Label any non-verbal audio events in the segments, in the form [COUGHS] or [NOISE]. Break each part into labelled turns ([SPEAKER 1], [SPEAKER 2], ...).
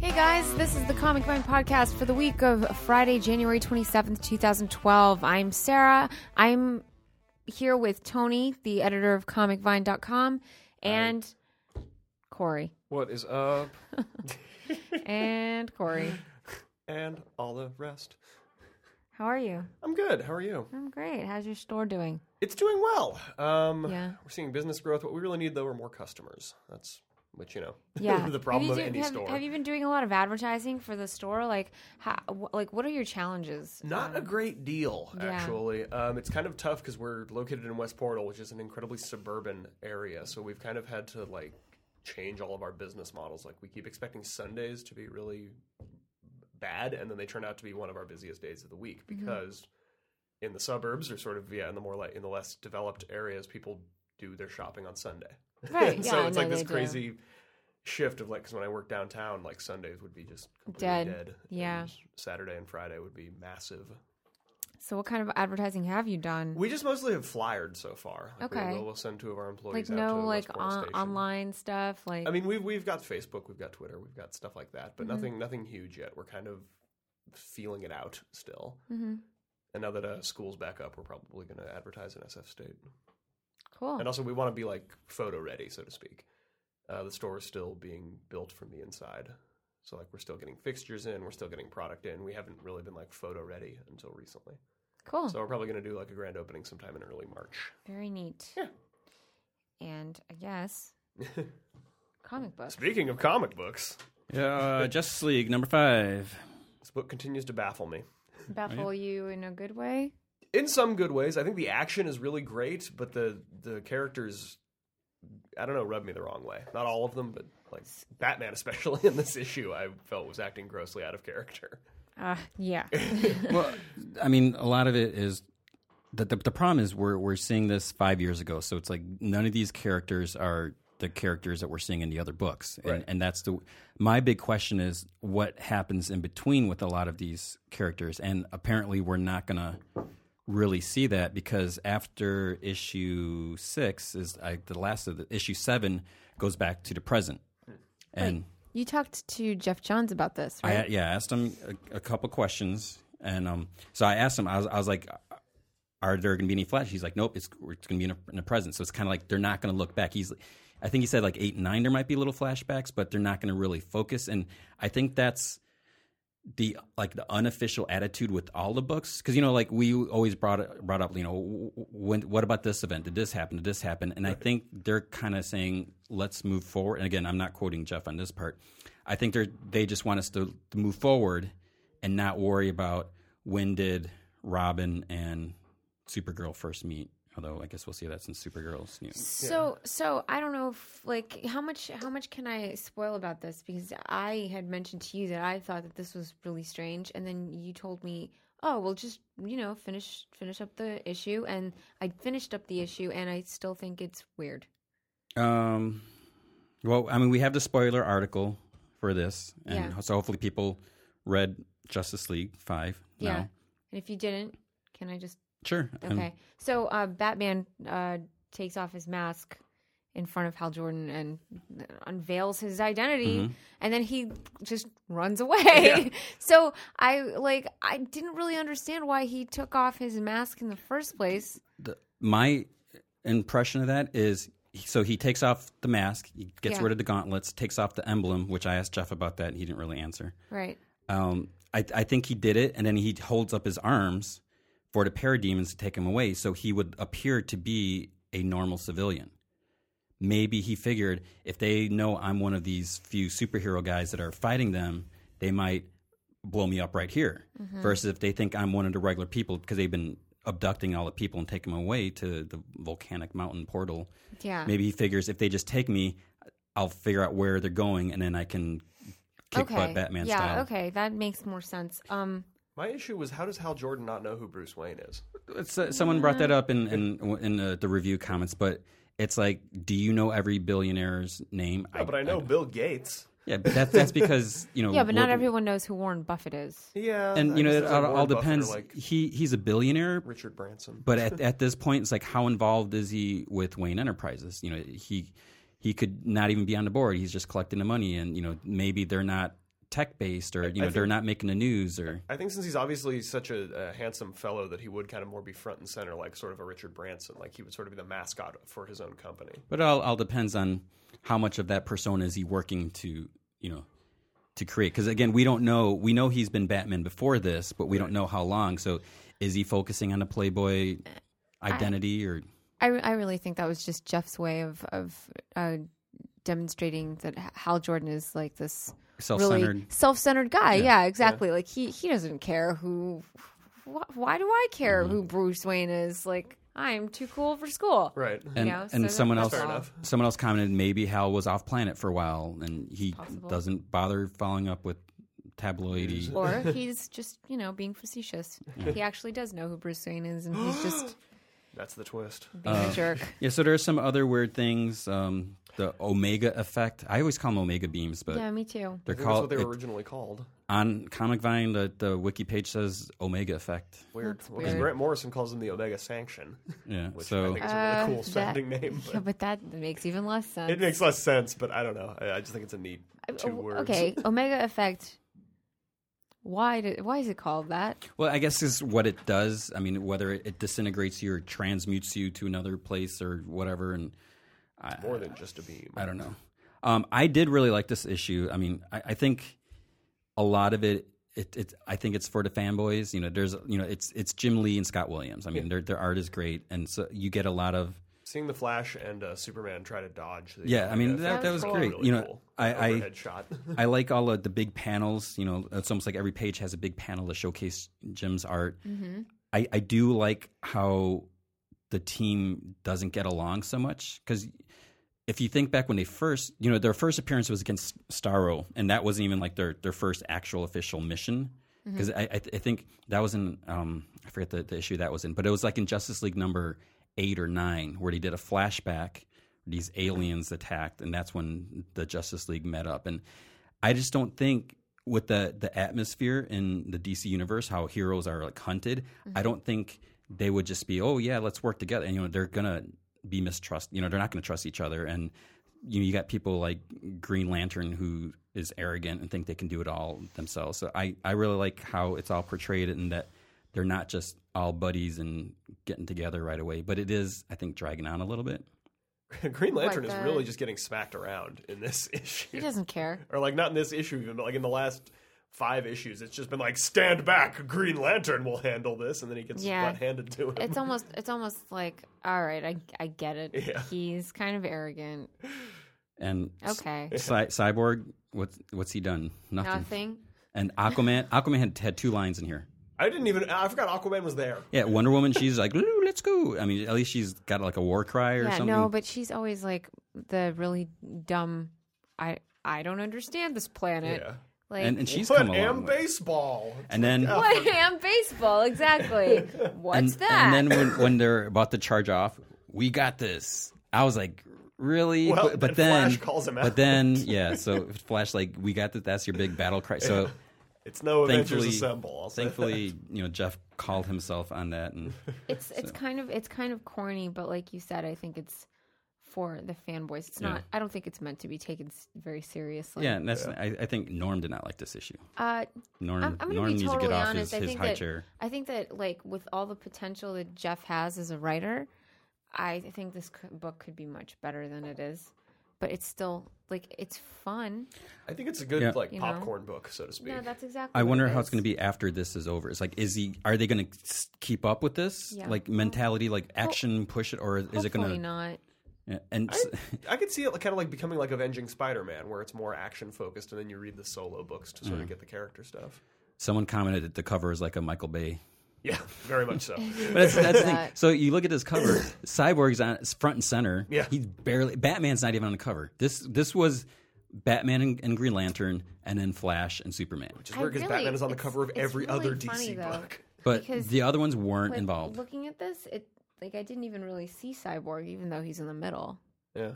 [SPEAKER 1] guys. This is the Comic Mind Podcast for the week of Friday, January 27th, 2012. I'm Sarah. I'm here with Tony, the editor of ComicVine.com, and
[SPEAKER 2] [LAUGHS]
[SPEAKER 1] Corey.
[SPEAKER 2] What is up?
[SPEAKER 1] And Corey.
[SPEAKER 2] and all the rest.
[SPEAKER 1] How are you?
[SPEAKER 2] I'm good. How are you?
[SPEAKER 1] I'm great. How's your store doing?
[SPEAKER 2] It's doing well. Um,
[SPEAKER 1] Yeah.
[SPEAKER 2] We're seeing business growth. What we really need, though, are more customers. That's, which, you know,
[SPEAKER 1] Yeah.
[SPEAKER 2] [LAUGHS] [LAUGHS] the problem
[SPEAKER 1] have
[SPEAKER 2] of
[SPEAKER 1] you do-
[SPEAKER 2] any
[SPEAKER 1] have,
[SPEAKER 2] store.
[SPEAKER 1] Have you been doing a lot of advertising for the store? Like, how, wh- like what are your challenges?
[SPEAKER 2] Not a great deal,
[SPEAKER 1] yeah.
[SPEAKER 2] actually. Um, it's kind of tough because we're located in West Portal, which is an incredibly suburban area. So we've kind of had to like change all of our business models. Like we keep expecting Sundays to be really bad, and then they turn out to be one of our busiest days of the week
[SPEAKER 1] Mm-hmm.
[SPEAKER 2] because in the suburbs or sort of yeah in the more like in the less developed areas, people do their shopping on Sunday. [LAUGHS]
[SPEAKER 1] Right,
[SPEAKER 2] so
[SPEAKER 1] yeah,
[SPEAKER 2] it's
[SPEAKER 1] no,
[SPEAKER 2] like this
[SPEAKER 1] they do.
[SPEAKER 2] crazy shift of like because when I work downtown, like Sundays would be just completely
[SPEAKER 1] Dead.
[SPEAKER 2] dead.
[SPEAKER 1] Yeah.
[SPEAKER 2] and Saturday and Friday would be massive.
[SPEAKER 1] So, what kind of advertising have you done?
[SPEAKER 2] We just mostly have flyered so far. Like
[SPEAKER 1] Okay.
[SPEAKER 2] We, will we'll send two of our
[SPEAKER 1] like,
[SPEAKER 2] employees out to
[SPEAKER 1] no,
[SPEAKER 2] the
[SPEAKER 1] like
[SPEAKER 2] Westport
[SPEAKER 1] on,
[SPEAKER 2] station.
[SPEAKER 1] online stuff. Like,
[SPEAKER 2] I mean, we've we've got Facebook, we've got Twitter, we've got stuff like that, but
[SPEAKER 1] Mm-hmm.
[SPEAKER 2] nothing nothing huge yet. We're kind of feeling it out still.
[SPEAKER 1] Mhm.
[SPEAKER 2] And now that uh, school's back up, we're probably going to advertise in SF State.
[SPEAKER 1] cool.
[SPEAKER 2] And also, we want to be like photo ready, so to speak. Uh, the store is still being built from the inside, so like we're still getting fixtures in, we're still getting product in. We haven't really been like photo ready until recently,
[SPEAKER 1] Cool.
[SPEAKER 2] so we're probably going to do like a grand opening sometime in early March.
[SPEAKER 1] Very neat.
[SPEAKER 2] Yeah.
[SPEAKER 1] And I guess comic books.
[SPEAKER 2] Speaking of comic books,
[SPEAKER 3] Yeah, uh, Justice League number five.
[SPEAKER 2] this book continues to baffle me.
[SPEAKER 1] Baffle you in a good way.
[SPEAKER 2] In some good ways, I think the action is really great, but the the characters, I don't know, rub me the wrong way. Not all of them, but like Batman, especially [LAUGHS] in this issue, I felt was acting grossly out of character.
[SPEAKER 1] Uh, yeah.
[SPEAKER 3] Well, I mean, a lot of it is the, the the problem is we're we're seeing this five years ago, so it's like none of these characters are the characters that we're seeing in the other books, and
[SPEAKER 2] Right.
[SPEAKER 3] and that's the my big question is what happens in between with a lot of these characters, and apparently we're not gonna really see that because after issue six is I, the last of the issue seven goes back to the present, and.
[SPEAKER 1] you talked to Jeff Johns about this,
[SPEAKER 3] I,
[SPEAKER 1] right?
[SPEAKER 3] yeah, I asked him a, a couple questions, and um, so I asked him. I was, I was like, "Are there going to be any flash?" He's like, "Nope, it's it's going to be in, a, in the present." So it's kind of like they're not going to look back. He's, I think he said like eight and nine there might be little flashbacks, but they're not going to really focus. And I think that's the like the unofficial attitude with all the books because you know like we always brought brought up you know w- w- when what about this event did this happen did this happen and I think they're kind of saying let's move forward and again I'm not quoting Jeff on this part I think they're they just want us to, to move forward and not worry about when did Robin and Supergirl first meet although I guess we'll see that since Supergirl's new
[SPEAKER 1] So, so I don't know if like how much how much can I spoil about this because I had mentioned to you that I thought that this was really strange, and then you told me, oh, well, just you know, finish finish up the issue, and I finished up the issue, and I still think it's weird.
[SPEAKER 3] Um, well, I mean, we have the spoiler article for this, and
[SPEAKER 1] Yeah.
[SPEAKER 3] so hopefully people read Justice League Five.
[SPEAKER 1] Yeah.
[SPEAKER 3] now.
[SPEAKER 1] And if you didn't, can I just
[SPEAKER 3] sure. um,
[SPEAKER 1] Okay. so uh, Batman uh, takes off his mask in front of Hal Jordan and unveils his identity,
[SPEAKER 3] Mm-hmm.
[SPEAKER 1] and then he just runs away. [LAUGHS] so I like I didn't really understand why he took off his mask in the first place.
[SPEAKER 3] the, my impression of that is so he takes off the mask, he gets
[SPEAKER 1] Yeah.
[SPEAKER 3] rid of the gauntlets, takes off the emblem, which I asked Jeff about that, and he didn't really answer.
[SPEAKER 1] Right.
[SPEAKER 3] Um, I, I think he did it, and then he holds up his arms for the parademons to take him away, so he would appear to be a normal civilian. Maybe he figured if they know I'm one of these few superhero guys that are fighting them, they might blow me up right here.
[SPEAKER 1] Mm-hmm.
[SPEAKER 3] Versus if they think I'm one of the regular people because they've been abducting all the people and taking them away to the volcanic mountain portal.
[SPEAKER 1] Yeah.
[SPEAKER 3] Maybe he figures if they just take me, I'll figure out where they're going, and then I can kick butt Batman
[SPEAKER 1] yeah.
[SPEAKER 3] style.
[SPEAKER 1] Okay. That makes more sense. Um.
[SPEAKER 2] My issue was how does Hal Jordan not know who Bruce Wayne is?
[SPEAKER 3] It's, uh, someone brought that up in in, in the, the review comments, but it's like, do you know every billionaire's name?
[SPEAKER 2] No, but I know Bill Gates.
[SPEAKER 3] yeah, but that's that's because you know.
[SPEAKER 1] [LAUGHS] Yeah, but not
[SPEAKER 3] look-
[SPEAKER 1] everyone knows who Warren Buffett is.
[SPEAKER 2] Yeah,
[SPEAKER 3] And you know, it all, all depends.
[SPEAKER 2] like
[SPEAKER 3] he he's a billionaire,
[SPEAKER 2] Richard Branson.
[SPEAKER 3] but at at this point, it's like, how involved is he with Wayne Enterprises? You know, he he could not even be on the board. He's just collecting the money, and you know, maybe they're not tech based or you know
[SPEAKER 2] think-
[SPEAKER 3] they're not making the news or
[SPEAKER 2] I think since he's obviously such a, a handsome fellow that he would kind of more be front and center, like sort of a Richard Branson, like he would sort of be the mascot for his own company.
[SPEAKER 3] But it all, all depends on how much of that persona is he working to, you know, to create. Because again, we don't know. We know he's been Batman before this, but we don't know how long. So, is he focusing on a Playboy identity or?
[SPEAKER 1] I, I really think that was just Jeff's way of of uh, demonstrating that H- Hal Jordan is like this really
[SPEAKER 3] Self-centered.
[SPEAKER 1] self-centered guy. Yeah, exactly. Like he he doesn't care who. Wh- why do I care
[SPEAKER 3] Mm-hmm.
[SPEAKER 1] who Bruce Wayne is? Like I'm too cool for school.
[SPEAKER 2] Right.
[SPEAKER 3] And,
[SPEAKER 1] Yeah, so
[SPEAKER 3] and
[SPEAKER 1] that's
[SPEAKER 3] someone else,
[SPEAKER 1] possible.
[SPEAKER 2] Fair enough.
[SPEAKER 3] someone else commented maybe Hal was off planet for a while, and he doesn't bother following up with
[SPEAKER 1] [LAUGHS]
[SPEAKER 2] [LAUGHS]
[SPEAKER 3] tabloidy.
[SPEAKER 1] Or he's just you know being facetious. He actually does know who Bruce Wayne is, and he's
[SPEAKER 3] [GASPS]
[SPEAKER 1] just
[SPEAKER 2] That's the twist.
[SPEAKER 1] being
[SPEAKER 3] Uh,
[SPEAKER 1] a jerk.
[SPEAKER 3] Yeah, so there are some other weird things. Um, the Omega effect. I always call them Omega beams, but
[SPEAKER 1] Yeah, me too.
[SPEAKER 2] I
[SPEAKER 3] they're
[SPEAKER 2] think that's what
[SPEAKER 3] called
[SPEAKER 2] they were originally called.
[SPEAKER 3] on Comic Vine. The, the wiki page says Omega effect.
[SPEAKER 2] Weird. Because
[SPEAKER 1] weird.
[SPEAKER 2] Grant Morrison calls them the Omega Sanction,
[SPEAKER 3] Yeah.
[SPEAKER 2] which I
[SPEAKER 3] so
[SPEAKER 2] think is a really cool
[SPEAKER 1] Uh, that-
[SPEAKER 2] sounding name.
[SPEAKER 1] Yeah, [LAUGHS]
[SPEAKER 2] But
[SPEAKER 1] but that makes even less sense.
[SPEAKER 2] it makes less sense, but I don't know. I, I just think it's a neat two
[SPEAKER 1] O-
[SPEAKER 2] words.
[SPEAKER 1] oh, Okay, Omega effect. Why did, why is it called that?
[SPEAKER 3] well, I guess is what it does. I mean, whether it, it disintegrates you or transmutes you to another place or whatever, and
[SPEAKER 2] More than just a beam.
[SPEAKER 3] I don't know. Um, I did really like this issue. I mean, I, I think a lot of it. It, it, I think it's for the fanboys. You know, there's, you know, it's it's Jim Lee and Scott Williams. I mean, their their art is great, and so you get a lot of
[SPEAKER 2] Seeing the Flash and uh, Superman try to dodge. The
[SPEAKER 3] Yeah, I mean, that-
[SPEAKER 1] that was
[SPEAKER 2] cool.
[SPEAKER 1] great.
[SPEAKER 2] Really
[SPEAKER 3] You know,
[SPEAKER 2] cool.
[SPEAKER 3] I- I-
[SPEAKER 2] overhead shot. [LAUGHS]
[SPEAKER 3] I like all of the big panels. You know, it's almost like every page has a big panel to showcase Jim's art. I, I do like how the team doesn't get along so much because if you think back when they first, you know, their first appearance was against Starro, and that wasn't even like their their first actual official mission. Because I, I, th- I think that was in um, I forget the, the issue that was in, but it was like in Justice League number eight or nine where they did a flashback. These aliens attacked, and that's when the Justice League met up. And I just don't think with the the atmosphere in the DC universe, how heroes are like hunted. I don't think they would just be, oh yeah, let's work together. And you know, they're gonna be mistrust. You know, they're not gonna trust each other. And you know, you got people like Green Lantern who is arrogant and think they can do it all themselves. So I I really like how it's all portrayed and that they're not just all buddies and getting together right away. But it is, I think, dragging on a little bit.
[SPEAKER 2] Green Lantern
[SPEAKER 1] Like
[SPEAKER 2] is
[SPEAKER 1] the-
[SPEAKER 2] really just getting smacked around in this [LAUGHS] issue.
[SPEAKER 1] He doesn't care.
[SPEAKER 2] or like not in this issue even, but like in the last five issues, it's just been like stand back, Green Lantern will handle this, and then he gets
[SPEAKER 1] Yeah.
[SPEAKER 2] butt handed to him.
[SPEAKER 1] It's almost it's almost like all right, I I get it.
[SPEAKER 2] Yeah.
[SPEAKER 1] He's kind of arrogant.
[SPEAKER 3] And
[SPEAKER 2] [LAUGHS]
[SPEAKER 1] Okay,
[SPEAKER 3] Cy- Cyborg, what's what's he done?
[SPEAKER 1] Oh. nothing.
[SPEAKER 3] And Aquaman, Aquaman had, had two lines in here.
[SPEAKER 2] I didn't even. I forgot Aquaman was there.
[SPEAKER 3] Yeah, Wonder Woman, she's like, "Ooh, let's go. I mean, at least she's got like a war cry or
[SPEAKER 1] Yeah,
[SPEAKER 3] something.
[SPEAKER 1] no, but she's always like the really dumb. I I don't understand this planet.
[SPEAKER 2] Yeah.
[SPEAKER 1] Like [LAUGHS]
[SPEAKER 3] and, and she's
[SPEAKER 2] But
[SPEAKER 3] come a long
[SPEAKER 2] am
[SPEAKER 3] way.
[SPEAKER 2] baseball.
[SPEAKER 3] And then
[SPEAKER 1] what am baseball
[SPEAKER 2] [LAUGHS]
[SPEAKER 1] exactly?
[SPEAKER 3] and,
[SPEAKER 1] What's that?
[SPEAKER 3] and then when, when they're about to charge off, we got this. I was like, really?
[SPEAKER 2] Well,
[SPEAKER 3] but, but
[SPEAKER 2] then
[SPEAKER 3] then
[SPEAKER 2] Flash calls him out. [LAUGHS]
[SPEAKER 3] But then yeah, so Flash like, we got that. That's your big battle cry. So
[SPEAKER 2] It's no Avengers
[SPEAKER 3] Thankfully-
[SPEAKER 2] Assemble. I'll say
[SPEAKER 3] thankfully, you know, Jeff called himself on that, and
[SPEAKER 1] It's it's kind of it's kind of corny, but like you said, I think it's for the fanboys. It's not. I don't think it's meant to be taken s- very seriously.
[SPEAKER 3] yeah, and that's. I, I think Norm did not like this issue.
[SPEAKER 1] Uh,
[SPEAKER 3] Norm,
[SPEAKER 1] I'm, I'm gonna
[SPEAKER 3] Norm
[SPEAKER 1] be
[SPEAKER 3] needs
[SPEAKER 1] totally
[SPEAKER 3] to get off
[SPEAKER 1] honest.
[SPEAKER 3] his,
[SPEAKER 1] I
[SPEAKER 3] his
[SPEAKER 1] think
[SPEAKER 3] high
[SPEAKER 1] that
[SPEAKER 3] chair.
[SPEAKER 1] I think that like with all the potential that Jeff has as a writer, I think this c- book could be much better than it is. But it's still like it's fun.
[SPEAKER 2] I think it's a good
[SPEAKER 3] Yeah.
[SPEAKER 2] like
[SPEAKER 1] You know?
[SPEAKER 2] popcorn book, so to speak.
[SPEAKER 1] Yeah, that's exactly.
[SPEAKER 3] I
[SPEAKER 1] what
[SPEAKER 3] wonder
[SPEAKER 1] it
[SPEAKER 3] how it's
[SPEAKER 1] is.
[SPEAKER 3] going to be after this is over. It's like, is he? Are they going to keep up with this
[SPEAKER 1] Yeah.
[SPEAKER 3] like mentality, like action, push it, or is it
[SPEAKER 1] Hopefully
[SPEAKER 3] going
[SPEAKER 1] not?
[SPEAKER 3] to? And
[SPEAKER 2] I,
[SPEAKER 3] [LAUGHS]
[SPEAKER 2] I could see it kind of like becoming like Avenging Spider-Man, where it's more action focused, and then you read the solo books to
[SPEAKER 3] Mm.
[SPEAKER 2] sort of get the character stuff.
[SPEAKER 3] someone commented that the cover is like a
[SPEAKER 1] [LAUGHS]
[SPEAKER 3] Michael Bay.
[SPEAKER 2] Yeah, very much so.
[SPEAKER 3] But that's, that's the thing.
[SPEAKER 1] That-
[SPEAKER 3] So you look at this cover.
[SPEAKER 1] [COUGHS]
[SPEAKER 3] Cyborg's on it's front and center.
[SPEAKER 2] Yeah.
[SPEAKER 3] he's barely. Batman's not even on the cover. This this was Batman and, and Green Lantern, and then Flash and Superman.
[SPEAKER 2] Which is weird because
[SPEAKER 1] really-
[SPEAKER 2] Batman is on the
[SPEAKER 1] it's-
[SPEAKER 2] cover of
[SPEAKER 1] it's
[SPEAKER 2] every
[SPEAKER 1] really
[SPEAKER 2] other
[SPEAKER 1] funny,
[SPEAKER 2] DC
[SPEAKER 1] though.
[SPEAKER 2] book.
[SPEAKER 3] But
[SPEAKER 1] because,
[SPEAKER 3] the other ones weren't
[SPEAKER 1] Like,
[SPEAKER 3] involved.
[SPEAKER 1] Looking at this, it like I didn't even really see Cyborg, even though he's in the middle.
[SPEAKER 2] Yeah.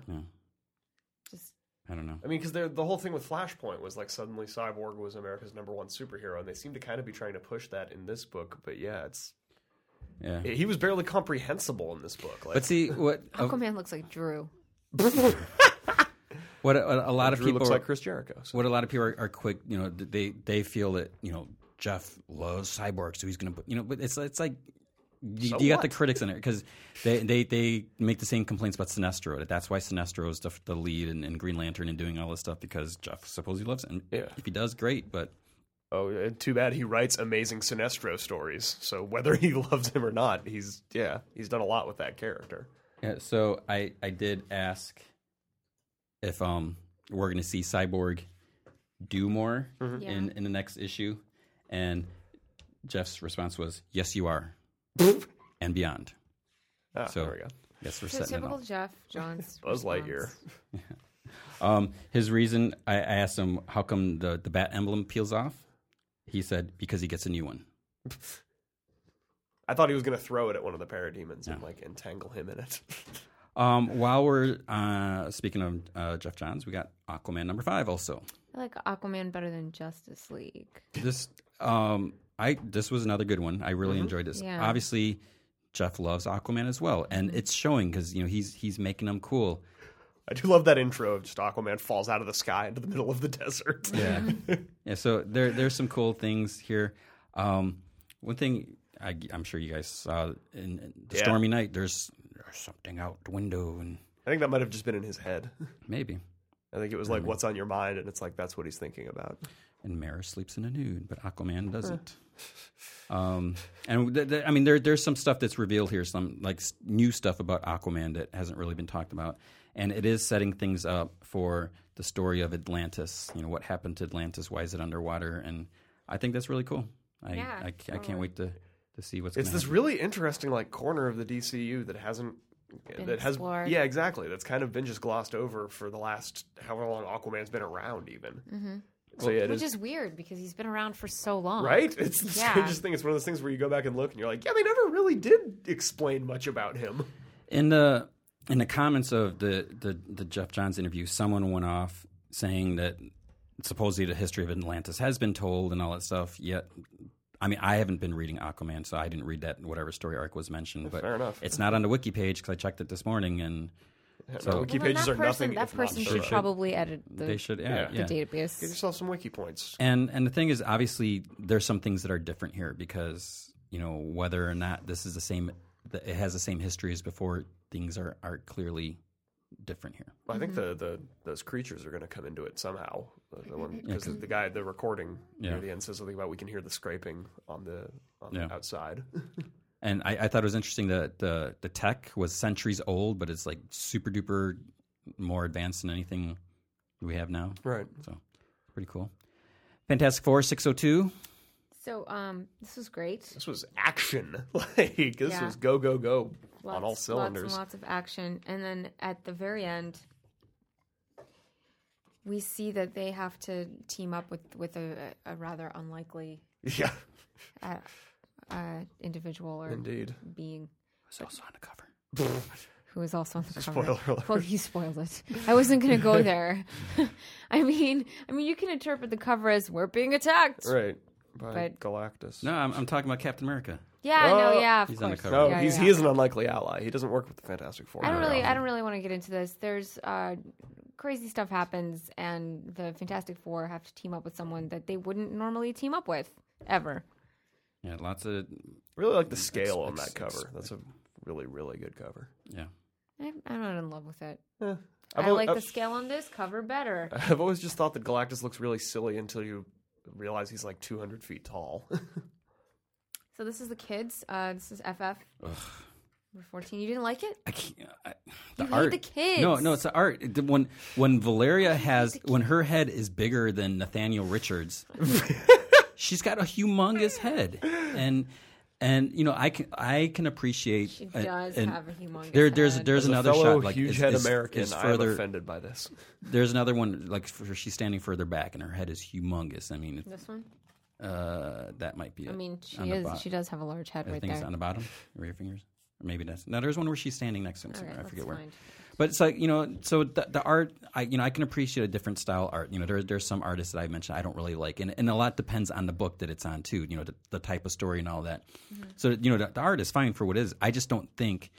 [SPEAKER 1] Just
[SPEAKER 3] I don't know.
[SPEAKER 2] I mean, because the whole thing with Flashpoint was like suddenly Cyborg was America's number one superhero, and they seem to kind of be trying to push that in this book. But yeah, it's
[SPEAKER 3] Yeah.
[SPEAKER 2] he was barely
[SPEAKER 3] Oh.
[SPEAKER 2] comprehensible in this book. Like,
[SPEAKER 3] But see what.
[SPEAKER 2] [LAUGHS]
[SPEAKER 1] Aquaman looks like Drew.
[SPEAKER 3] what a, a lot of
[SPEAKER 2] Drew
[SPEAKER 3] people
[SPEAKER 2] looks
[SPEAKER 3] are-
[SPEAKER 2] like Chris Jericho. So.
[SPEAKER 3] what a lot of people are, are quick, you know, th- they they feel that you know Jeff loves Cyborg, so he's gonna, put- you know, but it's it's like you,
[SPEAKER 2] So
[SPEAKER 3] you got the
[SPEAKER 2] what?
[SPEAKER 3] critics in
[SPEAKER 2] [LAUGHS]
[SPEAKER 3] it because they, they they make the same complaints about Sinestro. that That's why Sinestro is the, the lead and, and Green Lantern and doing all this stuff because Jeff supposedly loves it. And
[SPEAKER 2] Yeah.
[SPEAKER 3] if he does, great. But
[SPEAKER 2] Oh, uh, too bad he writes amazing Sinestro stories. So whether he [LAUGHS] loves him or not, he's yeah, he's done a lot with that character.
[SPEAKER 3] yeah, so I I did ask if um we're gonna see Cyborg do more in in the next issue, and Jeff's response was yes, you are, and beyond.
[SPEAKER 2] Ah,
[SPEAKER 3] So-
[SPEAKER 2] there we go.
[SPEAKER 3] Yes, we're
[SPEAKER 1] So
[SPEAKER 3] setting it
[SPEAKER 1] typical
[SPEAKER 3] up.
[SPEAKER 1] Jeff [LAUGHS] Johns.
[SPEAKER 2] Buzz Lightyear.
[SPEAKER 1] response.
[SPEAKER 3] Um, his reason, I, I asked him how come the, the bat emblem peels off. He said because he gets a new one.
[SPEAKER 2] I thought he was going to throw it at one of the parademons and like entangle him in it. [LAUGHS]
[SPEAKER 3] Um, while we're uh, speaking of uh, Jeff Johns, we got Aquaman number five also.
[SPEAKER 1] I like Aquaman better than Justice League.
[SPEAKER 3] This um, I this was another good one. I really enjoyed this.
[SPEAKER 1] Yeah.
[SPEAKER 3] Obviously, Jeff loves Aquaman as well, and it's showing because you know he's he's making them cool.
[SPEAKER 2] I do love that intro of just Aquaman falls out of the sky into the middle of the [LAUGHS] desert.
[SPEAKER 3] Yeah. [LAUGHS] yeah. So there, there's some cool things here. Um, one thing I, am sure you guys saw in, in the
[SPEAKER 2] Yeah.
[SPEAKER 3] stormy night. There's, there's something out the window, and
[SPEAKER 2] I think that might have just been in his head. [LAUGHS]
[SPEAKER 3] maybe.
[SPEAKER 2] I think it was like, "What's on your mind?" and it's like that's what he's thinking about.
[SPEAKER 3] And Mara sleeps in a nude, but Aquaman doesn't. Um, and th- th- I mean, there, there's some stuff that's revealed here, some like s- new stuff about Aquaman that hasn't really been talked about, and it is setting things up for the story of Atlantis. You know, what happened to Atlantis? Why is it underwater? And I think that's really cool. I,
[SPEAKER 1] Yeah,
[SPEAKER 3] I, c- I can't wait to, to see what's.
[SPEAKER 2] It's
[SPEAKER 3] gonna
[SPEAKER 2] this really interesting like corner of the DCU that hasn't that has
[SPEAKER 1] explored.
[SPEAKER 2] yeah exactly that's kind of been just glossed over for the last however long Aquaman's been around even. So yeah, it
[SPEAKER 1] Mm-hmm. Which
[SPEAKER 2] is,
[SPEAKER 1] is weird because he's been around for so long.
[SPEAKER 2] [LAUGHS] right. It's the [LAUGHS]
[SPEAKER 1] Yeah.
[SPEAKER 2] strangest thing. It's one of those things where you go back and look and you're like, yeah, they never really did explain much about him.
[SPEAKER 3] in the in the comments of the, the the Jeff Johns interview, someone went off saying that supposedly the history of Atlantis has been told and all that stuff. Yet, I mean, I haven't been reading Aquaman, so I didn't read that whatever story arc was mentioned. But
[SPEAKER 2] Fair enough.
[SPEAKER 3] it's not on the wiki page because I checked it this
[SPEAKER 2] [LAUGHS]
[SPEAKER 3] morning, and
[SPEAKER 2] The
[SPEAKER 3] so
[SPEAKER 2] wiki
[SPEAKER 1] Well, then
[SPEAKER 2] pages
[SPEAKER 1] that
[SPEAKER 2] are
[SPEAKER 1] person,
[SPEAKER 2] nothing.
[SPEAKER 1] That
[SPEAKER 2] if not
[SPEAKER 1] person
[SPEAKER 2] thorough.
[SPEAKER 1] should probably edit the,
[SPEAKER 3] they should yeah,
[SPEAKER 2] Yeah.
[SPEAKER 3] yeah.
[SPEAKER 1] the
[SPEAKER 2] Get
[SPEAKER 1] database.
[SPEAKER 2] yourself some wiki points.
[SPEAKER 3] And and the thing is, obviously, there's some things that are different here because you know whether or not this is the same, that it has the same history as before. Things are are clearly different here.
[SPEAKER 2] Well, I
[SPEAKER 1] Mm-hmm.
[SPEAKER 2] think the, the those creatures are going to come into it somehow. The, the one because the guy the recording
[SPEAKER 3] Yeah.
[SPEAKER 2] near the end says something about we can hear the scraping on the on
[SPEAKER 3] Yeah.
[SPEAKER 2] the outside. [LAUGHS]
[SPEAKER 3] And I, I thought it was interesting that the the tech was centuries old, but it's like super duper more advanced than anything we have now.
[SPEAKER 2] right.
[SPEAKER 3] So pretty cool. Fantastic Four six oh two.
[SPEAKER 1] So um, this was great.
[SPEAKER 2] This was action. [LAUGHS] like this
[SPEAKER 1] Yeah.
[SPEAKER 2] was go go go on all
[SPEAKER 1] Lots- Lots
[SPEAKER 2] cylinders.
[SPEAKER 1] and lots of action, and then at the very end, we see that they have to team up with with a, a rather unlikely
[SPEAKER 2] [LAUGHS] Yeah,
[SPEAKER 1] uh, uh, individual or
[SPEAKER 2] indeed.
[SPEAKER 1] being
[SPEAKER 3] It's also on the cover.
[SPEAKER 1] who is also on the cover.
[SPEAKER 2] Spoiler alert.
[SPEAKER 1] Well, you spoiled it. I wasn't going to go there. [LAUGHS] I mean, I mean, you can interpret the cover as we're being attacked.
[SPEAKER 2] Right. By
[SPEAKER 1] But-
[SPEAKER 2] Galactus.
[SPEAKER 3] No, I'm, I'm talking about Captain America.
[SPEAKER 1] Yeah,
[SPEAKER 2] Oh,
[SPEAKER 1] no, yeah, of
[SPEAKER 3] he's on the
[SPEAKER 1] course.
[SPEAKER 3] cover.
[SPEAKER 2] No,
[SPEAKER 1] Yeah,
[SPEAKER 2] he's
[SPEAKER 1] yeah.
[SPEAKER 2] he is an unlikely ally. He doesn't work with the Fantastic Four.
[SPEAKER 1] I don't
[SPEAKER 2] very
[SPEAKER 1] really, I
[SPEAKER 2] often.
[SPEAKER 1] don't really want to get into this. There's uh, crazy stuff happens, and the Fantastic Four have to team up with someone that they wouldn't normally team up with ever.
[SPEAKER 3] Yeah, lots of
[SPEAKER 2] really like the scale on
[SPEAKER 3] it's-
[SPEAKER 2] that cover.
[SPEAKER 3] it's-
[SPEAKER 2] That's a really really good cover.
[SPEAKER 3] yeah.
[SPEAKER 1] I, I'm not in love with it.
[SPEAKER 2] I've
[SPEAKER 1] I
[SPEAKER 2] al-
[SPEAKER 1] like
[SPEAKER 2] I've-
[SPEAKER 1] the scale on this cover better.
[SPEAKER 2] [LAUGHS] I've always just thought that Galactus looks really silly until you realize he's like 200 feet tall.
[SPEAKER 1] So this is the kids. Uh, this is FF. Number 14. You didn't like it?
[SPEAKER 3] I can't. I,
[SPEAKER 1] You
[SPEAKER 3] the
[SPEAKER 1] hate
[SPEAKER 3] art.
[SPEAKER 1] the kids.
[SPEAKER 3] No, no, it's the art. The- When when Valeria has when her head is bigger than
[SPEAKER 1] [LAUGHS]
[SPEAKER 3] Nathaniel Richards, she's got a humongous head, and and you know I can I can appreciate.
[SPEAKER 1] She
[SPEAKER 3] and-
[SPEAKER 1] does
[SPEAKER 3] and
[SPEAKER 1] have a humongous
[SPEAKER 3] There, there's
[SPEAKER 1] head.
[SPEAKER 3] there's
[SPEAKER 2] As
[SPEAKER 3] another
[SPEAKER 2] a fellow
[SPEAKER 3] shot like
[SPEAKER 2] huge
[SPEAKER 3] is-
[SPEAKER 2] head
[SPEAKER 3] is-
[SPEAKER 2] American,
[SPEAKER 3] is
[SPEAKER 2] I'm
[SPEAKER 3] further.
[SPEAKER 2] offended by
[SPEAKER 1] [LAUGHS]
[SPEAKER 2] this.
[SPEAKER 3] There's another one like for, she's standing further back and her head is humongous. I mean,
[SPEAKER 1] This one.
[SPEAKER 3] uh, that might be.
[SPEAKER 1] I
[SPEAKER 3] it.
[SPEAKER 1] mean, she
[SPEAKER 3] On the
[SPEAKER 1] is.
[SPEAKER 3] bot-
[SPEAKER 1] She does have a large head
[SPEAKER 3] I
[SPEAKER 1] right
[SPEAKER 3] think it's
[SPEAKER 1] there.
[SPEAKER 3] on the bottom. Or your fingers. Or maybe that's now. There's one where she's standing next to him.
[SPEAKER 1] All
[SPEAKER 3] somewhere.
[SPEAKER 1] right,
[SPEAKER 3] I forget
[SPEAKER 1] let's
[SPEAKER 3] where.
[SPEAKER 1] find.
[SPEAKER 3] But it's like you know, so the, the art, I you know, I can appreciate a different style art. You know, there, there's some artists that I mentioned I don't really like, and and a lot depends on the book that it's on too. You know, the, the type of story and all that. So you know, the, the art is fine for what it is. I just don't think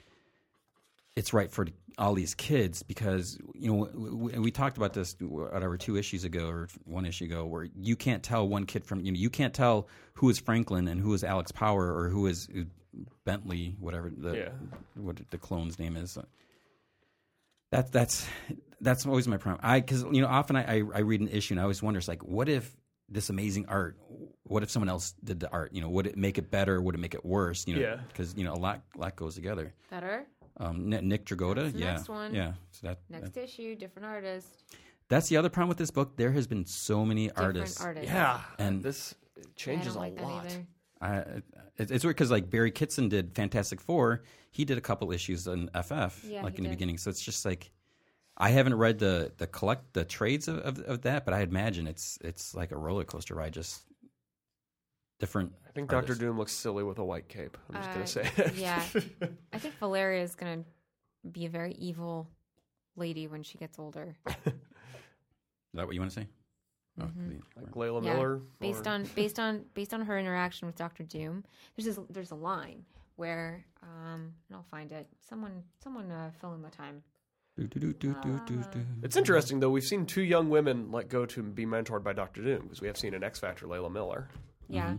[SPEAKER 3] it's right for all these kids because you know we, we talked about this whatever two issues ago or one issue ago where you can't tell one kid from you know you can't tell who is Franklin and who is Alex Power or who is Bentley whatever the
[SPEAKER 2] Yeah.
[SPEAKER 3] what the clone's name is. That that's that's always my problem. I because you know often I, I I read an issue and I always wonder it's like what if this amazing art what if someone else did the art you know would it make it better would it make it worse you know
[SPEAKER 2] Yeah.
[SPEAKER 3] because you know a lot lot goes together
[SPEAKER 1] Better.
[SPEAKER 3] um, Ni- Nick Dragotta.
[SPEAKER 1] the
[SPEAKER 3] yeah,
[SPEAKER 1] next one.
[SPEAKER 3] yeah. So that, that-
[SPEAKER 1] Next issue, different artist.
[SPEAKER 3] that's the other problem with this book. There has been so many
[SPEAKER 1] Different
[SPEAKER 3] artists.
[SPEAKER 1] artist.
[SPEAKER 2] Yeah,
[SPEAKER 3] And-
[SPEAKER 2] this it
[SPEAKER 1] I
[SPEAKER 2] changes
[SPEAKER 1] don't like
[SPEAKER 2] a
[SPEAKER 1] that
[SPEAKER 2] lot.
[SPEAKER 1] either.
[SPEAKER 3] I, it, it's weird because like Barry Kitson did Fantastic Four. He did a couple issues in FF,
[SPEAKER 1] Yeah,
[SPEAKER 3] like
[SPEAKER 1] he
[SPEAKER 3] in the
[SPEAKER 1] did.
[SPEAKER 3] beginning. So it's just like I haven't read the the collect the trades of, of, of that, but I imagine it's it's like a roller coaster ride, just different.
[SPEAKER 2] I think Doctor
[SPEAKER 3] artists.
[SPEAKER 2] Doom looks silly with a white cape. I'm just gonna
[SPEAKER 1] Uh,
[SPEAKER 2] say. it.
[SPEAKER 1] yeah. I think Valeria is going to be a very evil lady when she gets older.
[SPEAKER 3] Is that what you want to say?
[SPEAKER 1] Mm-hmm.
[SPEAKER 3] Oh,
[SPEAKER 2] [LAUGHS] like Layla
[SPEAKER 1] Yeah.
[SPEAKER 2] Miller.
[SPEAKER 1] based
[SPEAKER 2] or-
[SPEAKER 1] on based on based on her interaction with Doctor Doom. There's this, there's a line where um and I'll find it. Someone someone uh, fill in the time.
[SPEAKER 3] Do, do, do, do, do, do, do.
[SPEAKER 2] It's interesting though. We've seen two young women like go to be mentored by Doctor Doom because we have seen an X Factor Layla Miller. [GASPS]
[SPEAKER 1] Yeah.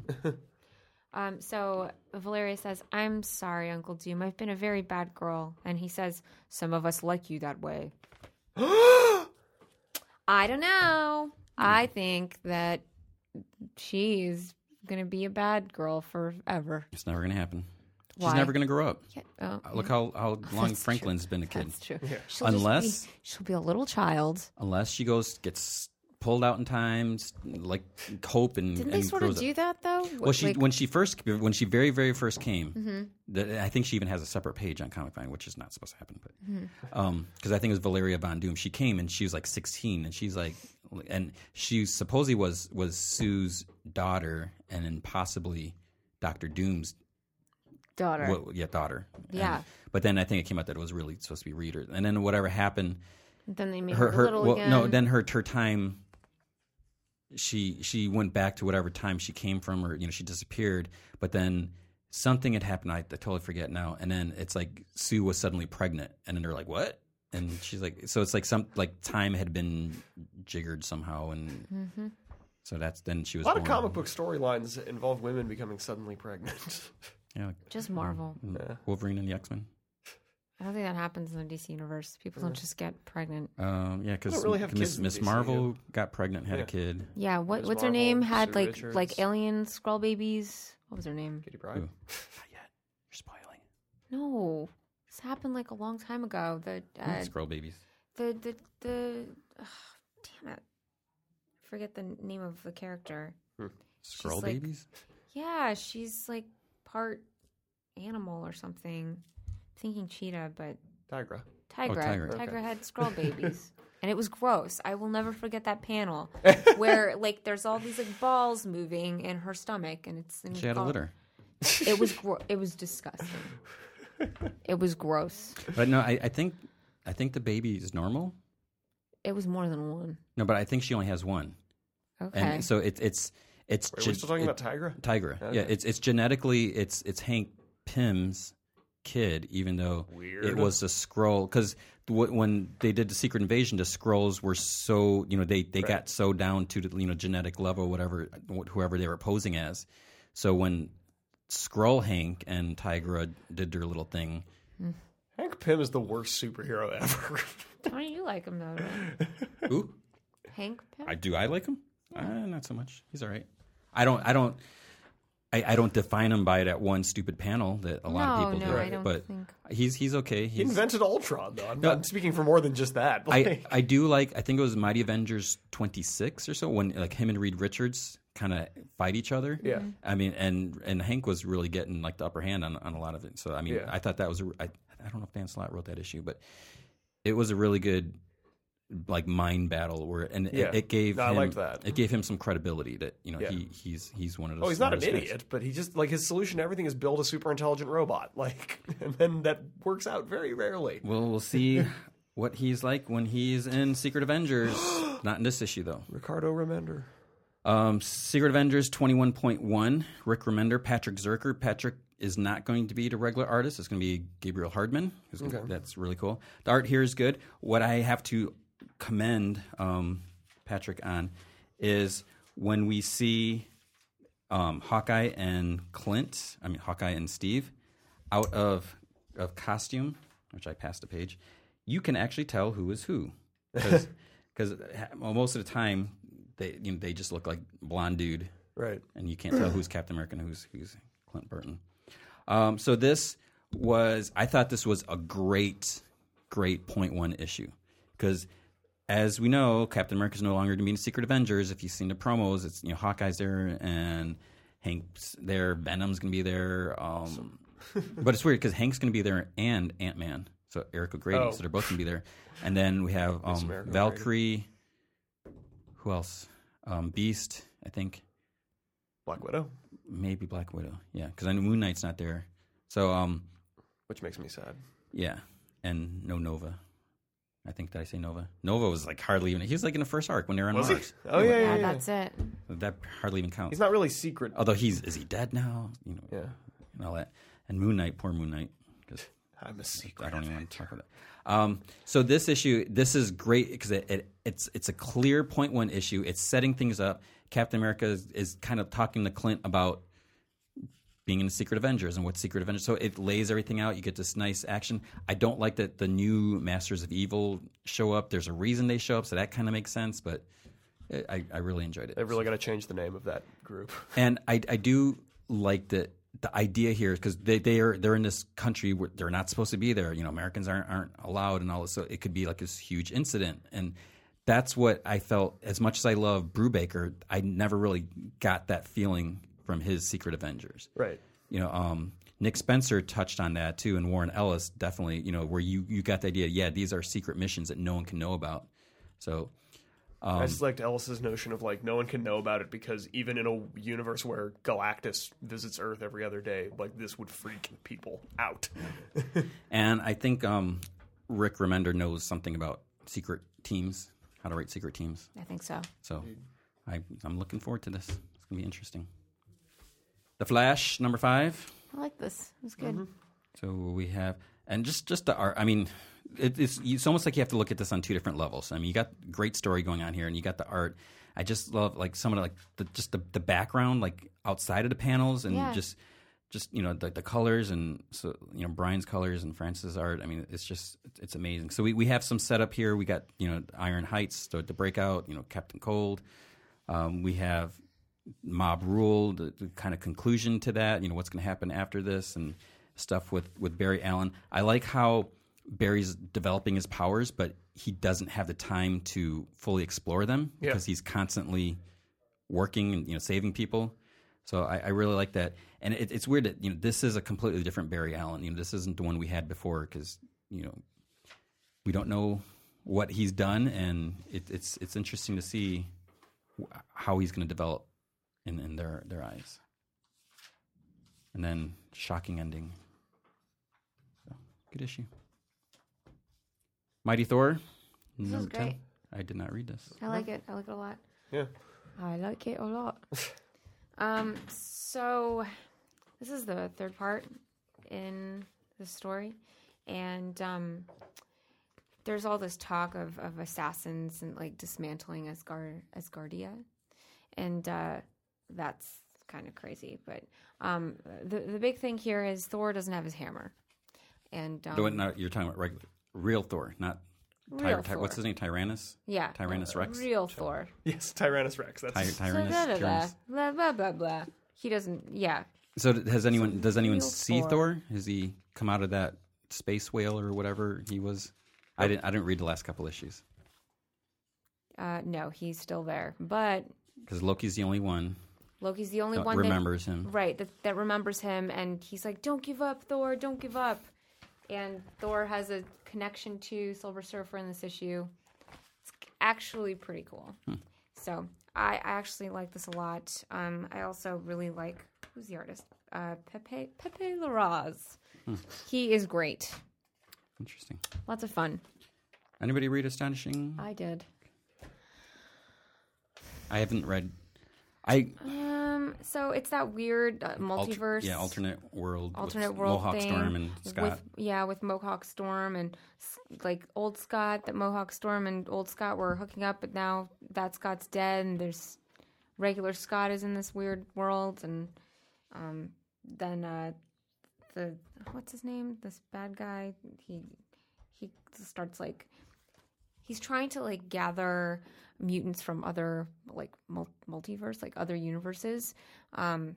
[SPEAKER 1] [LAUGHS] um, so Valeria says, "I'm sorry, Uncle Doom. I've been a very bad girl." And he says, "Some of us like you that way." I don't know. I think that she's gonna be a bad girl forever.
[SPEAKER 3] It's never gonna happen.
[SPEAKER 1] Why?
[SPEAKER 3] She's never gonna grow up.
[SPEAKER 1] Yeah, oh,
[SPEAKER 3] Uh, Look how
[SPEAKER 1] [LAUGHS]
[SPEAKER 3] how long
[SPEAKER 1] That's true.
[SPEAKER 3] Franklin's been a kid.
[SPEAKER 1] that's true. She'll just
[SPEAKER 3] Unless
[SPEAKER 1] be, she'll be a little child.
[SPEAKER 3] unless she goes gets pulled out in time, s- like hope and
[SPEAKER 1] Didn't
[SPEAKER 3] and
[SPEAKER 1] they sort of
[SPEAKER 3] grows up.
[SPEAKER 1] do that though?
[SPEAKER 3] Well, she
[SPEAKER 1] Like- Mm-hmm.
[SPEAKER 3] when she first when she very very first came, the, I think she even has a separate page on Comic Vine, which is not supposed to happen, but
[SPEAKER 1] Mm-hmm.
[SPEAKER 3] because I think it was Valeria Von Doom, she came and she was like 16, and she's like, and she supposedly was was Sue's daughter, and then possibly Doctor Doom's
[SPEAKER 1] daughter.
[SPEAKER 3] well, yeah daughter. And-
[SPEAKER 1] Yeah.
[SPEAKER 3] but then I think it came out that it was really supposed to be Reader, and then whatever happened.
[SPEAKER 1] then they made her,
[SPEAKER 3] her, her
[SPEAKER 1] little
[SPEAKER 3] well,
[SPEAKER 1] again.
[SPEAKER 3] no, then her her time. She she went back to whatever time she came from, or you know she disappeared. But then something had happened. I, I totally forget now. And then it's like Sue was suddenly pregnant, and then they're like, "What?" And she's like, "So it's like some like time had been jiggered somehow." And
[SPEAKER 1] Mm-hmm.
[SPEAKER 3] so that's then she was
[SPEAKER 2] A lot of
[SPEAKER 3] born.
[SPEAKER 2] comic book storylines involve women becoming suddenly pregnant. [LAUGHS]
[SPEAKER 3] Yeah, like mm,
[SPEAKER 1] just Marvel.
[SPEAKER 3] Wolverine and the X Men.
[SPEAKER 1] I don't think that happens in the DC universe. People don't just get pregnant.
[SPEAKER 3] Um, yeah, because
[SPEAKER 2] don't really have kids
[SPEAKER 3] Miss,
[SPEAKER 2] in
[SPEAKER 3] Miss
[SPEAKER 2] DC,
[SPEAKER 3] Marvel got pregnant, had
[SPEAKER 2] Yeah.
[SPEAKER 3] a kid.
[SPEAKER 1] Yeah, what
[SPEAKER 2] Ms.
[SPEAKER 1] what's her
[SPEAKER 2] Marvel,
[SPEAKER 1] name? Had
[SPEAKER 2] Sue
[SPEAKER 1] like
[SPEAKER 2] Richards.
[SPEAKER 1] like alien scroll babies. What was her name?
[SPEAKER 2] Kitty Pryde.
[SPEAKER 3] Not yet. You're spoiling.
[SPEAKER 1] No, this happened like a long time ago. The uh,
[SPEAKER 3] Mm, Scroll babies.
[SPEAKER 1] the the the. ugh, damn it! Forget the name of the character.
[SPEAKER 3] Scroll
[SPEAKER 1] like-
[SPEAKER 3] babies.
[SPEAKER 1] Yeah, she's like part animal or something. Thinking cheetah, but
[SPEAKER 2] Tigra.
[SPEAKER 1] Tigra.
[SPEAKER 3] Tigra.
[SPEAKER 1] Tigra.
[SPEAKER 2] Okay.
[SPEAKER 1] had
[SPEAKER 3] [LAUGHS]
[SPEAKER 1] scroll babies. and it was gross. I will never forget that
[SPEAKER 3] [LAUGHS]
[SPEAKER 1] panel where like there's all these like balls moving in her stomach and it's in
[SPEAKER 3] She had a
[SPEAKER 1] all-
[SPEAKER 3] litter.
[SPEAKER 1] It
[SPEAKER 3] [LAUGHS]
[SPEAKER 1] was gro- it was disgusting. it was gross.
[SPEAKER 3] But no, I, I think I think the baby is normal.
[SPEAKER 1] It was more than one.
[SPEAKER 3] No, but I think she only has one,
[SPEAKER 1] Okay.
[SPEAKER 3] and so it's it's it's.
[SPEAKER 2] Wait, Are we
[SPEAKER 3] gen-
[SPEAKER 2] still talking about
[SPEAKER 3] it-
[SPEAKER 2] Tigra?
[SPEAKER 3] Tigra? Yeah, it's it's genetically it's it's Hank Pym's kid, even though it
[SPEAKER 2] Weird.
[SPEAKER 3] was a scroll. Because w- when they did the Secret Invasion, the scrolls were so you know they they got so down to the you know genetic level, whatever wh- whoever they were posing as. So when Scroll Hank and Tigra did their
[SPEAKER 2] [LAUGHS]
[SPEAKER 3] little thing,
[SPEAKER 2] Hank Pym is the worst superhero ever. [LAUGHS]
[SPEAKER 1] How do you like him though? Ryan?
[SPEAKER 3] ooh.
[SPEAKER 1] Hank Pym?
[SPEAKER 3] I do. I like him. Uh, not so much. He's all right. I don't. I don't. I, I don't define him by that one stupid panel that a lot
[SPEAKER 1] No,
[SPEAKER 3] of people
[SPEAKER 1] no,
[SPEAKER 3] do.
[SPEAKER 1] I don't
[SPEAKER 3] but
[SPEAKER 1] think-
[SPEAKER 3] he's he's okay.
[SPEAKER 2] he
[SPEAKER 3] He's,
[SPEAKER 2] invented Ultron, though. I'm, I'm speaking for more than just that. [LAUGHS]
[SPEAKER 3] I
[SPEAKER 2] Like,
[SPEAKER 3] I do like. I think it was Mighty Avengers twenty six or so when like him and Reed Richards kind of fight each other.
[SPEAKER 2] Yeah. Mhm.
[SPEAKER 3] I mean, and and Hank was really getting like the upper hand on on a lot of it. So I mean,
[SPEAKER 2] Yeah.
[SPEAKER 3] I thought that was. A, I I don't know if Dan Slott wrote that issue, but it was a really good like mind battle where and
[SPEAKER 2] Yeah.
[SPEAKER 3] it, it gave
[SPEAKER 2] No, I
[SPEAKER 3] him,
[SPEAKER 2] liked that.
[SPEAKER 3] it gave him some credibility that you know
[SPEAKER 2] Yeah.
[SPEAKER 3] he he's he's one of the
[SPEAKER 2] oh, he's not an
[SPEAKER 3] smartest guys.
[SPEAKER 2] idiot, but he just like his solution to everything is build a super intelligent robot. [LAUGHS] Like, and then that works out very rarely.
[SPEAKER 3] Well,
[SPEAKER 2] [LAUGHS]
[SPEAKER 3] we'll see what he's like when he's in Secret
[SPEAKER 2] [GASPS]
[SPEAKER 3] Avengers. not in this issue though.
[SPEAKER 2] Ricardo Remender.
[SPEAKER 3] Um, Secret Avengers twenty one point one. Rick Remender, Patrick Zerker, Patrick is not going to be to regular artists. It's going to be Gabriel Hardman. Who's gonna- That's really cool. The art here is good. What I have to commend um, Patrick on is when we see um, Hawkeye and Clint, I mean Hawkeye and Steve, out of of costume, which I passed a page, you can actually tell who is who, because most of the time they you know, they just look like blonde dude,
[SPEAKER 2] Right.
[SPEAKER 3] and you can't tell who's Captain America and who's who's Clint Burton. Um, so this was I thought this was a great great point one issue because as we know, Captain America's no longer going to be in Secret Avengers. If you've seen the promos, it's you know Hawkeye's there and Hank's there, Venom's going to be there. Um,
[SPEAKER 2] [LAUGHS]
[SPEAKER 3] but it's weird because Hank's going to be there and Ant Man, so Eric O'Grady,
[SPEAKER 2] Oh.
[SPEAKER 3] so they're both going to be there. And then we have um,
[SPEAKER 2] America O'Grady.
[SPEAKER 3] Valkyrie. Who else? Um, Beast, I think
[SPEAKER 2] Black Widow,
[SPEAKER 3] maybe Black Widow. Yeah, because I know Moon Knight's not there. So um,
[SPEAKER 2] which makes me sad.
[SPEAKER 3] yeah, and no Nova. I think did I say Nova? Nova was like hardly even. He was like in the first arc when they were on
[SPEAKER 2] Was he?
[SPEAKER 3] Mars.
[SPEAKER 2] Oh yeah, yeah,
[SPEAKER 1] Yeah,
[SPEAKER 2] yeah.
[SPEAKER 1] that's it.
[SPEAKER 3] That hardly even counts.
[SPEAKER 2] He's not really secret.
[SPEAKER 3] Although he's is he dead now? You know,
[SPEAKER 2] Yeah.
[SPEAKER 3] and all that. And Moon Knight, poor Moon Knight. 'cause
[SPEAKER 2] I'm a secret.
[SPEAKER 3] I don't even want to talk about that. Um, so this issue, this is great because it, it, it's it's a clear point one issue. It's setting things up. Captain America is, is kind of talking to Clint about being in the Secret Avengers and what Secret Avengers. So it lays everything out. You get this nice action. I don't like that the new Masters of Evil show up. There's a reason they show up, so that kind of makes sense. But it, I I really enjoyed it.
[SPEAKER 2] They really got to change the name of that group. [LAUGHS]
[SPEAKER 3] And I, I do like that the idea here because they, they are they're in this country where they're not supposed to be there. You know, Americans aren't aren't allowed and all this, so it could be like this huge incident. And that's what I felt. As much as I love Brubaker, I never really got that feeling from his Secret Avengers
[SPEAKER 2] Right.
[SPEAKER 3] you know, um, Nick Spencer touched on that too, and Warren Ellis definitely, you know, where you, you got the idea, yeah, these are secret missions that no one can know about. So, Um,
[SPEAKER 2] I just liked Ellis's notion of like no one can know about it because even in a universe where Galactus visits Earth every other day, like this would freak people out. [LAUGHS]
[SPEAKER 3] and I think um, Rick Remender knows something about secret teams, how to write secret teams.
[SPEAKER 1] I think so.
[SPEAKER 3] So, I, I'm looking forward to this. It's gonna be interesting. The Flash, number five.
[SPEAKER 1] I like this. It's good.
[SPEAKER 3] So we have, and just just the art. I mean, it, it's it's almost like you have to look at this on two different levels. I mean, you got great story going on here, and you got the art. I just love like some of the, like the, just the, the background, like outside of the panels, and
[SPEAKER 1] Yeah.
[SPEAKER 3] just just you know the, the colors and so you know Brian's colors and Francis' art. I mean, it's just it's amazing. So we, we have some setup here. We got you know Iron Heights, the, the breakout. You know Captain Cold. Um, we have mob rule, the, the kind of conclusion to that, you know, what's going to happen after this and stuff with, with Barry Allen. I like how Barry's developing his powers, but he doesn't have the time to fully explore them
[SPEAKER 2] Yeah.
[SPEAKER 3] because he's constantly working and, you know, saving people. So I, I really like that. And it, it's weird that, you know, this is a completely different Barry Allen. You know, this isn't the one we had before because, you know, we don't know what he's done, and it, it's it's interesting to see wh- how he's going to develop in, in their their eyes. And then shocking ending. So, good issue. Mighty Thor.
[SPEAKER 1] This is
[SPEAKER 3] number 10.
[SPEAKER 1] great.
[SPEAKER 3] I did not read this.
[SPEAKER 1] I like it. I like it a lot.
[SPEAKER 2] Yeah.
[SPEAKER 1] I like it a lot. um, so this is the third part in the story, and um, there's all this talk of, of assassins and like dismantling Asgard Asgardia, and uh, that's kind of crazy. But um, the the big thing here is Thor doesn't have his hammer, and um,
[SPEAKER 3] No, no, you're talking about regular, real Thor, not Ty,
[SPEAKER 1] Real
[SPEAKER 3] Ty- what's
[SPEAKER 1] Thor.
[SPEAKER 3] his name? Tyrannus.
[SPEAKER 1] yeah, Uh,
[SPEAKER 3] Tyrannus Rex?
[SPEAKER 1] real Thor.
[SPEAKER 2] Yes, Tyrannus Rex.
[SPEAKER 3] Ty,
[SPEAKER 2] That's
[SPEAKER 3] Tyrannus.
[SPEAKER 1] blah, blah, blah,
[SPEAKER 3] Tyrannus.
[SPEAKER 1] blah, blah, blah, blah. He doesn't. Yeah,
[SPEAKER 3] So th- has anyone? Does anyone
[SPEAKER 1] real
[SPEAKER 3] see
[SPEAKER 1] Thor.
[SPEAKER 3] Thor? Has he come out of that space whale or whatever he was? I didn't. I didn't read the last couple issues
[SPEAKER 1] Uh, no, he's still there. But
[SPEAKER 3] because Loki's the only one
[SPEAKER 1] Loki's the only
[SPEAKER 3] that
[SPEAKER 1] one
[SPEAKER 3] remembers
[SPEAKER 1] that
[SPEAKER 3] him.
[SPEAKER 1] right that, that remembers him, and he's like, "Don't give up, Thor! Don't give up!" And Thor has a connection to Silver Surfer in this issue. It's actually pretty cool.
[SPEAKER 3] Hmm.
[SPEAKER 1] So I, I actually like this a lot. Um, I also really like who's the artist? Uh, Pepe Pepe Larraz.
[SPEAKER 3] Hmm.
[SPEAKER 1] He is great.
[SPEAKER 3] Interesting.
[SPEAKER 1] Lots of fun.
[SPEAKER 3] Anybody read Astonishing?
[SPEAKER 1] I did.
[SPEAKER 3] I haven't read. I
[SPEAKER 1] Um, so it's that weird uh,
[SPEAKER 3] alter-
[SPEAKER 1] multiverse.
[SPEAKER 3] yeah, alternate world, with
[SPEAKER 1] alternate world
[SPEAKER 3] Mohawk
[SPEAKER 1] thing
[SPEAKER 3] Storm and Scott.
[SPEAKER 1] with yeah with Mohawk Storm and s- like old Scott that Mohawk Storm and old Scott were hooking up but now that Scott's dead and there's regular Scott is in this weird world and um then uh the what's his name this bad guy he he starts like he's trying to like gather mutants from other like mul- multiverse like other universes um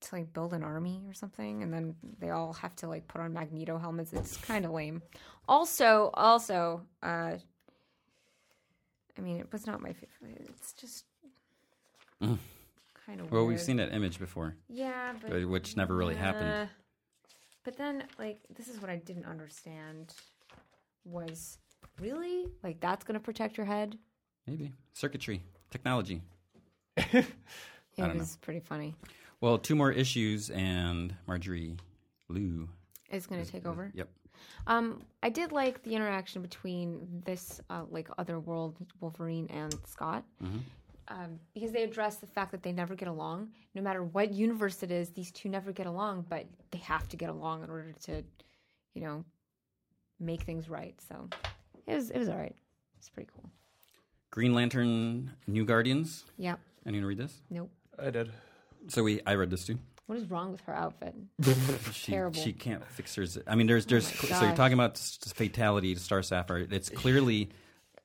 [SPEAKER 1] to like build an army or something and then they all have to like put on magneto helmets it's kind of lame also also uh i mean it was not my favorite it's just kind of
[SPEAKER 3] Mm. well, we've seen that image before,
[SPEAKER 1] yeah but
[SPEAKER 3] uh, which never really
[SPEAKER 1] uh,
[SPEAKER 3] happened.
[SPEAKER 1] But then, like, this is what I didn't understand was really like that's going to protect your head.
[SPEAKER 3] Maybe circuitry, technology.
[SPEAKER 1] It
[SPEAKER 3] don't know.
[SPEAKER 1] was pretty funny.
[SPEAKER 3] Well, two more issues, and Marjorie Lou.
[SPEAKER 1] It's going to take over.
[SPEAKER 3] Yep.
[SPEAKER 1] Um, I did like the interaction between this uh, like other world Wolverine and Scott. Um, because they address the fact that they never get along, no matter what universe it is, these two never get along, but they have to get along in order to, you know, make things right. So it was it was all right. It's pretty cool.
[SPEAKER 3] Green Lantern, New Guardians.
[SPEAKER 1] Yeah.
[SPEAKER 3] Anyone read this?
[SPEAKER 1] Nope.
[SPEAKER 2] I did.
[SPEAKER 3] So we, I read this too.
[SPEAKER 1] What is wrong with her outfit?
[SPEAKER 3] She,
[SPEAKER 1] Terrible. Oh
[SPEAKER 3] she can't fix hers. I mean, there's, there's.
[SPEAKER 1] my
[SPEAKER 3] so you're
[SPEAKER 1] gosh.
[SPEAKER 3] talking about s- fatality to Star Sapphire. It's clearly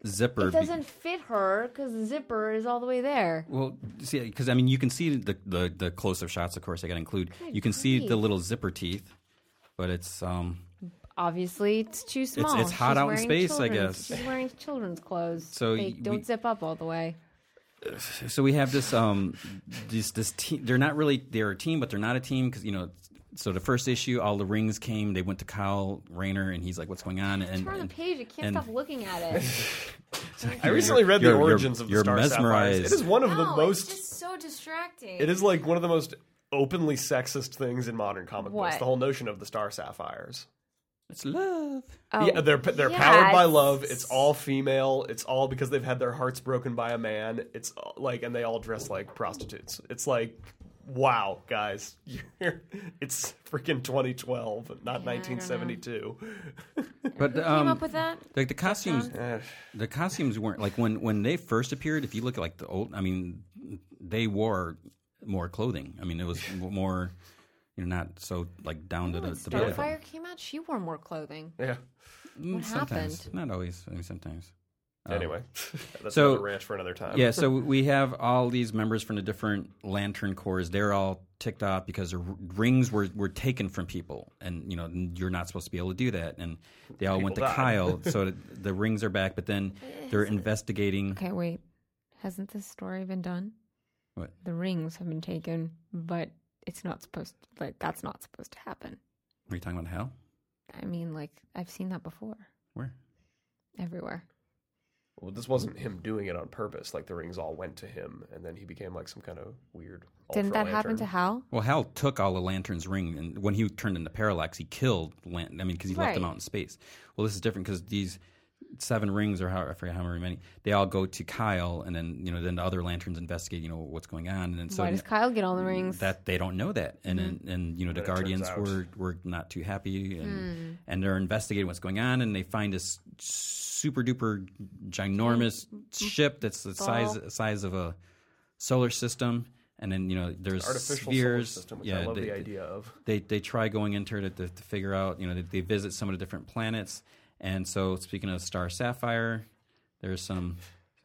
[SPEAKER 3] zipper.
[SPEAKER 1] It
[SPEAKER 3] be-
[SPEAKER 1] doesn't fit her because the zipper is all the way there.
[SPEAKER 3] Well, see, because I mean, you can see the the, the close up shots. Of course, I got to include. you can see the
[SPEAKER 1] grief.
[SPEAKER 3] little zipper teeth, but it's um.
[SPEAKER 1] Obviously, it's too small.
[SPEAKER 3] it's hot
[SPEAKER 1] She's
[SPEAKER 3] out in
[SPEAKER 1] wearing
[SPEAKER 3] space, I
[SPEAKER 1] children's-
[SPEAKER 3] guess.
[SPEAKER 1] She's wearing children's clothes.
[SPEAKER 3] So
[SPEAKER 1] So they
[SPEAKER 3] y-
[SPEAKER 1] don't
[SPEAKER 3] we-
[SPEAKER 1] zip up all the way.
[SPEAKER 3] So we have this um, this this team. They're not really they're a team, but they're not a team because you know. So the first issue, all the rings came. They went to Kyle Rayner, and he's like, "What's going on?" And,
[SPEAKER 1] Turn the
[SPEAKER 3] and-
[SPEAKER 1] page. I can't
[SPEAKER 3] and-
[SPEAKER 1] stop looking at it.
[SPEAKER 3] [LAUGHS]
[SPEAKER 2] I recently read
[SPEAKER 3] you're-
[SPEAKER 2] the
[SPEAKER 3] you're-
[SPEAKER 2] origins of the
[SPEAKER 3] you're
[SPEAKER 2] Star Sapphires.
[SPEAKER 3] mesmerized.
[SPEAKER 2] It is one of the
[SPEAKER 1] No, Oh,
[SPEAKER 2] most.
[SPEAKER 1] it's just so distracting.
[SPEAKER 2] It is like one of the most openly sexist things in modern comic books.
[SPEAKER 1] What?
[SPEAKER 2] The whole notion of the Star Sapphires.
[SPEAKER 3] it's love.
[SPEAKER 1] Oh,
[SPEAKER 2] yeah, they're they're powered by
[SPEAKER 1] yes.
[SPEAKER 2] love. It's all female. It's all because they've had their hearts broken by a man. It's all- like, and they all dress like prostitutes. It's like, wow, guys, [LAUGHS] you're, it's freaking 2012, not
[SPEAKER 1] Yeah, I don't know.
[SPEAKER 2] 1972.
[SPEAKER 3] But
[SPEAKER 1] Who came
[SPEAKER 3] um,
[SPEAKER 1] up with that?
[SPEAKER 3] like the costumes,
[SPEAKER 2] Eh,
[SPEAKER 3] the costumes weren't like when when they first appeared. If you look at like the old, I mean, they wore more clothing. I mean, it was more, you know, not so like down to the,
[SPEAKER 1] When
[SPEAKER 3] the belly. button.
[SPEAKER 1] Starfire came out, she wore more clothing.
[SPEAKER 2] yeah.
[SPEAKER 3] Mm,
[SPEAKER 1] What
[SPEAKER 3] sometimes.
[SPEAKER 1] happened?
[SPEAKER 3] Not always. I mean, sometimes.
[SPEAKER 2] Anyway, [LAUGHS] that's
[SPEAKER 3] Oh. So-
[SPEAKER 2] another rant for another time.
[SPEAKER 3] Yeah, so we have all these members from the different Lantern Corps. They're all ticked off because their r- rings were, were taken from people, and you know you're not supposed to be able to do that. And they all went to
[SPEAKER 2] People died.
[SPEAKER 3] Kyle, so th- the rings are back. But then they're investigating.
[SPEAKER 1] Okay, wait. Hasn't this story been done?
[SPEAKER 3] What?
[SPEAKER 1] The rings have been taken, but it's not supposed. Like that's not supposed to happen.
[SPEAKER 3] Are you talking about hell?
[SPEAKER 1] I mean, like I've seen that before
[SPEAKER 3] Where?
[SPEAKER 1] everywhere.
[SPEAKER 2] Well, this wasn't him doing it on purpose. Like the rings all went to him, and then he became like some kind of weird.
[SPEAKER 1] Didn't that happen to
[SPEAKER 2] Hal?
[SPEAKER 1] Hal?
[SPEAKER 3] Well, Hal took all the Lantern's ring, and when he turned into Parallax, he killed Lan I mean, because he left them
[SPEAKER 1] Right.
[SPEAKER 3] out in space. Well, this is different because these seven rings, or how I forget how many, they all go to Kyle, and then you know, then the other Lanterns investigate, you know, what's going on, and then so
[SPEAKER 1] Why does Kyle get all the rings?
[SPEAKER 3] that they don't know that, and and, and you know, the
[SPEAKER 2] it turns
[SPEAKER 3] Guardians
[SPEAKER 2] out.
[SPEAKER 3] were were not too happy, and and they're investigating what's going on, and they find this super duper ginormous ship that's the size size of a solar system. And then you know there's
[SPEAKER 2] artificial
[SPEAKER 3] spheres.
[SPEAKER 2] solar system, which
[SPEAKER 3] yeah,
[SPEAKER 2] I love
[SPEAKER 3] they-
[SPEAKER 2] the
[SPEAKER 3] they-
[SPEAKER 2] idea of.
[SPEAKER 3] they they try going into it to, to figure out you know they, they visit some of the different planets and so speaking of star sapphire there's some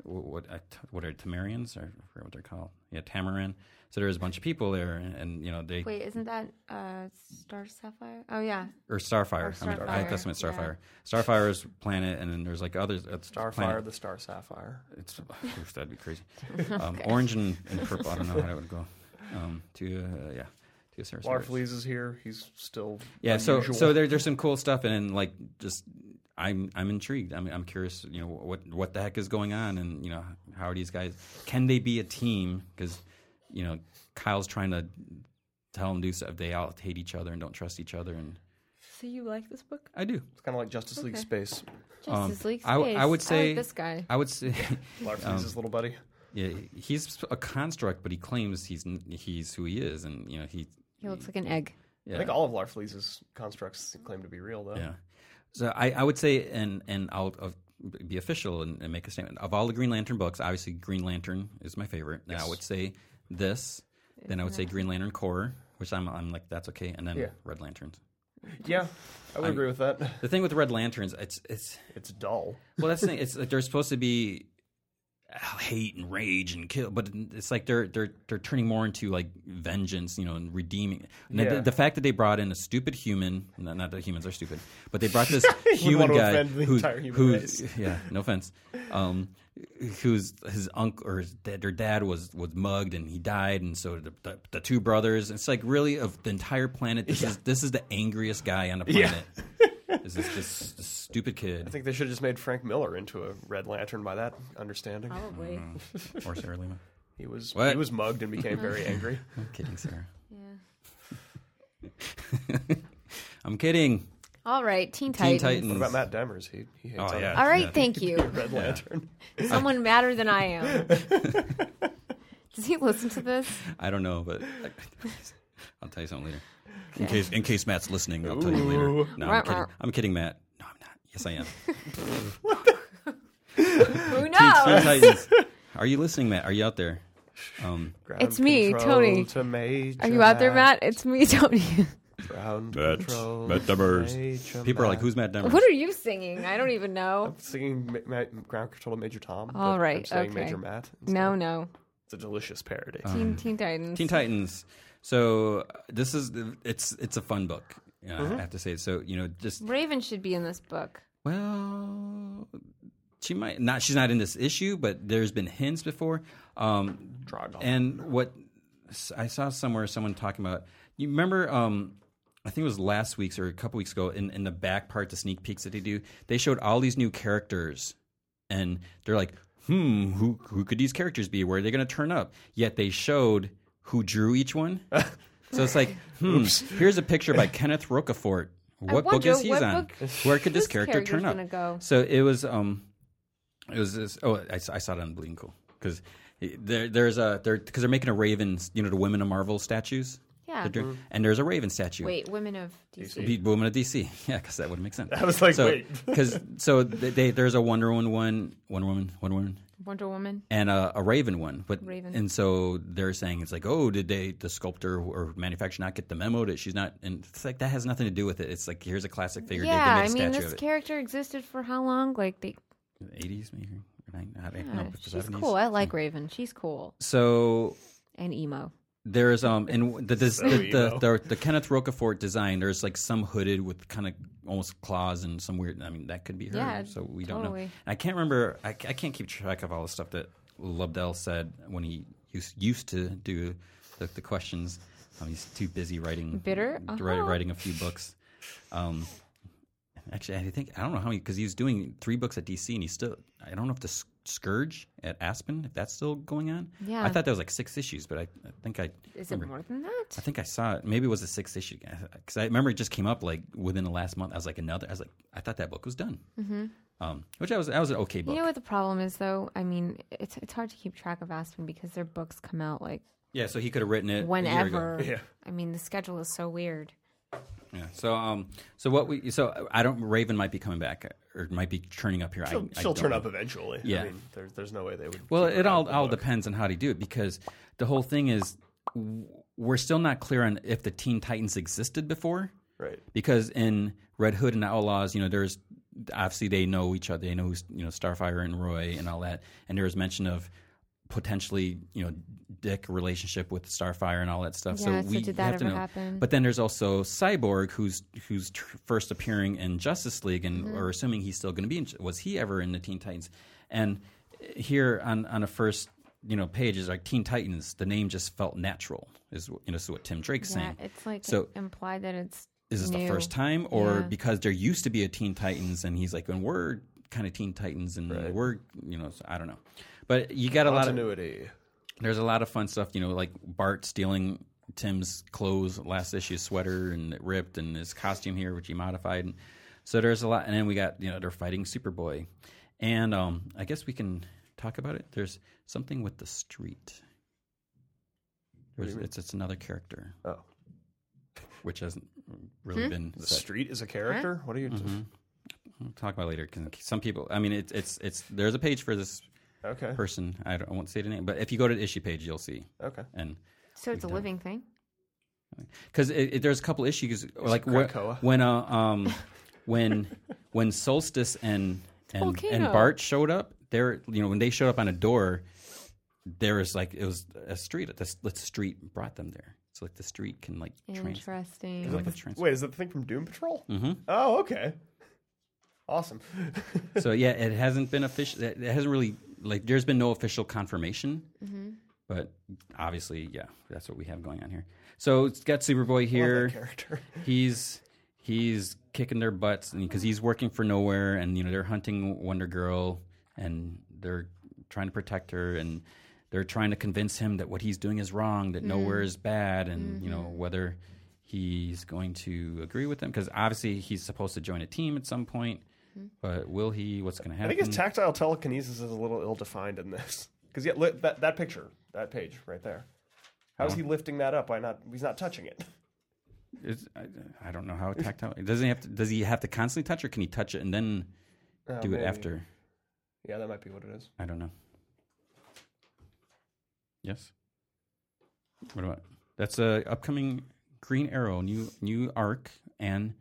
[SPEAKER 3] wh- what I t- what are Tamarians or I forget what they're called yeah Tamaran so there's a bunch of people there and, and, you know they
[SPEAKER 1] Wait, isn't that uh, Star Sapphire? Oh yeah,
[SPEAKER 3] or Starfire,
[SPEAKER 1] Or
[SPEAKER 3] I, mean, I think
[SPEAKER 1] Oh, Starfire,
[SPEAKER 3] that's what it's
[SPEAKER 1] yeah.
[SPEAKER 3] Starfire Starfire is planet and then there's like others uh,
[SPEAKER 2] Starfire,
[SPEAKER 3] planet.
[SPEAKER 2] the Star Sapphire.
[SPEAKER 3] it's oof, that'd be crazy
[SPEAKER 1] [LAUGHS]
[SPEAKER 3] um, orange and, and purple I don't know how that would go um, to uh, yeah to a Sarah
[SPEAKER 2] Larfleeze is here. He's still
[SPEAKER 3] yeah so
[SPEAKER 2] unusual.
[SPEAKER 3] so there, there's some cool stuff and, then like just i'm i'm intrigued i'm i'm curious you know what what the heck is going on and you know how are these guys can they be a team because you know kyle's trying to tell them do stuff they all hate each other and don't trust each other and
[SPEAKER 1] So you like this book?
[SPEAKER 3] i do
[SPEAKER 2] it's kind of like Justice League
[SPEAKER 1] Okay.
[SPEAKER 2] space.
[SPEAKER 1] Justice League.
[SPEAKER 3] I w- I
[SPEAKER 1] Space.
[SPEAKER 3] would
[SPEAKER 1] Um, I
[SPEAKER 3] say-
[SPEAKER 1] like this guy.
[SPEAKER 3] i would say [LAUGHS]
[SPEAKER 2] Larfleeze's little buddy.
[SPEAKER 3] Yeah, he's a construct, but he claims he's n- he's who he is, and you know he.
[SPEAKER 1] He looks like an egg.
[SPEAKER 3] Yeah.
[SPEAKER 2] I think all of Larfleeze's constructs claim to be real, though.
[SPEAKER 3] Yeah. So I, I would say, and and I'll, uh be official and, and make a statement. Of all the Green Lantern books, obviously Green Lantern is my favorite. And I would say this. Then I would say Green Lantern Core, which I'm I'm like that's okay, and then
[SPEAKER 2] Yeah.
[SPEAKER 3] Red Lanterns.
[SPEAKER 2] Yeah, I would agree with that. [LAUGHS]
[SPEAKER 3] The thing with Red Lanterns, it's it's
[SPEAKER 2] It's dull.
[SPEAKER 3] well that's the thing. It's like they're supposed to be uh, hate and rage and kill, but it's like they're they're they're turning more into like vengeance, you know, and redeeming. And the-
[SPEAKER 2] Yeah.
[SPEAKER 3] the, fact that they brought in a stupid human, not, not that humans are stupid, but they
[SPEAKER 2] [LAUGHS]
[SPEAKER 3] brought this human
[SPEAKER 2] want to
[SPEAKER 3] guy
[SPEAKER 2] offend the
[SPEAKER 3] who's,
[SPEAKER 2] entire human
[SPEAKER 3] who's
[SPEAKER 2] race.
[SPEAKER 3] [LAUGHS] yeah, no offense, um, who's his uncle or his dad, their dad was was mugged and he died, and so the, the, the two brothers. It's like really of the entire planet. This is this is the angriest guy on the
[SPEAKER 2] Yeah.
[SPEAKER 3] planet. this is this, this stupid
[SPEAKER 2] [LAUGHS]
[SPEAKER 3] kid
[SPEAKER 2] I think they should have just made Frank Miller into a Red Lantern by that understanding.
[SPEAKER 1] Probably.
[SPEAKER 3] or Sarah Lima.
[SPEAKER 2] He was
[SPEAKER 3] What?
[SPEAKER 2] he was mugged and became
[SPEAKER 1] [LAUGHS]
[SPEAKER 2] very
[SPEAKER 3] [LAUGHS]
[SPEAKER 2] angry.
[SPEAKER 3] I'm kidding, Sarah.
[SPEAKER 1] Yeah.
[SPEAKER 3] I'm kidding.
[SPEAKER 1] All right, Teen
[SPEAKER 3] Teen
[SPEAKER 1] Titans.
[SPEAKER 3] Titans.
[SPEAKER 2] What about Matt Demers? He he hates
[SPEAKER 3] Oh,
[SPEAKER 2] on
[SPEAKER 3] yeah.
[SPEAKER 1] All right,
[SPEAKER 3] Yeah.
[SPEAKER 1] thank you.
[SPEAKER 2] [LAUGHS] Red Lantern.
[SPEAKER 1] Someone madder than I am. Does he listen to this?
[SPEAKER 3] I [LAUGHS] don't know, but I'll tell you something later. In case in case Matt's listening, I'll tell you later. No,
[SPEAKER 1] Ruh-roh.
[SPEAKER 3] I'm kidding. I'm kidding, Matt. No, I'm not. Yes, I am.
[SPEAKER 1] Who
[SPEAKER 3] Teen
[SPEAKER 1] knows?
[SPEAKER 3] Titans. Are you listening, Matt? Are you out there? Um,
[SPEAKER 2] Ground
[SPEAKER 1] It's me,
[SPEAKER 2] control
[SPEAKER 1] Tony.
[SPEAKER 2] to Major
[SPEAKER 1] Are you out there, Matt? It's me, Tony.
[SPEAKER 2] Ground
[SPEAKER 3] Matt-
[SPEAKER 2] control
[SPEAKER 3] Matt
[SPEAKER 2] to
[SPEAKER 3] Demers.
[SPEAKER 2] Major
[SPEAKER 3] people are like,
[SPEAKER 2] Matt.
[SPEAKER 3] "Who's Matt Demers?"
[SPEAKER 1] what are you singing? I don't even know.
[SPEAKER 2] singing Ma- Ma- Ground Control to Major Tom?
[SPEAKER 1] All
[SPEAKER 2] but I'm
[SPEAKER 1] right,
[SPEAKER 2] saying
[SPEAKER 1] okay.
[SPEAKER 2] Major Matt. instead.
[SPEAKER 1] No, no.
[SPEAKER 2] It's a delicious parody.
[SPEAKER 3] Oh.
[SPEAKER 1] Teen, Teen Titans.
[SPEAKER 3] Teen Titans. So uh, this is it's it's a fun book. You know, I have to say. So you know, just
[SPEAKER 1] Raven should be in this book.
[SPEAKER 3] well, she might not. She's not in this issue, but there's been hints before. Um,
[SPEAKER 2] Dragon. [LAUGHS]
[SPEAKER 3] And what I saw somewhere, someone talking about. You remember? Um, I think it was last week's or a couple weeks ago. In in the back part, the sneak peeks that they do, they showed all these new characters, and they're like, "Hmm, who who could these characters be? Where are they going to turn up?" Yet they showed who drew each one. so it's like, hmm, here's a picture by Kenneth Rocafort. What book
[SPEAKER 1] wonder
[SPEAKER 3] is he
[SPEAKER 1] what
[SPEAKER 3] on?
[SPEAKER 1] book
[SPEAKER 3] Where could this
[SPEAKER 1] this
[SPEAKER 3] character turn
[SPEAKER 1] character's
[SPEAKER 3] up?
[SPEAKER 1] gonna go.
[SPEAKER 3] So it was um, it was this. Oh, I, s- I saw it on Bleeding Cool because there there's a there because they're making a Raven, you know, the Women of Marvel statues.
[SPEAKER 1] Yeah.
[SPEAKER 3] They're doing- and there's a Raven statue.
[SPEAKER 1] Uh-huh. Wait, Women of DC.
[SPEAKER 3] Be- Woman of DC, [LAUGHS] yeah, because that would make sense. I
[SPEAKER 2] was like,
[SPEAKER 3] so,
[SPEAKER 2] wait.
[SPEAKER 3] [LAUGHS] because so they, they, there's a Wonder Woman one, Wonder Woman, Wonder Woman,
[SPEAKER 1] Wonder Woman.
[SPEAKER 3] and a, a Raven one. But
[SPEAKER 1] Raven.
[SPEAKER 3] and so they're saying it's like, oh, did they the sculptor or manufacturer not get the memo that she's not? And it's like that has nothing to do with it. It's like here's a classic figure. they
[SPEAKER 1] Yeah,
[SPEAKER 3] made
[SPEAKER 1] I
[SPEAKER 3] a
[SPEAKER 1] mean,
[SPEAKER 3] statue
[SPEAKER 1] this
[SPEAKER 3] of it.
[SPEAKER 1] character existed for how long? Like, they,
[SPEAKER 3] 80s maybe or nine, I don't
[SPEAKER 1] yeah,
[SPEAKER 3] know, but the
[SPEAKER 1] she's
[SPEAKER 3] 70s.
[SPEAKER 1] cool. I like Raven. She's cool
[SPEAKER 3] So
[SPEAKER 1] and emo.
[SPEAKER 3] there's um and the the, the, the,
[SPEAKER 2] emo.
[SPEAKER 3] the the Kenneth Rocafort design there's like some hooded with kind of almost claws and some weird I mean that could be her
[SPEAKER 1] Yeah,
[SPEAKER 3] so we don't know
[SPEAKER 1] totally.
[SPEAKER 3] I can't remember I, I can't keep track of all the stuff that Lobdell said when he used, used to do the, the questions um, he's too busy writing
[SPEAKER 1] Bitter?
[SPEAKER 3] wri-
[SPEAKER 1] Uh-huh.
[SPEAKER 3] writing a few books um actually I think I don't know how many because he was doing three books at DC and he still I don't know if the S- Scourge at Aspen if that's still going on
[SPEAKER 1] Yeah.
[SPEAKER 3] I thought that was like six issues but I, I think I
[SPEAKER 1] Is it more than that?
[SPEAKER 3] I think I saw it. Maybe it was the sixth issue because I remember it just came up like within the last month. I was like another. I was like I thought that book was done, mm-hmm. um, which I was. That was an okay book.
[SPEAKER 1] You know what the problem is, though? I mean, it's it's hard to keep track of Aspen because their books come out like
[SPEAKER 3] yeah, so he could have written it a year ago.
[SPEAKER 1] whenever.
[SPEAKER 2] Yeah.
[SPEAKER 1] I mean, the schedule is so weird.
[SPEAKER 3] Yeah. So um, so what we so I don't. Raven might be coming back uh, or might be turning up here. I-
[SPEAKER 2] She'll,
[SPEAKER 3] I,
[SPEAKER 2] she'll
[SPEAKER 3] don't
[SPEAKER 2] turn
[SPEAKER 3] know.
[SPEAKER 2] up eventually.
[SPEAKER 3] Yeah.
[SPEAKER 2] I mean, there's there's no way they would.
[SPEAKER 3] Well,
[SPEAKER 2] keep
[SPEAKER 3] it
[SPEAKER 2] her out
[SPEAKER 3] all
[SPEAKER 2] of the
[SPEAKER 3] all
[SPEAKER 2] book.
[SPEAKER 3] depends on how they do it because the whole thing is w- we're still not clear on if the Teen Titans existed before.
[SPEAKER 2] Right.
[SPEAKER 3] because in Red Hood and Outlaws, you know, there's obviously they know each other. They know who's you know Starfire and Roy and all that. And there was mention of potentially you know Dick relationship with Starfire and all that stuff.
[SPEAKER 1] Yeah,
[SPEAKER 3] so
[SPEAKER 1] so
[SPEAKER 3] we
[SPEAKER 1] did that
[SPEAKER 3] have to
[SPEAKER 1] ever
[SPEAKER 3] know.
[SPEAKER 1] happen?
[SPEAKER 3] But then there's also Cyborg, who's who's tr- first appearing in Justice League, and
[SPEAKER 1] Mm-hmm.
[SPEAKER 3] we're assuming he's still going to be. in Was he ever in the Teen Titans? And here on on a first. You know, page is like Teen Titans. The name just felt natural. Is you know, so what Tim Drake's
[SPEAKER 1] Yeah,
[SPEAKER 3] saying
[SPEAKER 1] it's like
[SPEAKER 3] So-
[SPEAKER 1] implied that it's
[SPEAKER 3] is this the
[SPEAKER 1] new.
[SPEAKER 3] first time
[SPEAKER 1] Yeah.
[SPEAKER 3] or because there used to be a teen titans and he's like and we're kind of teen titans and we're you know so i don't know but you got a lot of
[SPEAKER 2] Continuity.
[SPEAKER 3] there's a lot of fun stuff you know like bart stealing tim's clothes last issue sweater and it ripped and his costume here which he modified and so there's a lot and then we got you know they're fighting superboy and um i guess we can talk about it. There's something with the street. There's, it's it's another character
[SPEAKER 2] Oh,
[SPEAKER 3] which hasn't really
[SPEAKER 1] Hmm?
[SPEAKER 3] been
[SPEAKER 2] the
[SPEAKER 3] said.
[SPEAKER 2] street is a character. What are you?
[SPEAKER 3] Mm-hmm. We'll talk about it later because some people. I mean, it's it's it's there's a page for this
[SPEAKER 2] Okay.
[SPEAKER 3] person. I, don't, I won't say the name, but if you go to the issue page, you'll see.
[SPEAKER 2] Okay.
[SPEAKER 3] And
[SPEAKER 1] So it's a living thing.
[SPEAKER 3] because it, it- there's a couple issues like
[SPEAKER 2] a
[SPEAKER 3] wh-
[SPEAKER 2] Krakoa.
[SPEAKER 3] when uh, um when when Solstice and and, and
[SPEAKER 1] Volcano.
[SPEAKER 3] Bart showed up there you know when they showed up on a door there was like it was a street the, the street brought them there so like the street can like trans-
[SPEAKER 1] Interesting.
[SPEAKER 3] like a trans-
[SPEAKER 2] Wait, is that the thing from Doom Patrol? Mm-hmm. Oh, okay. Awesome. [LAUGHS]
[SPEAKER 3] so yeah it hasn't been official it it hasn't really like there's been no official confirmation but obviously yeah that's what we have going on here so it's got Superboy here
[SPEAKER 2] That character.
[SPEAKER 3] he's he's kicking their butts because he's working for nowhere and you know they're hunting wonder girl and they're trying to protect her and they're trying to convince him that what he's doing is wrong that nowhere is bad and you know whether he's going to agree with them because obviously he's supposed to join a team at some point but will he what's going to
[SPEAKER 2] I
[SPEAKER 3] happen
[SPEAKER 2] think his tactile telekinesis is a little ill-defined in this. [LAUGHS] Because yeah, li- that that picture, that page right there. How's he lifting that up? Why not? He's not touching it. [LAUGHS]
[SPEAKER 3] Is- I, I don't know how tactile does he have to does he have to constantly touch or can he touch it and then
[SPEAKER 2] Oh,
[SPEAKER 3] do
[SPEAKER 2] maybe.
[SPEAKER 3] it after
[SPEAKER 2] Yeah, that might be what it is.
[SPEAKER 3] I don't know. Yes. What about that's a upcoming Green Arrow new new arc and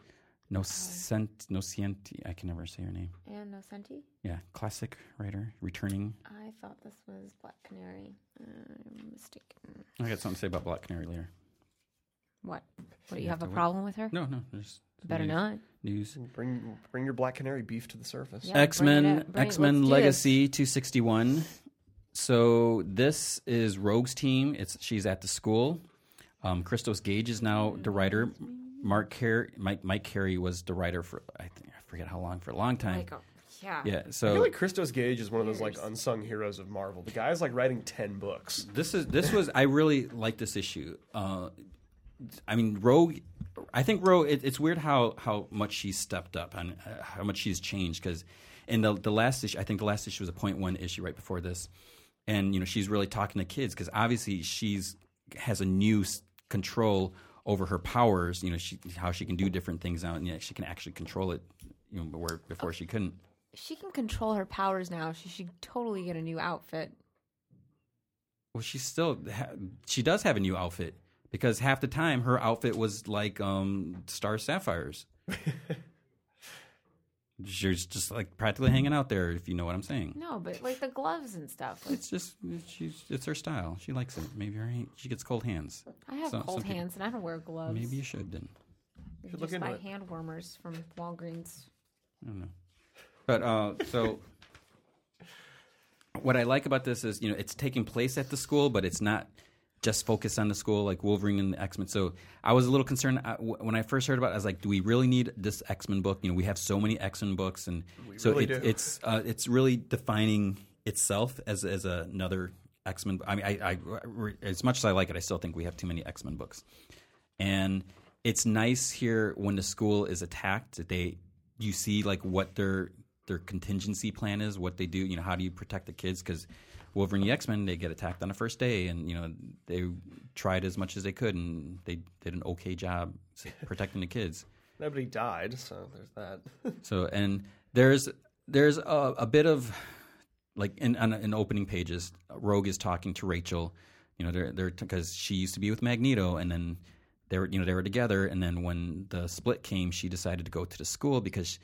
[SPEAKER 3] no cent no cienti I can never say her name.
[SPEAKER 1] And no senti.
[SPEAKER 3] Yeah, classic writer returning.
[SPEAKER 1] I thought this was Black Canary. Uh, I'm mistaken.
[SPEAKER 3] I got something to say about Black Canary later.
[SPEAKER 1] What? What? You,
[SPEAKER 3] have
[SPEAKER 1] have, a
[SPEAKER 3] to wait.
[SPEAKER 1] problem with her?
[SPEAKER 3] No, no, there's
[SPEAKER 1] Better
[SPEAKER 3] news,
[SPEAKER 1] not.
[SPEAKER 3] news.
[SPEAKER 2] Bring bring your Black Canary beef to the surface.
[SPEAKER 1] Yeah, bring it
[SPEAKER 3] X Men
[SPEAKER 1] up, bring it-
[SPEAKER 3] X Men
[SPEAKER 1] let's do this.
[SPEAKER 3] Legacy two sixty one. So this is Rogue's team. It's she's at the school. Um, Christos Gage is now
[SPEAKER 1] Mm-hmm.
[SPEAKER 3] the writer. Mark Carey, Mike Mike Carey was the writer for I think I forget how long for a long time.
[SPEAKER 1] Like, oh, yeah.
[SPEAKER 3] Yeah.
[SPEAKER 2] I feel
[SPEAKER 3] So
[SPEAKER 2] like Christos Gage is one of those like unsung heroes of Marvel. The guy's like writing ten books.
[SPEAKER 3] this is this was I really like this issue. Uh, I mean Rogue. I think Rogue. It, it's weird how how much she's stepped up and uh, how much she's changed because in the the last issue, I think the last issue was a point one issue right before this, and you know she's really talking to kids because obviously she's has a new s- control over her powers. You know she how she can do different things now, and yeah, she can actually control it. You know where before she couldn't.
[SPEAKER 1] She can control her powers now. She should totally get a new outfit.
[SPEAKER 3] Well, she still ha- she does have a new outfit because half the time her outfit was like um Star Sapphires. She's just like practically hanging out there, if you know what I'm saying.
[SPEAKER 1] No, but like the gloves and stuff. Like,
[SPEAKER 3] It's just she's it's her style. She likes it. Maybe her hand, she gets cold hands.
[SPEAKER 1] I have
[SPEAKER 3] Some-
[SPEAKER 1] cold
[SPEAKER 3] some people-
[SPEAKER 1] hands and I don't wear gloves.
[SPEAKER 3] Maybe you should then.
[SPEAKER 1] You
[SPEAKER 2] Should
[SPEAKER 1] just
[SPEAKER 2] look into
[SPEAKER 1] buy
[SPEAKER 2] it.
[SPEAKER 1] hand warmers from Walgreens.
[SPEAKER 3] I don't know. But uh, so [LAUGHS] what I like about this is, you know, it's taking place at the school, but it's not just focused on the school like Wolverine and the X Men. So I was a little concerned I, w- when I first heard about it. I was like, do we really need this X Men book? You know, we have so many X Men books, and so
[SPEAKER 2] really
[SPEAKER 3] it-
[SPEAKER 2] do.
[SPEAKER 3] it's uh, it's really defining itself as as another X Men. I mean, I, I re- as much as I like it, I still think we have too many X Men books and it's nice here when the school is attacked that they you see like what their their contingency plan is what they do you know how do you protect the kids because wolverine and the x-men they get attacked on the first day and you know they tried as much as they could and they did an okay job protecting the kids
[SPEAKER 2] Nobody died, so there's that. [LAUGHS]
[SPEAKER 3] so and there's there's a, a bit of like in, in in opening pages, Rogue is talking to Rachel. You know, they're they're because she used to be with Magneto, and then they were you know they were together, and then when the split came, she decided to go to the school because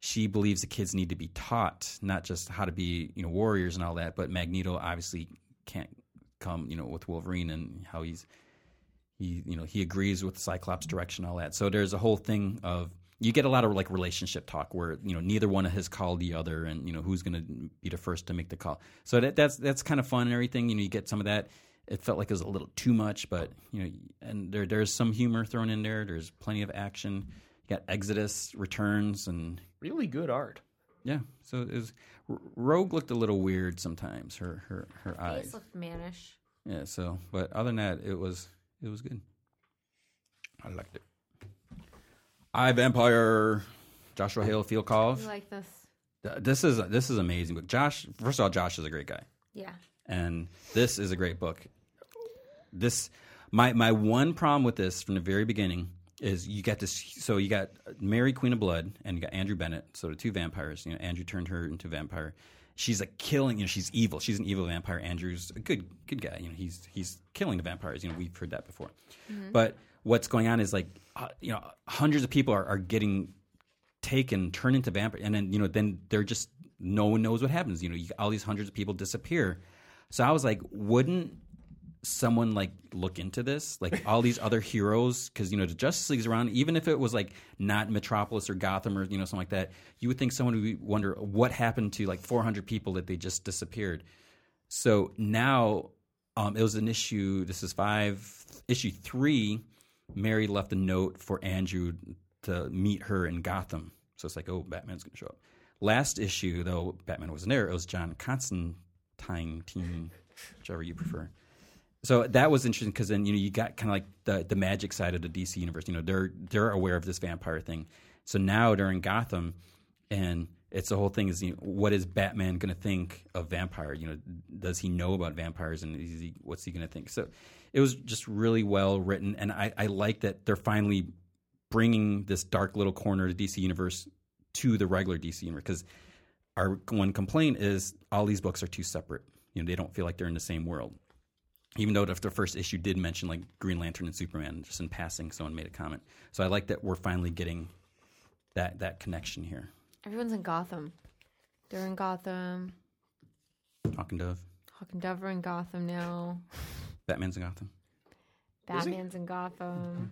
[SPEAKER 3] she believes the kids need to be taught not just how to be you know warriors and all that, but Magneto obviously can't come you know with Wolverine and how he's he you know he agrees with Cyclops' direction, all that. So there's a whole thing of you get a lot of like relationship talk where you know neither one has called the other, and you know who's going to be the first to make the call. So that, that's that's kind of fun and everything. You know, you get some of that. It felt like it was a little too much, but you know, and there there's some humor thrown in there. There's plenty of action. You got Exodus returns and
[SPEAKER 2] really good art.
[SPEAKER 3] yeah. So it was, R- Rogue looked a little weird sometimes. Her her her
[SPEAKER 1] Face
[SPEAKER 3] eyes.
[SPEAKER 1] looked mannish.
[SPEAKER 3] Yeah. So, but other than that, it was it was good. I liked it. I Vampire, Joshua Hill, Field Call.
[SPEAKER 1] You like this?
[SPEAKER 3] Th- This is this is amazing book. Josh, first of all, Josh is a great guy,
[SPEAKER 1] Yeah.
[SPEAKER 3] and this is a great book. This my my one problem with this from the very beginning is you got this. So you got Mary, Queen of Blood, and you got Andrew Bennett. So the two vampires. You know, Andrew turned her into a vampire. She's like killing. You know, she's evil. She's an evil vampire. Andrew's a good good guy. You know, he's he's killing the vampires. You know, we've heard that before. But what's going on is like uh, you know hundreds of people are, are getting taken, turn into vampire, and then you know, then they're just no one knows what happens. You know, you, all these hundreds of people disappear. So I was like, wouldn't someone like look into this? Like all these other heroes, because you know the Justice League's around. Even if it was like not Metropolis or Gotham or you know something like that, you would think someone would wonder what happened to like 400 people that they just disappeared. So now um, it was an issue. This is five, issue three. Mary left a note for Andrew to meet her in Gotham. So it's like, oh, Batman's going to show up. Last issue, though, Batman wasn't there. It was John Constantine, team, whichever you prefer. So that was interesting because then you know you got kind of like the the magic side of the DC universe. You know they're they're aware of this vampire thing. So now they're in Gotham, and it's the whole thing is you know, what is Batman going to think of vampire? You know, does he know about vampires and is he, what's he going to think? So it was just really well written, and I I like that they're finally bringing this dark little corner of the DC universe to the regular DC universe because our one complaint is all these books are too separate. You know, they don't feel like they're in the same world. Even though the the first issue did mention like Green Lantern and Superman, just in passing, someone made a comment. So I like that we're finally getting that that connection here.
[SPEAKER 1] Everyone's in Gotham. They're in Gotham.
[SPEAKER 3] Talking Dove,
[SPEAKER 1] Hawk and Dove are in Gotham now.
[SPEAKER 3] Batman's in Gotham.
[SPEAKER 1] Batman's in Gotham.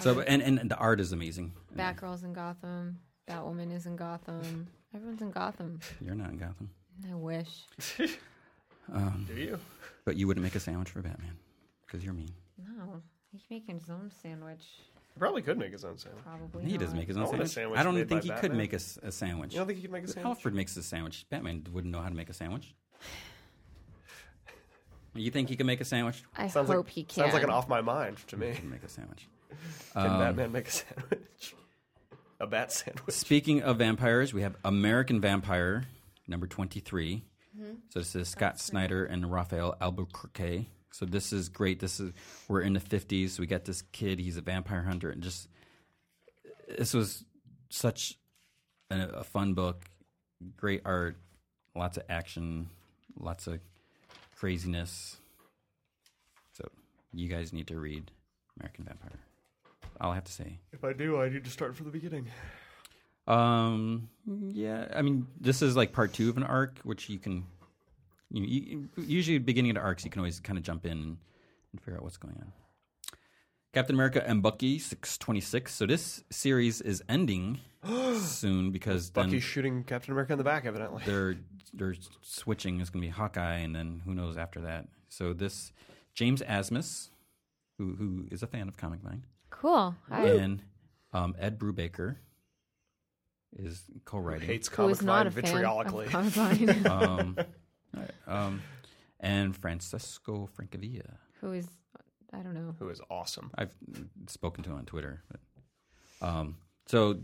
[SPEAKER 3] So but- and and the art is amazing. And
[SPEAKER 1] Batgirl's in Gotham. Batwoman is in Gotham. Everyone's in Gotham.
[SPEAKER 3] You're not in Gotham,
[SPEAKER 1] I wish.
[SPEAKER 2] Do you?
[SPEAKER 3] but you wouldn't make a sandwich for Batman because you're mean.
[SPEAKER 1] No. He's making his own sandwich.
[SPEAKER 2] He probably could make his own sandwich.
[SPEAKER 1] Probably.
[SPEAKER 3] He
[SPEAKER 1] not.
[SPEAKER 3] does make his own
[SPEAKER 2] I want a
[SPEAKER 3] sandwich.
[SPEAKER 2] sandwich
[SPEAKER 3] I don't
[SPEAKER 2] made
[SPEAKER 3] think
[SPEAKER 2] by
[SPEAKER 3] he could
[SPEAKER 2] Batman.
[SPEAKER 3] make a, s- a sandwich.
[SPEAKER 2] You don't think he could make a sandwich?
[SPEAKER 3] Alfred makes a sandwich. Batman wouldn't know how to make a sandwich. you think he can make a sandwich?
[SPEAKER 1] I
[SPEAKER 2] Sounds
[SPEAKER 1] hope
[SPEAKER 2] like
[SPEAKER 1] he can.
[SPEAKER 2] sounds like an off my mind to me.
[SPEAKER 3] He can make a sandwich.
[SPEAKER 2] Can Batman make a [LAUGHS] sandwich? A bat sandwich.
[SPEAKER 3] [LAUGHS] Speaking of vampires, we have American Vampire number 23. So this is Scott Snyder and Raphael Albuquerque. So this is great. This is we're in the 50s. we got this kid, he's a vampire hunter and just this was such a, a fun book. Great art, lots of action, lots of craziness. So you guys need to read American Vampire. All I have to say.
[SPEAKER 2] If I do, I need to start from the beginning.
[SPEAKER 3] Um. Yeah. I mean, this is like part two of an arc, which you can. You, you usually beginning of the arcs, you can always kind of jump in and, figure out what's going on. Captain America and Bucky six twenty six. So this series is ending soon because then
[SPEAKER 2] Bucky's shooting Captain America in the back, evidently.
[SPEAKER 3] they're they're switching. It's going to be Hawkeye, and then who knows after that. So this James Asmus, who who is a fan of Comic Vine,
[SPEAKER 1] cool. I,
[SPEAKER 3] and um, Ed Brubaker is co-writing.
[SPEAKER 2] Hates
[SPEAKER 1] who
[SPEAKER 2] comic
[SPEAKER 1] is not
[SPEAKER 2] line
[SPEAKER 1] a fan of
[SPEAKER 2] vitriolically.
[SPEAKER 1] [LAUGHS] Comic
[SPEAKER 2] [LAUGHS]
[SPEAKER 1] Vine.
[SPEAKER 3] um, alright, um, and Francesco Francavilla.
[SPEAKER 1] who is, I don't know.
[SPEAKER 2] Who is awesome.
[SPEAKER 3] I've spoken to him on Twitter. But, um, so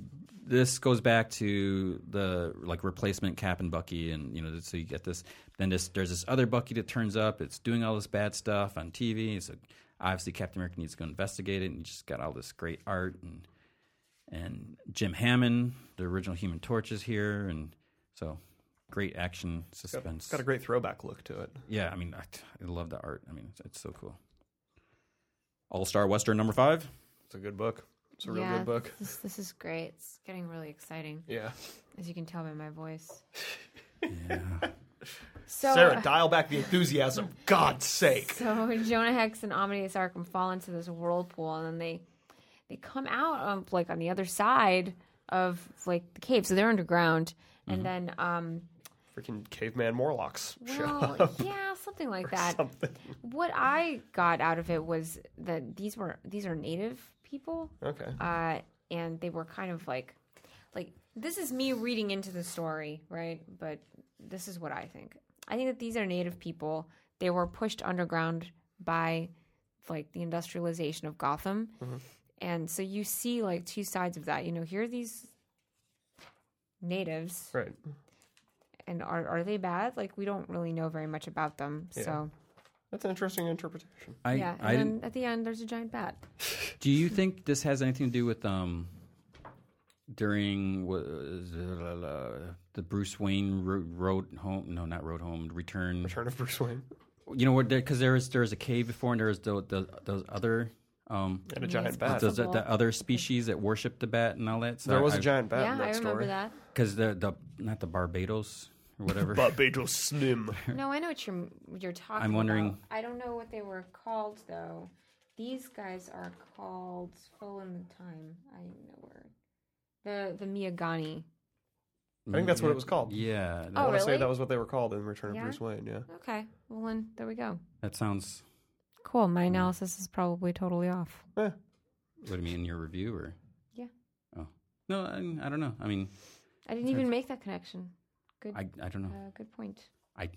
[SPEAKER 3] this goes back to the like replacement Cap and Bucky, and you know, so you get this. Then this, there's this other Bucky that turns up. It's doing all this bad stuff on TV. So obviously Captain America needs to go investigate it, and you just got all this great art and and Jim Hammond, the original Human Torch, is here, and so great action suspense.
[SPEAKER 2] It's got a great throwback look to it.
[SPEAKER 3] Yeah, I mean, I, I love the art. I mean, it's, it's so cool. All Star Western number five.
[SPEAKER 2] It's a good book. It's a real
[SPEAKER 1] yeah,
[SPEAKER 2] good book.
[SPEAKER 1] This, this is great. It's getting really exciting,
[SPEAKER 2] Yeah.
[SPEAKER 1] as you can tell by my voice.
[SPEAKER 3] Yeah.
[SPEAKER 1] So,
[SPEAKER 2] Sarah, dial back the enthusiasm. God's sake.
[SPEAKER 1] [LAUGHS] So Jonah Hex and Amadeus Arkham fall into this whirlpool, and then they they come out um, like on the other side of like the cave. So they're underground, and
[SPEAKER 2] Mm-hmm.
[SPEAKER 1] then um,
[SPEAKER 2] Freaking caveman Morlocks show up.
[SPEAKER 1] well, yeah, something like that. What I got out of it was that these were these are native people,
[SPEAKER 2] Okay.
[SPEAKER 1] uh, and they were kind of like like this is me reading into the story, right? But this is what I think. I think that these are native people. They were pushed underground by like the industrialization of Gotham. And so you see like two sides of that. You know, here are these natives,
[SPEAKER 2] Right.
[SPEAKER 1] and are are they bad? Like we don't really know very much about them.
[SPEAKER 2] Yeah.
[SPEAKER 1] So
[SPEAKER 2] That's an interesting interpretation.
[SPEAKER 3] I,
[SPEAKER 1] yeah,
[SPEAKER 3] I
[SPEAKER 1] and
[SPEAKER 3] didn't,
[SPEAKER 1] then at the end there's a giant bat.
[SPEAKER 3] Do you think this has anything to do with um during wa- uh, the Bruce Wayne ro- road home? No, not road home. Return.
[SPEAKER 2] Return of Bruce Wayne
[SPEAKER 3] You know what? Because there is there is a cave before, and there is the, the, those other um
[SPEAKER 2] and a giant bat.
[SPEAKER 3] those, the, the other species that worship the bat and all that. So
[SPEAKER 2] There was a giant bat
[SPEAKER 1] yeah,
[SPEAKER 2] in
[SPEAKER 1] I
[SPEAKER 2] that
[SPEAKER 1] remember
[SPEAKER 2] story.
[SPEAKER 3] [LAUGHS]
[SPEAKER 1] that.
[SPEAKER 3] because the the not the Barbados or whatever.
[SPEAKER 2] Barbados
[SPEAKER 3] [LAUGHS]
[SPEAKER 2] Slim.
[SPEAKER 1] No, I know what you're you're talking.
[SPEAKER 3] I'm wondering-
[SPEAKER 1] about. I don't know what they were called though. These guys are called full in the time. I don't know where the the Miyagani.
[SPEAKER 2] I think that's what it was called. I
[SPEAKER 3] Yeah, that,
[SPEAKER 1] Oh,
[SPEAKER 2] want to
[SPEAKER 1] really?
[SPEAKER 2] say that was what they were called in Return of
[SPEAKER 1] Yeah?
[SPEAKER 2] Bruce Wayne. Yeah.
[SPEAKER 1] Okay, well then there we go.
[SPEAKER 3] that sounds.
[SPEAKER 1] Cool. My
[SPEAKER 3] Hmm.
[SPEAKER 1] analysis is probably totally off.
[SPEAKER 2] Eh,
[SPEAKER 3] What do you mean in your review or?
[SPEAKER 1] Yeah.
[SPEAKER 3] Oh no, I, I don't know. I mean,
[SPEAKER 1] I didn't even make that connection. Good.
[SPEAKER 3] I I don't know.
[SPEAKER 1] uh, good point.
[SPEAKER 3] I,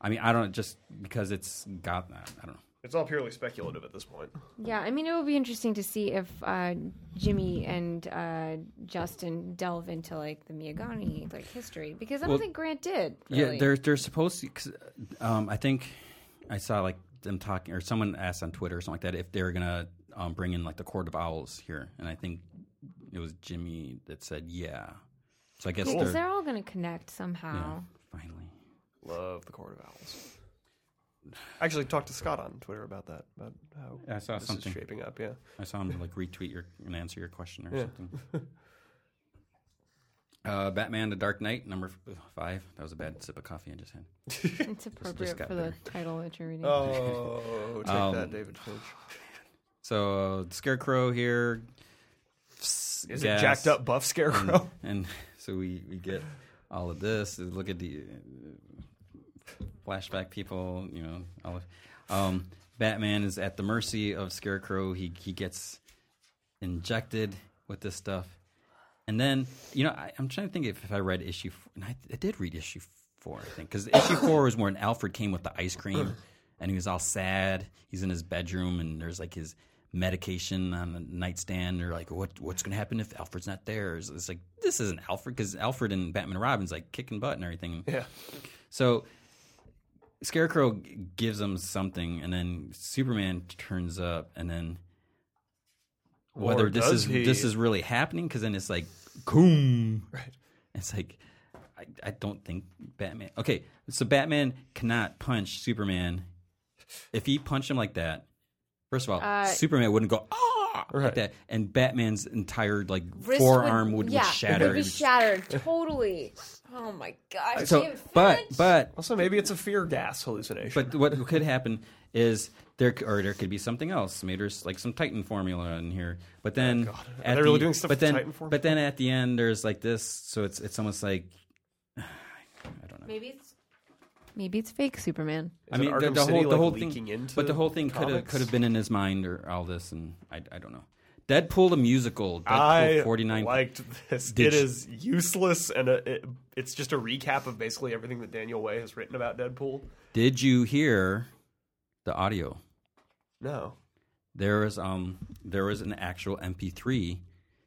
[SPEAKER 3] I mean, I don't just because it's got. I don't know.
[SPEAKER 2] It's all purely speculative at this point.
[SPEAKER 1] Yeah, I mean, it will be interesting to see if uh, Jimmy and uh, Justin delve into like the Miyagani like history because I don't
[SPEAKER 3] Well-
[SPEAKER 1] think Grant did.
[SPEAKER 3] Yeah,
[SPEAKER 1] really.
[SPEAKER 3] they're they're supposed to. 'cause, um, I think I saw like them talking, or someone asked on Twitter or something like that if they're gonna um, bring in like the Court of Owls here, and I think it was Jimmy that said yeah. So I guess
[SPEAKER 1] because
[SPEAKER 3] they're
[SPEAKER 1] they're all going to connect somehow.
[SPEAKER 3] yeah, finally.
[SPEAKER 2] Love the Court of Owls. I actually talked to Scott on Twitter about that, about how
[SPEAKER 3] I saw
[SPEAKER 2] this
[SPEAKER 3] something.
[SPEAKER 2] is shaping up. Yeah.
[SPEAKER 3] I saw him like retweet your and answer your question or
[SPEAKER 2] Yeah.
[SPEAKER 3] something. [LAUGHS] Uh, Batman: The Dark Knight, number f- five. That was a bad sip of coffee I just had.
[SPEAKER 1] It's appropriate
[SPEAKER 3] got
[SPEAKER 1] for
[SPEAKER 3] better.
[SPEAKER 1] the title that you're reading.
[SPEAKER 2] Oh, take
[SPEAKER 3] Um,
[SPEAKER 2] that, David Finch.
[SPEAKER 3] So Scarecrow here.
[SPEAKER 2] Is
[SPEAKER 3] gas.
[SPEAKER 2] it jacked up buff scarecrow?
[SPEAKER 3] [LAUGHS] and so we, we get all of this. Look at the uh, flashback people, you know. All of, um, Batman is at the mercy of Scarecrow. He he gets injected with this stuff, and then you know I, I'm trying to think if, if I read issue. f- And I, I did read issue four, I think, because issue four was when Alfred came with the ice cream, and he was all sad. He's in his bedroom, and there's like his medication on the nightstand. They're like, "What what's going to happen if Alfred's not there?" It's, it's like this isn't Alfred because Alfred and Batman and Robin's like kicking butt and everything.
[SPEAKER 2] yeah.
[SPEAKER 3] So Scarecrow g- gives him something, and then Superman turns up, and then whether
[SPEAKER 2] Or
[SPEAKER 3] this
[SPEAKER 2] does
[SPEAKER 3] is
[SPEAKER 2] he?
[SPEAKER 3] this is really happening because then it's like coom right it's like I, I don't think batman okay so batman cannot punch superman if he punched him like that first of all
[SPEAKER 1] Uh,
[SPEAKER 3] superman wouldn't go ah like
[SPEAKER 2] Right.
[SPEAKER 3] that and batman's entire like
[SPEAKER 1] Wrist
[SPEAKER 3] forearm would, would,
[SPEAKER 1] yeah,
[SPEAKER 3] shatter
[SPEAKER 1] It would be shattered totally. Oh my gosh.
[SPEAKER 3] so
[SPEAKER 1] David
[SPEAKER 3] but
[SPEAKER 1] Finch?
[SPEAKER 3] but
[SPEAKER 2] Also, maybe it's a fear gas hallucination.
[SPEAKER 3] But what could happen is there, c- or there could be something else. Maybe there's like some Titan formula in here. But then,
[SPEAKER 2] Oh, God. Are
[SPEAKER 3] at
[SPEAKER 2] they
[SPEAKER 3] the-
[SPEAKER 2] really doing stuff
[SPEAKER 3] But
[SPEAKER 2] with
[SPEAKER 3] then,
[SPEAKER 2] Titan formula?
[SPEAKER 3] but then at the end, there's like this. So it's it's almost like I don't know.
[SPEAKER 1] maybe it's maybe it's fake Superman.
[SPEAKER 3] I mean,
[SPEAKER 2] Arkham
[SPEAKER 3] the, the
[SPEAKER 2] City,
[SPEAKER 3] whole the
[SPEAKER 2] like,
[SPEAKER 3] whole
[SPEAKER 2] leaking
[SPEAKER 3] thing,
[SPEAKER 2] into
[SPEAKER 3] but the whole thing could have
[SPEAKER 2] comics?
[SPEAKER 3] could have been in his mind or all this, and I, I don't know. Deadpool the musical, Deadpool
[SPEAKER 2] I
[SPEAKER 3] 49.
[SPEAKER 2] liked this.
[SPEAKER 3] Did
[SPEAKER 2] It
[SPEAKER 3] you-
[SPEAKER 2] is useless, and a, it, it's just a recap of basically everything that Daniel Way has written about Deadpool.
[SPEAKER 3] Did you hear the audio?
[SPEAKER 2] No,
[SPEAKER 3] there was um there was an actual MP3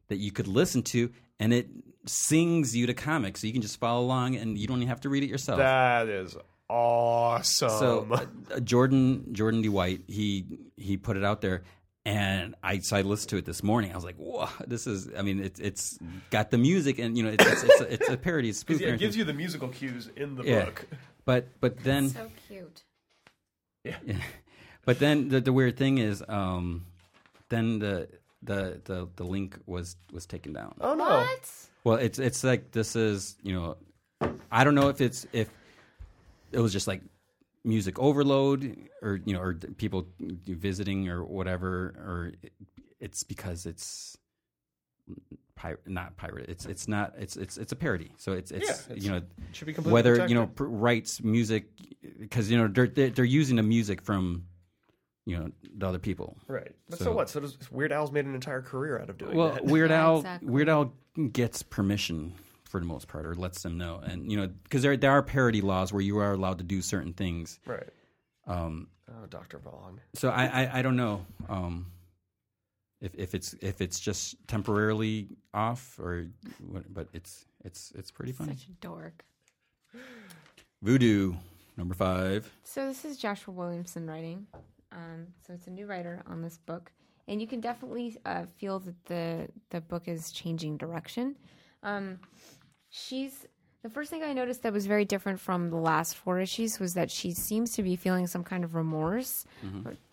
[SPEAKER 3] that you could listen to, and it sings you to comics, so you can just follow along, and you don't even have to read it yourself.
[SPEAKER 2] that is awesome. [LAUGHS]
[SPEAKER 3] so [LAUGHS] uh, uh, Jordan Jordan D White he he put it out there, and I so I listened to it this morning. I was like, whoa, this is. I mean, it's it's got the music, and you know, it's it's, it's, a, it's a parody. It's spoof.
[SPEAKER 2] [LAUGHS] yeah, it
[SPEAKER 3] and
[SPEAKER 2] gives
[SPEAKER 3] everything.
[SPEAKER 2] you the musical cues in the
[SPEAKER 3] Yeah.
[SPEAKER 2] book.
[SPEAKER 3] But but then
[SPEAKER 1] So cute.
[SPEAKER 3] But then the, the weird thing is, um, then the, the the the link was was taken down.
[SPEAKER 2] Oh no!
[SPEAKER 1] What?
[SPEAKER 3] Well, it's it's like this is you know, I don't know if it's if it was just like music overload or you know or d- people visiting or whatever or it, it's because it's pir- not pirate it's it's not it's it's it's a parody so it's it's,
[SPEAKER 2] Yeah, it's-
[SPEAKER 3] you know
[SPEAKER 2] Should be completely
[SPEAKER 3] whether you
[SPEAKER 2] protected.
[SPEAKER 3] know pr- rights music because you know they're, they're they're using the music from you know the other people
[SPEAKER 2] Right. But so,
[SPEAKER 3] So-
[SPEAKER 2] what? So does Weird Al's made an entire career out of doing
[SPEAKER 3] well
[SPEAKER 2] that.
[SPEAKER 3] weird
[SPEAKER 1] Yeah,
[SPEAKER 3] al
[SPEAKER 1] exactly.
[SPEAKER 3] weird al gets permission for the most part or lets them know and you know because there, there are parody laws where you are allowed to do certain things
[SPEAKER 2] right.
[SPEAKER 3] um
[SPEAKER 2] Oh, Dr. Vong.
[SPEAKER 3] so i i, I don't know um if if it's if it's just temporarily off or what- but it's it's it's pretty funny.
[SPEAKER 1] Such a dork.
[SPEAKER 3] Voodoo number 5.
[SPEAKER 1] So this is Joshua Williamson writing. Um, so it's a new writer on this book, and you can definitely uh, feel that the the book is changing direction. Um, she's the first thing I noticed that was very different from the last four issues was that she seems to be feeling some kind of remorse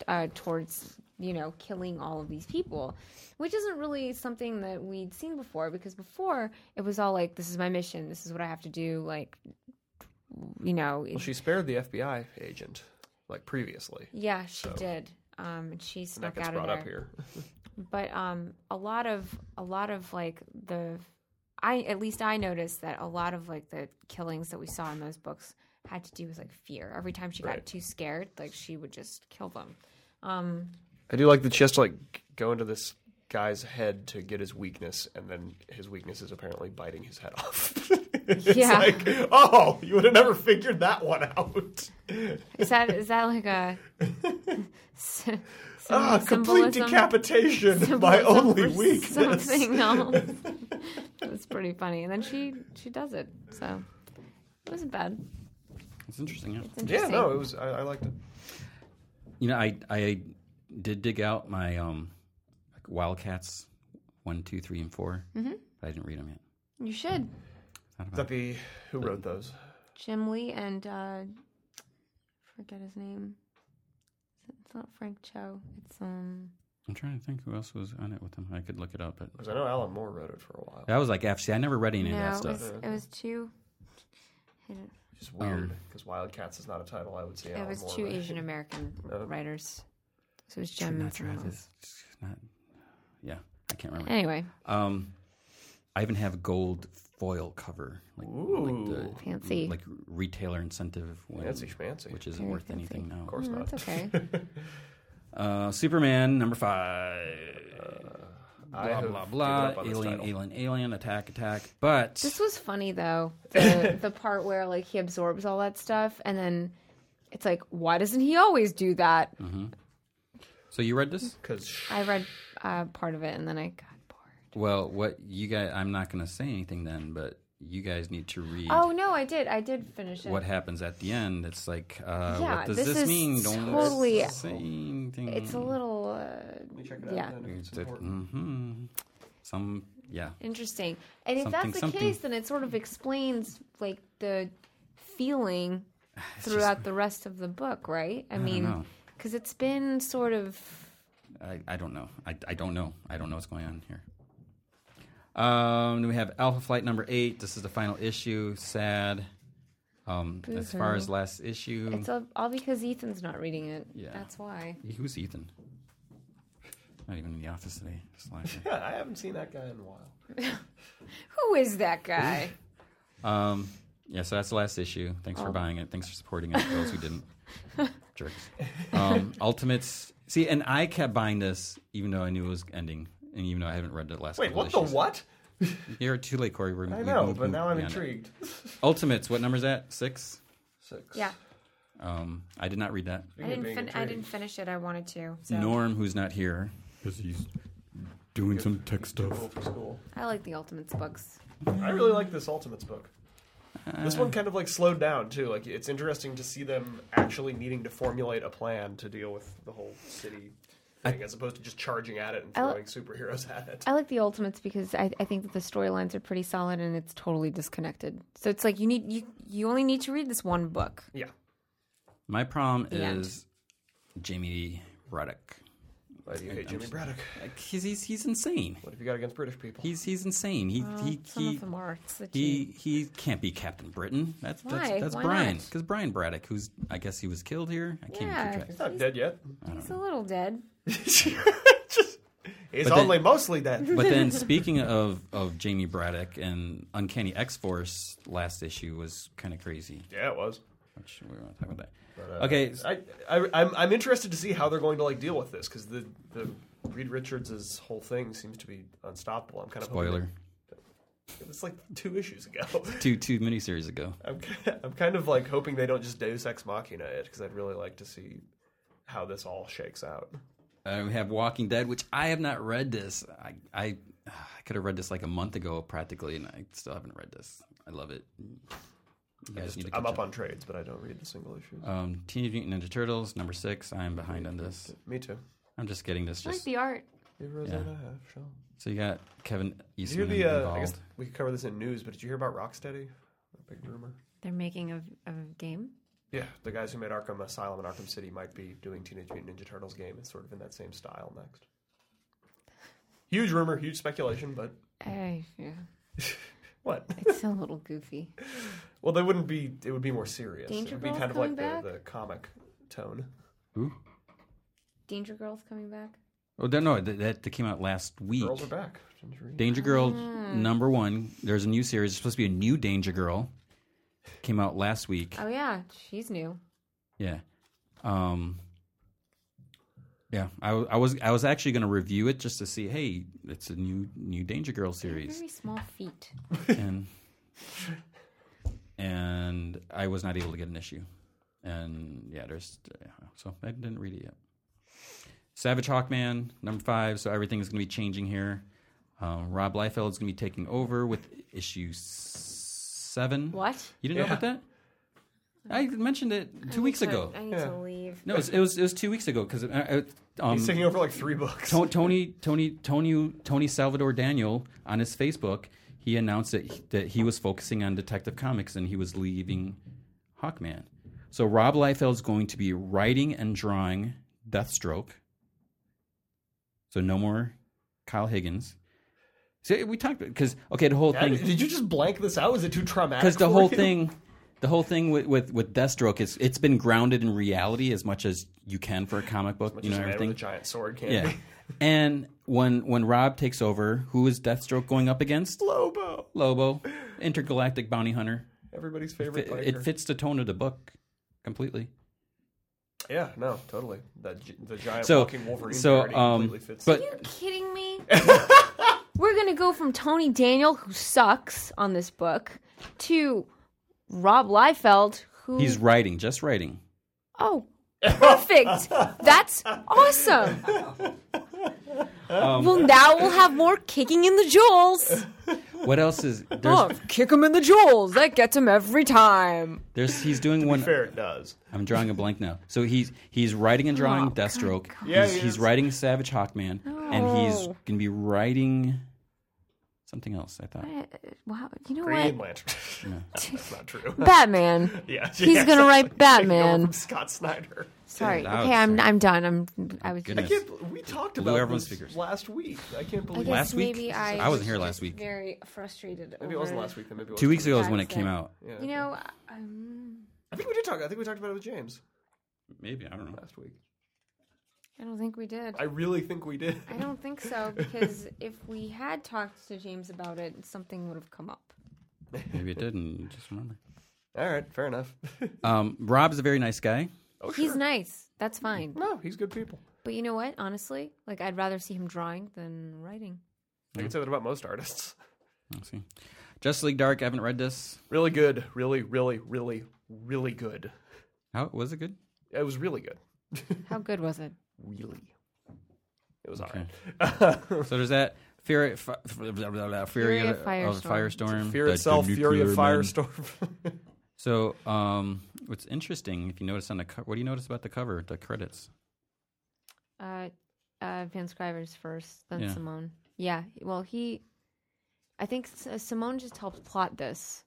[SPEAKER 1] uh, towards you know killing all of these people, which isn't really something that we'd seen before because before it was all like this is my mission, this is what I have to do, like you know
[SPEAKER 2] Well, she spared the FBI agent, like previously.
[SPEAKER 1] yeah, she did. Um, and she
[SPEAKER 2] And that
[SPEAKER 1] snuck
[SPEAKER 2] gets
[SPEAKER 1] out of
[SPEAKER 2] brought
[SPEAKER 1] there.
[SPEAKER 2] up here.
[SPEAKER 1] But um, a lot of a lot of like the, I at least I noticed that a lot of like the killings that we saw in those books had to do with like fear. Every time she got
[SPEAKER 2] Right.
[SPEAKER 1] too scared, like she would just kill them.
[SPEAKER 2] I do like that she has to like go into this guy's head to get his weakness, and then his weakness is apparently biting his head [LAUGHS] off. [LAUGHS] it's
[SPEAKER 1] Yeah.
[SPEAKER 2] like, oh, you would have never figured that one out.
[SPEAKER 1] [LAUGHS] Is that is that like
[SPEAKER 2] [LAUGHS]
[SPEAKER 1] a sy-
[SPEAKER 2] Ah, complete
[SPEAKER 1] Mm, symbolism?
[SPEAKER 2] decapitation, my only
[SPEAKER 1] Symbolism for
[SPEAKER 2] weakness.
[SPEAKER 1] [LAUGHS] Something else.
[SPEAKER 2] [LAUGHS]
[SPEAKER 1] It's pretty funny, and then she she does it. So it wasn't bad.
[SPEAKER 3] It's interesting. Yeah.
[SPEAKER 1] It's
[SPEAKER 2] Yeah,
[SPEAKER 1] interesting.
[SPEAKER 2] no, it was. I, I liked it.
[SPEAKER 3] You know, I I did dig out my um like Wildcats one, two, three, and 4. Mm-hmm. But I didn't read them yet.
[SPEAKER 1] You should.
[SPEAKER 2] Would
[SPEAKER 3] Thought about
[SPEAKER 2] that be who wrote those?
[SPEAKER 1] Jim Lee and uh forget his name. It's not Frank Cho. It's um
[SPEAKER 3] it. I'm trying to think who else was on it with them. I could look it up, but
[SPEAKER 2] Because I know Alan Moore wrote it for a while.
[SPEAKER 3] that was like FC. I never read any
[SPEAKER 1] no,
[SPEAKER 3] of that
[SPEAKER 1] it
[SPEAKER 3] stuff.
[SPEAKER 1] was, it was two.
[SPEAKER 2] Which is weird because Wildcats is not a title I would see.
[SPEAKER 1] It
[SPEAKER 2] Alan
[SPEAKER 1] was
[SPEAKER 2] Moore
[SPEAKER 1] two
[SPEAKER 2] write.
[SPEAKER 1] Asian [LAUGHS] American writers. So it was Jim
[SPEAKER 3] Not
[SPEAKER 1] and someone else.
[SPEAKER 3] Travis. Not. Yeah, I can't remember.
[SPEAKER 1] Anyway,
[SPEAKER 3] Um, I even have gold foil cover, like, like
[SPEAKER 1] fancy.
[SPEAKER 3] the like retailer incentive one,
[SPEAKER 2] Fancy schmancy.
[SPEAKER 3] which isn't
[SPEAKER 1] Very
[SPEAKER 3] worth
[SPEAKER 1] fancy.
[SPEAKER 3] anything now.
[SPEAKER 2] Of course
[SPEAKER 1] No,
[SPEAKER 2] not.
[SPEAKER 1] Mm, that's okay.
[SPEAKER 3] [LAUGHS] Uh, Superman number five.
[SPEAKER 2] I
[SPEAKER 3] blah
[SPEAKER 2] have given
[SPEAKER 3] blah blah.
[SPEAKER 2] up on this
[SPEAKER 3] Alien,
[SPEAKER 2] title.
[SPEAKER 3] alien, alien. Attack, attack. But
[SPEAKER 1] this was funny [LAUGHS] though. The the part where like he absorbs all that stuff and then it's like, why doesn't he always do that?
[SPEAKER 3] so you read this?
[SPEAKER 2] Because
[SPEAKER 1] I read uh, part of it and then I got bored.
[SPEAKER 3] Well, what you guys? I'm not going to say anything then, but you guys need to read.
[SPEAKER 1] Oh no, I did. I did finish it.
[SPEAKER 3] What happens at the end? It's like, uh,
[SPEAKER 1] Yeah,
[SPEAKER 3] what does
[SPEAKER 1] this
[SPEAKER 3] this,
[SPEAKER 1] is
[SPEAKER 3] mean? Don't hmm.
[SPEAKER 1] totally-
[SPEAKER 3] say anything.
[SPEAKER 1] It's a little uh,
[SPEAKER 2] check it out.
[SPEAKER 1] Yeah.
[SPEAKER 2] then if it's important.
[SPEAKER 3] hmm Some, yeah.
[SPEAKER 1] interesting. And if
[SPEAKER 3] Something,
[SPEAKER 1] that's the
[SPEAKER 3] something.
[SPEAKER 1] case, then it sort of explains like the
[SPEAKER 3] [SIGHS]
[SPEAKER 1] feeling throughout the rest of the book, right? I, mean,
[SPEAKER 3] know.
[SPEAKER 1] because it's been sort of
[SPEAKER 3] I, I don't know. I, I don't know. I don't know what's going on here. Um, then we have Alpha Flight number eight. This is the final issue. Sad. Um, as far as last issue,
[SPEAKER 1] it's all, all because Ethan's not reading it.
[SPEAKER 3] Hmm. Yeah.
[SPEAKER 1] that's why.
[SPEAKER 3] who's Ethan? Not even in the office today. Just laughing.
[SPEAKER 2] Yeah, I haven't seen that guy in a while.
[SPEAKER 1] Who is that guy?
[SPEAKER 3] um, yeah, so that's the last issue. Thanks
[SPEAKER 1] Oh.
[SPEAKER 3] for buying it. Thanks for supporting us, for those who
[SPEAKER 1] [LAUGHS]
[SPEAKER 3] didn't. Jerks. Um, Ultimates. See, and I kept buying this even though I knew it was ending, and even though I haven't read the last.
[SPEAKER 2] Wait,
[SPEAKER 3] couple
[SPEAKER 2] what the
[SPEAKER 3] issues.
[SPEAKER 2] what?
[SPEAKER 3] You're too late, Corey. We're,
[SPEAKER 2] I
[SPEAKER 3] we've
[SPEAKER 2] know,
[SPEAKER 3] moved-
[SPEAKER 2] but now I'm
[SPEAKER 3] beyond it.
[SPEAKER 2] intrigued.
[SPEAKER 3] Ultimates. What number is that? Six.
[SPEAKER 2] Six.
[SPEAKER 1] yeah,
[SPEAKER 3] Um, I did not read that.
[SPEAKER 1] I
[SPEAKER 2] Speaking of
[SPEAKER 1] didn't.
[SPEAKER 2] being
[SPEAKER 1] Fin- I
[SPEAKER 2] intrigued,
[SPEAKER 1] didn't finish it. I wanted to. So.
[SPEAKER 3] Norm, who's not here,
[SPEAKER 4] because he's doing some tech
[SPEAKER 2] Cool
[SPEAKER 4] stuff.
[SPEAKER 2] for school.
[SPEAKER 1] I like the Ultimates books.
[SPEAKER 2] I really like this Ultimates book. This one kind of like slowed down too. Like it's interesting to see them actually needing to formulate a plan to deal with the whole city thing, as opposed to just charging at it and
[SPEAKER 1] I-
[SPEAKER 2] throwing superheroes at it.
[SPEAKER 1] I like the Ultimates because I, I think that the storylines are pretty solid and it's totally disconnected. So it's like you need you you only need to read this one book.
[SPEAKER 2] Yeah,
[SPEAKER 3] my problem
[SPEAKER 1] The end.
[SPEAKER 3] is Jamie Ruddock.
[SPEAKER 2] why do you hate Jimmy Braddock?
[SPEAKER 3] Like, he's, he's he's insane.
[SPEAKER 2] What have you got against British people?
[SPEAKER 3] He's he's insane. He he
[SPEAKER 1] Some
[SPEAKER 3] he.
[SPEAKER 1] Oh, of them are. It's the
[SPEAKER 3] He he can't be Captain Britain. That's
[SPEAKER 1] Why?
[SPEAKER 3] that's, that's
[SPEAKER 1] Why
[SPEAKER 3] Brian
[SPEAKER 1] not?
[SPEAKER 3] because Brian Braddock, who's I guess he was killed here. I can't
[SPEAKER 1] Yeah.
[SPEAKER 3] keep track.
[SPEAKER 1] [LAUGHS]
[SPEAKER 2] He's not dead yet.
[SPEAKER 1] He's a little dead.
[SPEAKER 2] He's
[SPEAKER 3] But then-
[SPEAKER 2] only mostly dead.
[SPEAKER 3] But then speaking of of Jamie Braddock and Uncanny X Force, last issue was kind of crazy.
[SPEAKER 2] yeah, it was.
[SPEAKER 3] Which we want to talk about that. okay, s-
[SPEAKER 2] uh, I, I I'm, I'm interested to see how they're going to like deal with this because the the Reed Richards' whole thing seems to be unstoppable. I'm kind of hoping
[SPEAKER 3] spoiler.
[SPEAKER 2] that- It was like two issues ago. [LAUGHS]
[SPEAKER 3] Two two miniseries ago.
[SPEAKER 2] I'm ki- I'm kind of like hoping they don't just Deus Ex Machina it because I'd really like to see how this all shakes out.
[SPEAKER 3] Uh, we have Walking Dead, which I have not read this. I I, I could have read this like a month ago practically, and I still haven't read this. I love it. You guys need to
[SPEAKER 2] I'm
[SPEAKER 3] catch
[SPEAKER 2] up on trades, but I don't read the single issues.
[SPEAKER 3] Um, Teenage Mutant Ninja Turtles number six. I'm behind on this.
[SPEAKER 2] Me too.
[SPEAKER 3] I'm just getting this
[SPEAKER 1] I like
[SPEAKER 3] just
[SPEAKER 1] the art.
[SPEAKER 2] Give Rosanna a half shell.
[SPEAKER 3] so you got Kevin
[SPEAKER 2] Did you
[SPEAKER 3] Eastman
[SPEAKER 2] hear the? Uh, I
[SPEAKER 3] involved.
[SPEAKER 2] guess we could cover this in news, but did you hear about Rocksteady? That big rumor.
[SPEAKER 1] They're making a, a game.
[SPEAKER 2] Yeah, the guys who made Arkham Asylum and Arkham City might be doing Teenage Mutant Ninja Turtles game. It's sort of in that same style next. Huge rumor, huge speculation, but
[SPEAKER 1] I, yeah.
[SPEAKER 2] what?
[SPEAKER 1] It's a little goofy.
[SPEAKER 2] Well, they wouldn't be. It would be more serious.
[SPEAKER 1] Danger
[SPEAKER 2] it would be
[SPEAKER 1] Girl's
[SPEAKER 2] kind of
[SPEAKER 1] coming
[SPEAKER 2] like
[SPEAKER 1] back?
[SPEAKER 2] The, the comic tone.
[SPEAKER 1] Danger Girl's coming back.
[SPEAKER 3] Oh that- no, that, that that came out last week.
[SPEAKER 2] Girls are back. Didn't you read?
[SPEAKER 3] Danger Girl
[SPEAKER 1] Hmm.
[SPEAKER 3] number one. There's a new series. It's supposed to be a new Danger Girl. Came out last week.
[SPEAKER 1] Oh yeah, she's new.
[SPEAKER 3] Yeah. Um Yeah, I, w- I was I was actually going to review it just to see. Hey, it's a new new Danger Girl series,
[SPEAKER 1] Very small feet.
[SPEAKER 3] and and I was not able to get an issue. And yeah, there's so I didn't read it yet. Savage Hawkman number five. So everything is going to be changing here. Um, Rob Liefeld is going to be taking over with issue s- seven.
[SPEAKER 1] What?
[SPEAKER 3] You didn't know about that? I mentioned it two weeks ago.
[SPEAKER 1] I need to leave.
[SPEAKER 3] No, it was, it was it was two weeks ago because um,
[SPEAKER 2] He's taking over like three books. [LAUGHS]
[SPEAKER 3] To- Tony Tony Tony Tony Salvador Daniel on his Facebook he announced that he, that he was focusing on Detective Comics and he was leaving Hawkman. So Rob Liefeld is going to be writing and drawing Deathstroke. So no more Kyle Higgins. See, we talked because okay, the whole
[SPEAKER 2] Dad, [LAUGHS]
[SPEAKER 3] thing
[SPEAKER 2] did you just blank this out? Was it too traumatic?
[SPEAKER 3] because the
[SPEAKER 2] for
[SPEAKER 3] whole
[SPEAKER 2] you?
[SPEAKER 3] thing the whole thing with, with, with Deathstroke is it's been grounded in reality as much as you can for a comic book,
[SPEAKER 2] Which
[SPEAKER 3] you
[SPEAKER 2] is
[SPEAKER 3] know
[SPEAKER 2] a man
[SPEAKER 3] everything.
[SPEAKER 2] With a giant sword can
[SPEAKER 3] [LAUGHS] Yeah.
[SPEAKER 2] be. [LAUGHS]
[SPEAKER 3] and when when Rob takes over, who is Deathstroke going up against?
[SPEAKER 2] Lobo,
[SPEAKER 3] Lobo, intergalactic bounty hunter.
[SPEAKER 2] everybody's favorite
[SPEAKER 3] It,
[SPEAKER 2] biker.
[SPEAKER 3] it fits the tone of the book completely.
[SPEAKER 2] Yeah, no, totally. That gi- the giant
[SPEAKER 3] So-
[SPEAKER 2] walking Wolverine
[SPEAKER 3] so,
[SPEAKER 2] parody
[SPEAKER 3] um,
[SPEAKER 2] completely fits.
[SPEAKER 3] but-
[SPEAKER 2] it.
[SPEAKER 3] [LAUGHS]
[SPEAKER 1] Are you kidding me? We're gonna go from Tony Daniel, who sucks on this book, to Rob Liefeld, who
[SPEAKER 3] He's writing, just writing.
[SPEAKER 1] oh perfect. That's awesome. well, now we'll have more kicking in the jewels.
[SPEAKER 3] What else [LAUGHS] is there's,
[SPEAKER 1] Oh, kick him in the jewels. That gets him every time.
[SPEAKER 3] there's he's doing one
[SPEAKER 2] fair, it does.
[SPEAKER 3] I'm drawing a blank now. So he's he's writing and drawing Deathstroke.
[SPEAKER 2] Yeah,
[SPEAKER 3] he's,
[SPEAKER 2] he
[SPEAKER 3] he's
[SPEAKER 2] is.
[SPEAKER 3] writing Savage Hawkman, and he's
[SPEAKER 1] No.
[SPEAKER 3] gonna be writing something else. I thought.
[SPEAKER 1] Uh, Wow, you know
[SPEAKER 2] Green
[SPEAKER 1] what?
[SPEAKER 2] Lantern. [LAUGHS] That's not true.
[SPEAKER 1] Batman.
[SPEAKER 2] yeah,
[SPEAKER 1] He's
[SPEAKER 2] [LAUGHS] yeah,
[SPEAKER 1] gonna write
[SPEAKER 2] exactly. Taking over
[SPEAKER 1] Batman.
[SPEAKER 2] [LAUGHS] from Scott Snyder.
[SPEAKER 1] Sorry.
[SPEAKER 3] That
[SPEAKER 1] Okay,
[SPEAKER 3] was-
[SPEAKER 1] I'm I'm done. I'm I was
[SPEAKER 3] Goodness.
[SPEAKER 2] I can't. bel- We talked
[SPEAKER 3] Blew
[SPEAKER 2] about
[SPEAKER 3] everyone's
[SPEAKER 2] this
[SPEAKER 3] fingers.
[SPEAKER 2] last week. I can't believe.
[SPEAKER 3] Last week?
[SPEAKER 1] Maybe I,
[SPEAKER 3] I wasn't
[SPEAKER 1] was
[SPEAKER 3] here last
[SPEAKER 1] just
[SPEAKER 3] week.
[SPEAKER 1] Very frustrated.
[SPEAKER 2] Maybe it wasn't last week. Then maybe it was
[SPEAKER 3] Two weeks ago is
[SPEAKER 1] I
[SPEAKER 3] when it
[SPEAKER 1] said-
[SPEAKER 3] came out.
[SPEAKER 1] You know, um,
[SPEAKER 2] I think we did talk. I think we talked about it with James
[SPEAKER 3] Maybe I don't
[SPEAKER 2] [LAUGHS]
[SPEAKER 3] know.
[SPEAKER 2] last week.
[SPEAKER 1] I don't think we did.
[SPEAKER 2] I really think we did. [LAUGHS]
[SPEAKER 1] I don't think so because if we had talked to James about it, something would have come up.
[SPEAKER 3] Maybe it did, and you just remember.
[SPEAKER 2] All right, fair enough. [LAUGHS]
[SPEAKER 3] Um, Rob's a very nice guy.
[SPEAKER 2] oh, sure.
[SPEAKER 1] He's nice. That's fine.
[SPEAKER 2] no, he's good people.
[SPEAKER 1] But you know what? Honestly, like I'd rather see him drawing than writing.
[SPEAKER 2] I
[SPEAKER 3] Mm-hmm.
[SPEAKER 2] can say that about most artists.
[SPEAKER 3] Let's see. Justice League Dark. I haven't read this.
[SPEAKER 2] Really good. Really, really, really, really good.
[SPEAKER 3] How was it good?
[SPEAKER 2] It was really good.
[SPEAKER 1] How good was it?
[SPEAKER 2] Really. It was
[SPEAKER 3] Okay. [LAUGHS]
[SPEAKER 2] alright.
[SPEAKER 3] so there's that Fury, f- f- blah, blah, blah, blah, Fury,
[SPEAKER 1] Fury
[SPEAKER 3] of,
[SPEAKER 1] of
[SPEAKER 3] of
[SPEAKER 1] Firestorm.
[SPEAKER 3] Firestorm.
[SPEAKER 2] Fear
[SPEAKER 3] Um, the
[SPEAKER 2] itself, Fury of
[SPEAKER 3] nuclear Um, man.
[SPEAKER 2] Firestorm.
[SPEAKER 3] So, um, what's interesting, if you notice on the co- what do you notice about the cover, the credits?
[SPEAKER 1] Uh, uh, Van Scrivers first, then
[SPEAKER 3] Yeah.
[SPEAKER 1] Simone. Yeah. Well, he. I think S- Simone just helped plot this,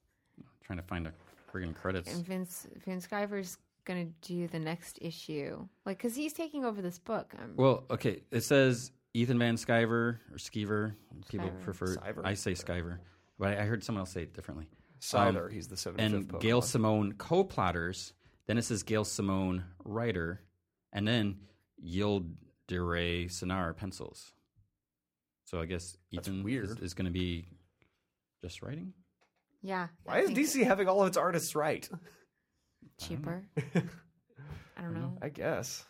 [SPEAKER 3] trying to find a friggin' credits.
[SPEAKER 1] and Vince Van Scrivers gonna do the next issue, like because he's taking over this book. Um,
[SPEAKER 3] Well, okay, it says Ethan Van Skyver or Skeever. People
[SPEAKER 1] Sciver.
[SPEAKER 3] prefer.
[SPEAKER 2] Sciver.
[SPEAKER 3] I say Skyver, but I, I heard someone else say it differently.
[SPEAKER 2] Siler, he's the 75th
[SPEAKER 3] and
[SPEAKER 2] Pokemon.
[SPEAKER 3] Gail Simone co-plotters. Then it says Gail Simone writer, and then Yildire Sonar pencils. So I guess
[SPEAKER 2] That's
[SPEAKER 3] Ethan
[SPEAKER 2] weird.
[SPEAKER 3] is, going to be just writing.
[SPEAKER 1] yeah.
[SPEAKER 2] Why is DC having all of its artists right? [LAUGHS]
[SPEAKER 1] cheaper? I don't know.
[SPEAKER 2] I guess.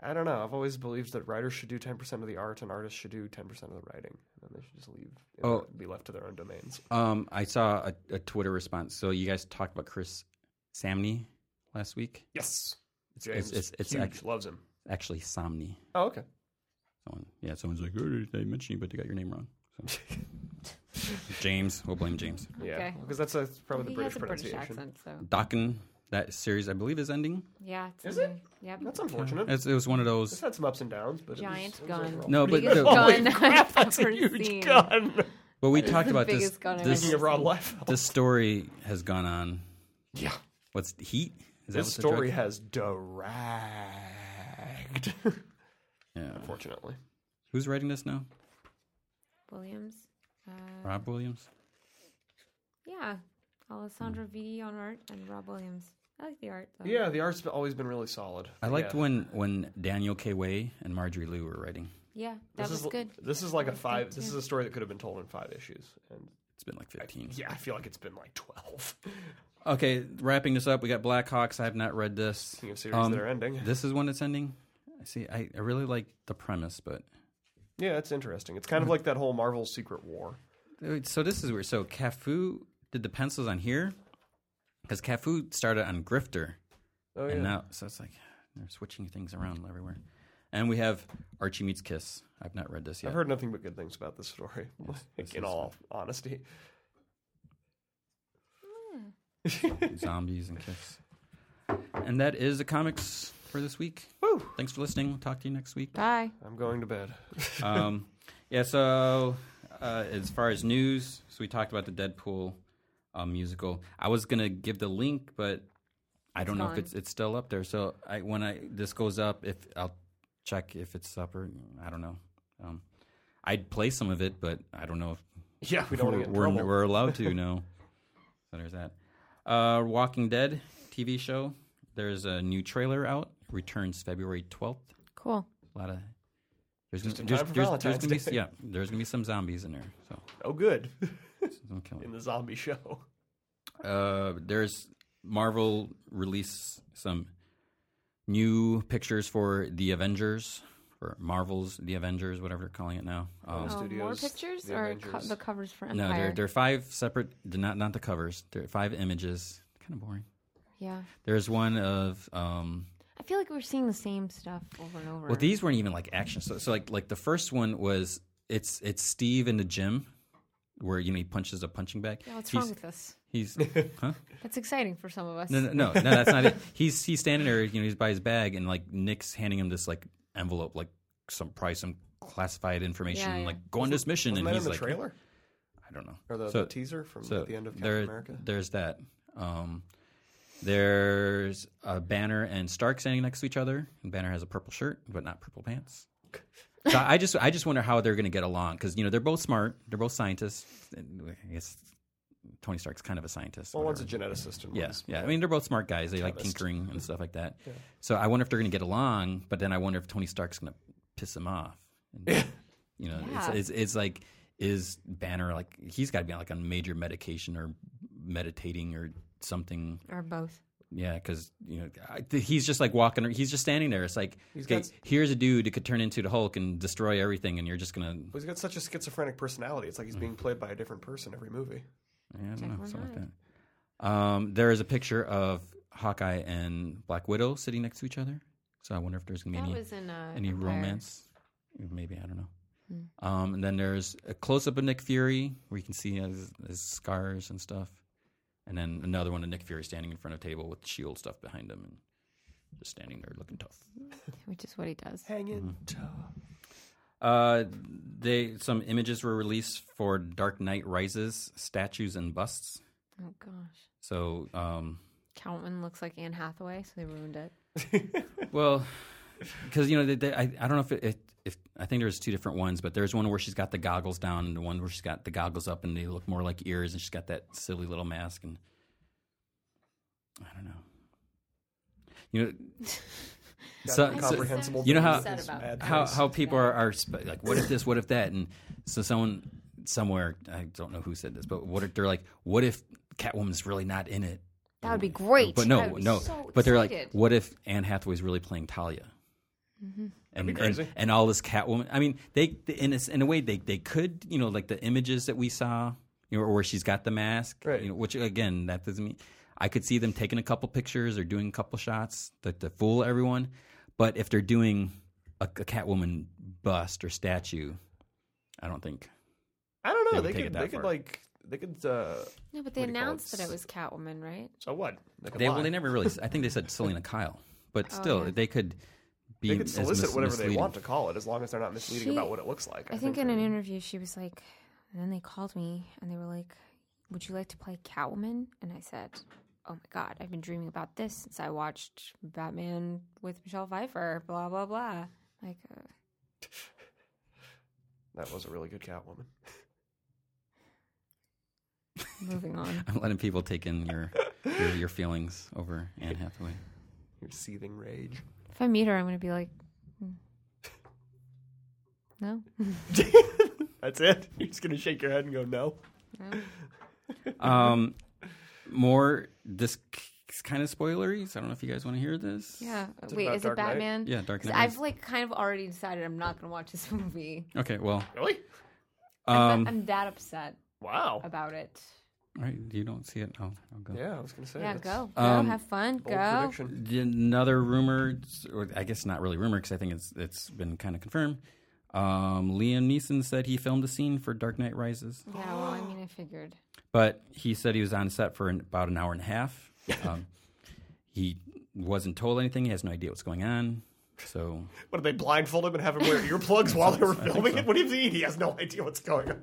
[SPEAKER 2] I don't know. I've always believed that writers should do 10% of the art and artists should do 10% of the writing. And then they should just leave. and
[SPEAKER 3] Oh.
[SPEAKER 2] Be left to their own domains.
[SPEAKER 3] Um, I saw a, a Twitter response. So you guys talked about Chris Samney last week.
[SPEAKER 2] Yes.
[SPEAKER 3] it's-
[SPEAKER 2] James
[SPEAKER 3] it's- it's
[SPEAKER 2] huge,
[SPEAKER 3] act-
[SPEAKER 2] loves him.
[SPEAKER 3] Actually, Somni.
[SPEAKER 2] Oh, okay.
[SPEAKER 3] Someone, yeah, someone's like, "Oh, they mentioned you, but they got your name wrong. So. James, we'll blame James.
[SPEAKER 2] Yeah,
[SPEAKER 1] Okay.
[SPEAKER 2] because that's, that's probably
[SPEAKER 1] he
[SPEAKER 2] the British
[SPEAKER 1] has a British
[SPEAKER 2] pronunciation.
[SPEAKER 1] accent, so
[SPEAKER 3] Dokken, that series I believe is ending.
[SPEAKER 1] yeah. It's
[SPEAKER 2] Is
[SPEAKER 1] something- Yep.
[SPEAKER 2] That's unfortunate.
[SPEAKER 3] It's, it was one of
[SPEAKER 2] It's
[SPEAKER 3] those.
[SPEAKER 2] had some ups and downs, but
[SPEAKER 1] Giant
[SPEAKER 2] it was, it was
[SPEAKER 1] gun.
[SPEAKER 2] overall-
[SPEAKER 3] [LAUGHS] No, but the,
[SPEAKER 1] gun
[SPEAKER 2] Holy
[SPEAKER 1] [LAUGHS] I've
[SPEAKER 2] crap, that's a
[SPEAKER 1] ever
[SPEAKER 2] huge
[SPEAKER 1] seen.
[SPEAKER 2] gun.
[SPEAKER 1] [LAUGHS]
[SPEAKER 3] but we talked about this.
[SPEAKER 1] biggest gun I've
[SPEAKER 3] This
[SPEAKER 2] Speaking of Rob Liefeld,
[SPEAKER 3] this story has gone on.
[SPEAKER 2] yeah,
[SPEAKER 3] What's heat? Is
[SPEAKER 2] this
[SPEAKER 3] what the
[SPEAKER 2] story
[SPEAKER 3] drug-
[SPEAKER 2] has dragged. [LAUGHS]
[SPEAKER 3] Yeah.
[SPEAKER 2] Unfortunately,
[SPEAKER 3] Who's writing this now?
[SPEAKER 1] Williams. Uh,
[SPEAKER 3] Rob Williams.
[SPEAKER 1] yeah. Alessandro Vitti on art and Rob Williams. I like the art though.
[SPEAKER 2] Hmm. yeah, the art's always been really solid.
[SPEAKER 3] I liked
[SPEAKER 2] yeah.
[SPEAKER 3] when when Daniel K. Way and Marjorie Liu were writing.
[SPEAKER 1] Yeah, that
[SPEAKER 2] this
[SPEAKER 1] was
[SPEAKER 2] is,
[SPEAKER 1] good.
[SPEAKER 2] This is like a five. This
[SPEAKER 1] yeah.
[SPEAKER 2] is a story that could have been told in five issues, and
[SPEAKER 3] It's been like fifteen.
[SPEAKER 2] yeah, I feel like it's been like twelve. [LAUGHS]
[SPEAKER 3] Okay, wrapping this up, we got Blackhawks. I have not read this. Um,
[SPEAKER 2] Speaking of series that are ending, [LAUGHS]
[SPEAKER 3] This is one that's ending. I see. I, I really like the premise, but
[SPEAKER 2] yeah, it's interesting. It's
[SPEAKER 3] uh-huh.
[SPEAKER 2] kind of like that whole Marvel Secret War.
[SPEAKER 3] so this is weird. So Cafu did the pencils on here because Cafu started on Grifter,
[SPEAKER 2] Oh yeah,
[SPEAKER 3] and now so it's like they're switching things around everywhere. And we have Archie meets Kiss. I've not read this yet.
[SPEAKER 2] I've heard nothing but good things about this story. [LAUGHS] like, in all honesty,
[SPEAKER 3] [LAUGHS] Zombies and Kiss. And that is the comics for this week.
[SPEAKER 2] Woo.
[SPEAKER 3] Thanks for listening. We'll talk to
[SPEAKER 1] [LAUGHS]
[SPEAKER 3] you next week.
[SPEAKER 1] Bye.
[SPEAKER 2] I'm going to
[SPEAKER 3] [LAUGHS]
[SPEAKER 2] bed.
[SPEAKER 3] um, yeah, so uh, as far as news, so we talked about the Deadpool uh, musical. I was gonna give the link, but I don't know if
[SPEAKER 1] gone.
[SPEAKER 3] it's it's still up there. So I when I this goes up, if I'll check if it's up or I don't know. Um, I'd play some of it, but I don't know if
[SPEAKER 2] yeah, we don't want to
[SPEAKER 3] we're,
[SPEAKER 2] get in
[SPEAKER 3] we're,
[SPEAKER 2] trouble.
[SPEAKER 3] we're allowed
[SPEAKER 2] [LAUGHS]
[SPEAKER 3] to now. So there's that. Uh, Walking Dead TV show. There's a new trailer out. Returns February twelfth.
[SPEAKER 1] Cool.
[SPEAKER 3] A lot of there's
[SPEAKER 2] Just
[SPEAKER 3] gonna,
[SPEAKER 2] in
[SPEAKER 3] there's,
[SPEAKER 2] time for
[SPEAKER 3] there's,
[SPEAKER 2] Valentine's
[SPEAKER 3] there's gonna
[SPEAKER 2] Day.
[SPEAKER 3] be yeah there's gonna be some zombies in there so
[SPEAKER 2] oh, good. [LAUGHS]
[SPEAKER 3] some killing.
[SPEAKER 2] in the zombie show.
[SPEAKER 3] Uh, there's Marvel release some new pictures for the Avengers or Marvel's the Avengers whatever they're calling it now. Um,
[SPEAKER 1] Oh, more
[SPEAKER 2] Studios,
[SPEAKER 1] pictures
[SPEAKER 2] The
[SPEAKER 1] or co-
[SPEAKER 2] Avengers.
[SPEAKER 1] the covers for Empire?
[SPEAKER 3] no, they're they're five separate they're not not the covers. They're five images. Kind of boring.
[SPEAKER 1] yeah.
[SPEAKER 3] There's one of um,
[SPEAKER 1] I feel like we're seeing the same stuff over and over.
[SPEAKER 3] Well, these weren't even like action. So, so like like the first one was it's it's Steve in the gym where you know he punches a punching bag.
[SPEAKER 1] yeah, what's
[SPEAKER 3] he's,
[SPEAKER 1] wrong with this?
[SPEAKER 2] [LAUGHS]
[SPEAKER 3] He's huh?
[SPEAKER 1] That's exciting for some of us.
[SPEAKER 3] No, no, no, no, that's not it. He's he's standing there, you know, he's by his bag, and like Nick's handing him this like envelope, like some probably some classified information,
[SPEAKER 1] Yeah, yeah.
[SPEAKER 3] like go on this mission,
[SPEAKER 2] Wasn't
[SPEAKER 3] and
[SPEAKER 2] that in
[SPEAKER 3] he's
[SPEAKER 2] the
[SPEAKER 3] like,
[SPEAKER 2] trailer
[SPEAKER 3] I don't know.
[SPEAKER 2] or the,
[SPEAKER 3] So-
[SPEAKER 2] the teaser from
[SPEAKER 3] so
[SPEAKER 2] the end of Captain
[SPEAKER 3] there-
[SPEAKER 2] America?
[SPEAKER 3] There's that. Um, there's a Banner and Stark standing next to each other, and Banner has a purple shirt but not
[SPEAKER 2] [LAUGHS]
[SPEAKER 3] purple pants. So I just I just wonder how they're going to get along because you know they're both smart, they're both scientists. And I guess Tony Stark's kind of a scientist.
[SPEAKER 2] Well, one's a
[SPEAKER 3] whatever.
[SPEAKER 2] geneticist and
[SPEAKER 3] yeah,
[SPEAKER 2] one's
[SPEAKER 3] yeah. I mean, they're both smart guys. They like
[SPEAKER 2] Chemist.
[SPEAKER 3] tinkering and stuff like that. So I wonder if they're going to get along, but then I wonder if Tony Stark's going to piss him off. And, you know,
[SPEAKER 1] Yeah.
[SPEAKER 3] it's, it's it's like is Banner like he's got to be on like on major medication or meditating or something.
[SPEAKER 1] Or both.
[SPEAKER 3] Yeah, because you know I, th- he's just like walking. He's just standing there. It's like okay,
[SPEAKER 2] got-
[SPEAKER 3] here's a dude who could turn into the Hulk and destroy everything, and you're just gonna
[SPEAKER 2] But he's got such a schizophrenic personality. It's like he's
[SPEAKER 3] Mm-hmm.
[SPEAKER 2] being played by a different person every movie.
[SPEAKER 3] Yeah, I don't
[SPEAKER 1] Check
[SPEAKER 3] know,
[SPEAKER 1] one
[SPEAKER 3] something like that. Um, there is a picture of Hawkeye and Black Widow sitting next to each other. So I wonder if there's going to
[SPEAKER 1] That
[SPEAKER 3] be any,
[SPEAKER 1] was in uh,
[SPEAKER 3] any
[SPEAKER 1] Empire.
[SPEAKER 3] romance. Maybe, I don't know.
[SPEAKER 1] Hmm.
[SPEAKER 3] Um, and then there's a close up of Nick Fury where you can see his, his scars and stuff. And then another one of Nick Fury standing in front of a table with shield stuff behind him and just standing there looking tough.
[SPEAKER 1] which is what he does.
[SPEAKER 2] Hanging
[SPEAKER 3] Mm-hmm. Uh, they some images were released for Dark Knight Rises statues and busts.
[SPEAKER 1] Oh gosh,
[SPEAKER 3] So um,
[SPEAKER 1] Catwoman looks like Anne Hathaway, so they ruined it.
[SPEAKER 3] Well, because you know, they, they, I, I don't know if it, it, if I think there's two different ones, but there's one where she's got the goggles down, and the one where she's got the goggles up, and they look more like ears, and she's got that silly little mask, and I don't know. You know, so, so
[SPEAKER 2] incomprehensible.
[SPEAKER 3] you know how-
[SPEAKER 2] things,
[SPEAKER 1] Upset about
[SPEAKER 2] mad
[SPEAKER 3] how
[SPEAKER 2] face.
[SPEAKER 3] how people are, are sp- like, what if this, what if that, and so someone somewhere, I don't know who said this, but what if they're like, what if Catwoman's really not in it?
[SPEAKER 1] That would be great.
[SPEAKER 3] But
[SPEAKER 1] I
[SPEAKER 3] no,
[SPEAKER 1] would be
[SPEAKER 3] no.
[SPEAKER 1] so
[SPEAKER 3] but they're like,
[SPEAKER 1] excited.
[SPEAKER 3] what if Anne Hathaway's really playing Talia? And,
[SPEAKER 2] Mm-hmm. be crazy.
[SPEAKER 3] and and all this Catwoman. I mean, they in a, in a way they they could you know like the images that we saw, you know, where she's got the mask,
[SPEAKER 2] Right.
[SPEAKER 3] you know, which again that doesn't mean I could see them taking a couple pictures or doing a couple shots that to fool everyone. But if they're doing a, a Catwoman bust or statue. I don't think.
[SPEAKER 2] I don't know.
[SPEAKER 3] They would
[SPEAKER 2] They,
[SPEAKER 3] take it
[SPEAKER 2] could.
[SPEAKER 3] that
[SPEAKER 2] They could
[SPEAKER 3] far.
[SPEAKER 2] like. They could. uh
[SPEAKER 1] No, but they
[SPEAKER 2] What do you call
[SPEAKER 1] announced
[SPEAKER 2] it?
[SPEAKER 1] that it was Catwoman, right?
[SPEAKER 2] So what? They, could
[SPEAKER 3] They well,
[SPEAKER 2] lie.
[SPEAKER 3] they never really. I think
[SPEAKER 2] [LAUGHS]
[SPEAKER 3] they said Selena Kyle, but still,
[SPEAKER 1] Oh, yeah.
[SPEAKER 3] they could be.
[SPEAKER 2] They could
[SPEAKER 3] as
[SPEAKER 2] solicit
[SPEAKER 3] mis-
[SPEAKER 2] whatever they
[SPEAKER 3] misleading.
[SPEAKER 2] want to call it, as long as they're not misleading
[SPEAKER 1] She-
[SPEAKER 2] about what it looks like.
[SPEAKER 1] I think in
[SPEAKER 2] they-
[SPEAKER 1] an interview she was like, and then they called me and they were like, "Would you like to play Catwoman?" And I said, "Oh my god, I've been dreaming about this since I watched Batman with Michelle Pfeiffer." Blah blah blah. Like, uh,
[SPEAKER 2] that was a really good Catwoman.
[SPEAKER 1] moving on.
[SPEAKER 3] I'm letting people take in your your, your feelings over Anne [LAUGHS] Hathaway.
[SPEAKER 2] Your seething rage.
[SPEAKER 1] If I meet her, I'm gonna be like, "Hmm.
[SPEAKER 2] [LAUGHS]
[SPEAKER 1] "No,
[SPEAKER 2] That's it. [LAUGHS] You're just gonna shake your head and go no.
[SPEAKER 3] Um, more this kind of spoilery. So I don't know if you guys want to hear this.
[SPEAKER 1] yeah,
[SPEAKER 2] it
[SPEAKER 1] wait,
[SPEAKER 2] about
[SPEAKER 1] is it
[SPEAKER 2] Dark Knight?
[SPEAKER 1] Batman?"
[SPEAKER 3] Yeah, Dark
[SPEAKER 1] 'Cause
[SPEAKER 3] Knight.
[SPEAKER 1] I've like kind of already decided I'm not gonna watch this [LAUGHS] movie.
[SPEAKER 3] Okay, well,
[SPEAKER 2] Really?
[SPEAKER 1] I'm,
[SPEAKER 3] um,
[SPEAKER 1] I'm that upset
[SPEAKER 2] Wow.
[SPEAKER 1] about it.
[SPEAKER 3] all right, you don't see it. Oh, I'll, I'll go.
[SPEAKER 2] Yeah, I was gonna say.
[SPEAKER 1] Yeah,
[SPEAKER 2] that's
[SPEAKER 1] go, go,
[SPEAKER 3] Um,
[SPEAKER 1] have fun,
[SPEAKER 2] Bold
[SPEAKER 1] go.
[SPEAKER 2] prediction.
[SPEAKER 3] The- Another rumor, or I guess not really rumor, because I think it's it's been kind of confirmed. Um, Liam Neeson said he filmed a scene for Dark Knight Rises,
[SPEAKER 1] Yeah, well, I mean, I figured.
[SPEAKER 3] but he said he was on set for an, about an hour and a half. Um, he wasn't told anything. He has no idea what's going on. So
[SPEAKER 2] What did they blindfold him and have him wear earplugs
[SPEAKER 3] [LAUGHS]
[SPEAKER 2] while they were filming it? What do you mean? He has no idea what's going on.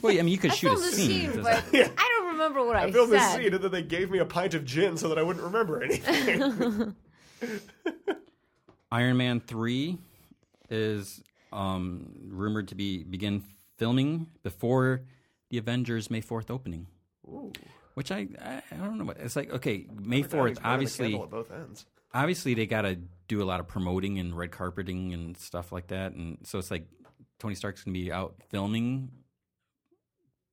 [SPEAKER 3] Well, yeah, I mean, you could
[SPEAKER 1] I
[SPEAKER 3] [GASPS] shoot a
[SPEAKER 1] filmed the
[SPEAKER 3] scene.
[SPEAKER 1] scene,
[SPEAKER 3] It doesn't-
[SPEAKER 2] [LAUGHS]
[SPEAKER 1] but I don't remember what I,
[SPEAKER 2] I filmed this
[SPEAKER 1] said.
[SPEAKER 2] scene and then they gave me a pint of gin so that I wouldn't remember anything.
[SPEAKER 3] Iron Man three is um, rumored to be begin filming before the Avengers May fourth opening. Which I, I I don't know. What, it's like okay,
[SPEAKER 2] [LAUGHS]
[SPEAKER 3] May fourth. Obviously,
[SPEAKER 2] at both ends.
[SPEAKER 3] obviously they got to do a lot of promoting and red carpeting and stuff like that. And so it's like Tony Stark's gonna be out filming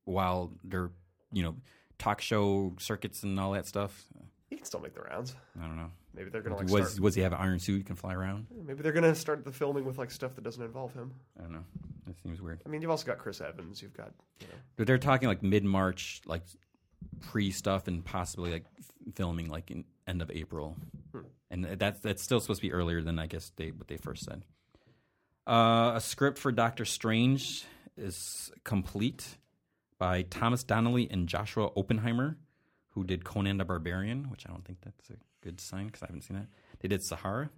[SPEAKER 3] while they're you know talk show circuits and all that stuff.
[SPEAKER 2] He can still make the rounds.
[SPEAKER 3] I don't know.
[SPEAKER 2] Maybe they're gonna like
[SPEAKER 3] was
[SPEAKER 2] start.
[SPEAKER 3] was he have an iron suit? Can fly around?
[SPEAKER 2] Maybe they're gonna start the filming with like stuff that doesn't involve him.
[SPEAKER 3] I don't know. That seems weird.
[SPEAKER 2] I mean, you've also got Chris Evans. You've got you know.
[SPEAKER 3] But they're talking like mid March, like pre stuff, and possibly like f- filming like in end of April, and that's that's still supposed to be earlier than I guess they what they first said. Uh, a script for Doctor Strange is complete by Thomas Donnelly and Joshua Oppenheimer, who did Conan the Barbarian, which I don't think that's a good sign because I haven't seen that. They did Sahara.
[SPEAKER 2] Uh,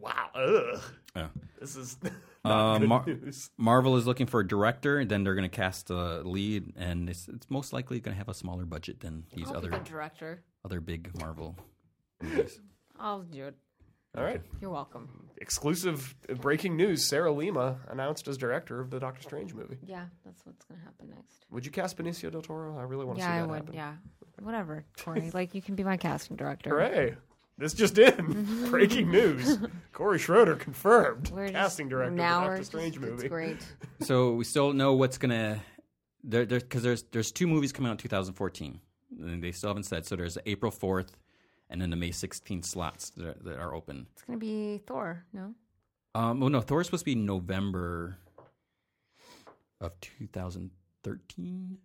[SPEAKER 2] Wow. Ugh.
[SPEAKER 3] Yeah.
[SPEAKER 2] This is [LAUGHS] not
[SPEAKER 3] Uh,
[SPEAKER 2] good
[SPEAKER 3] Mar-
[SPEAKER 2] news.
[SPEAKER 3] Marvel is looking for a director, and then they're going to cast a lead, and it's, it's most likely going to have a smaller budget than these
[SPEAKER 1] I'll
[SPEAKER 3] other
[SPEAKER 1] be the director.
[SPEAKER 3] other big Marvel movies.
[SPEAKER 1] I'll do it.
[SPEAKER 2] All right.
[SPEAKER 1] You're welcome.
[SPEAKER 2] Exclusive uh, breaking news: Sarah Lima announced as director of the Doctor Strange movie.
[SPEAKER 1] Yeah, that's what's gonna happen next.
[SPEAKER 2] Would you cast Benicio del Toro? I really want to
[SPEAKER 1] Yeah,
[SPEAKER 2] see
[SPEAKER 1] I
[SPEAKER 2] that
[SPEAKER 1] would.
[SPEAKER 2] happen.
[SPEAKER 1] Yeah, whatever,
[SPEAKER 2] [LAUGHS]
[SPEAKER 1] Corey. like you can be my casting director.
[SPEAKER 2] Hooray! This just in. [LAUGHS] Breaking
[SPEAKER 1] [LAUGHS]
[SPEAKER 2] news. Corey Schroeder confirmed
[SPEAKER 1] We're just-
[SPEAKER 2] casting director
[SPEAKER 1] now
[SPEAKER 2] of the
[SPEAKER 1] we're
[SPEAKER 2] Doctor Strange
[SPEAKER 1] just-
[SPEAKER 2] movie.
[SPEAKER 1] It's
[SPEAKER 2] [LAUGHS]
[SPEAKER 1] great.
[SPEAKER 3] so we still don't know what's going to there there because there's there's two movies coming out in 2014, and they still haven't said. So there's the April 4th, and then the May 16th slots that are, that are open.
[SPEAKER 1] It's gonna be Thor. No,
[SPEAKER 3] Um, well, no, Thor's supposed to be November of 2013.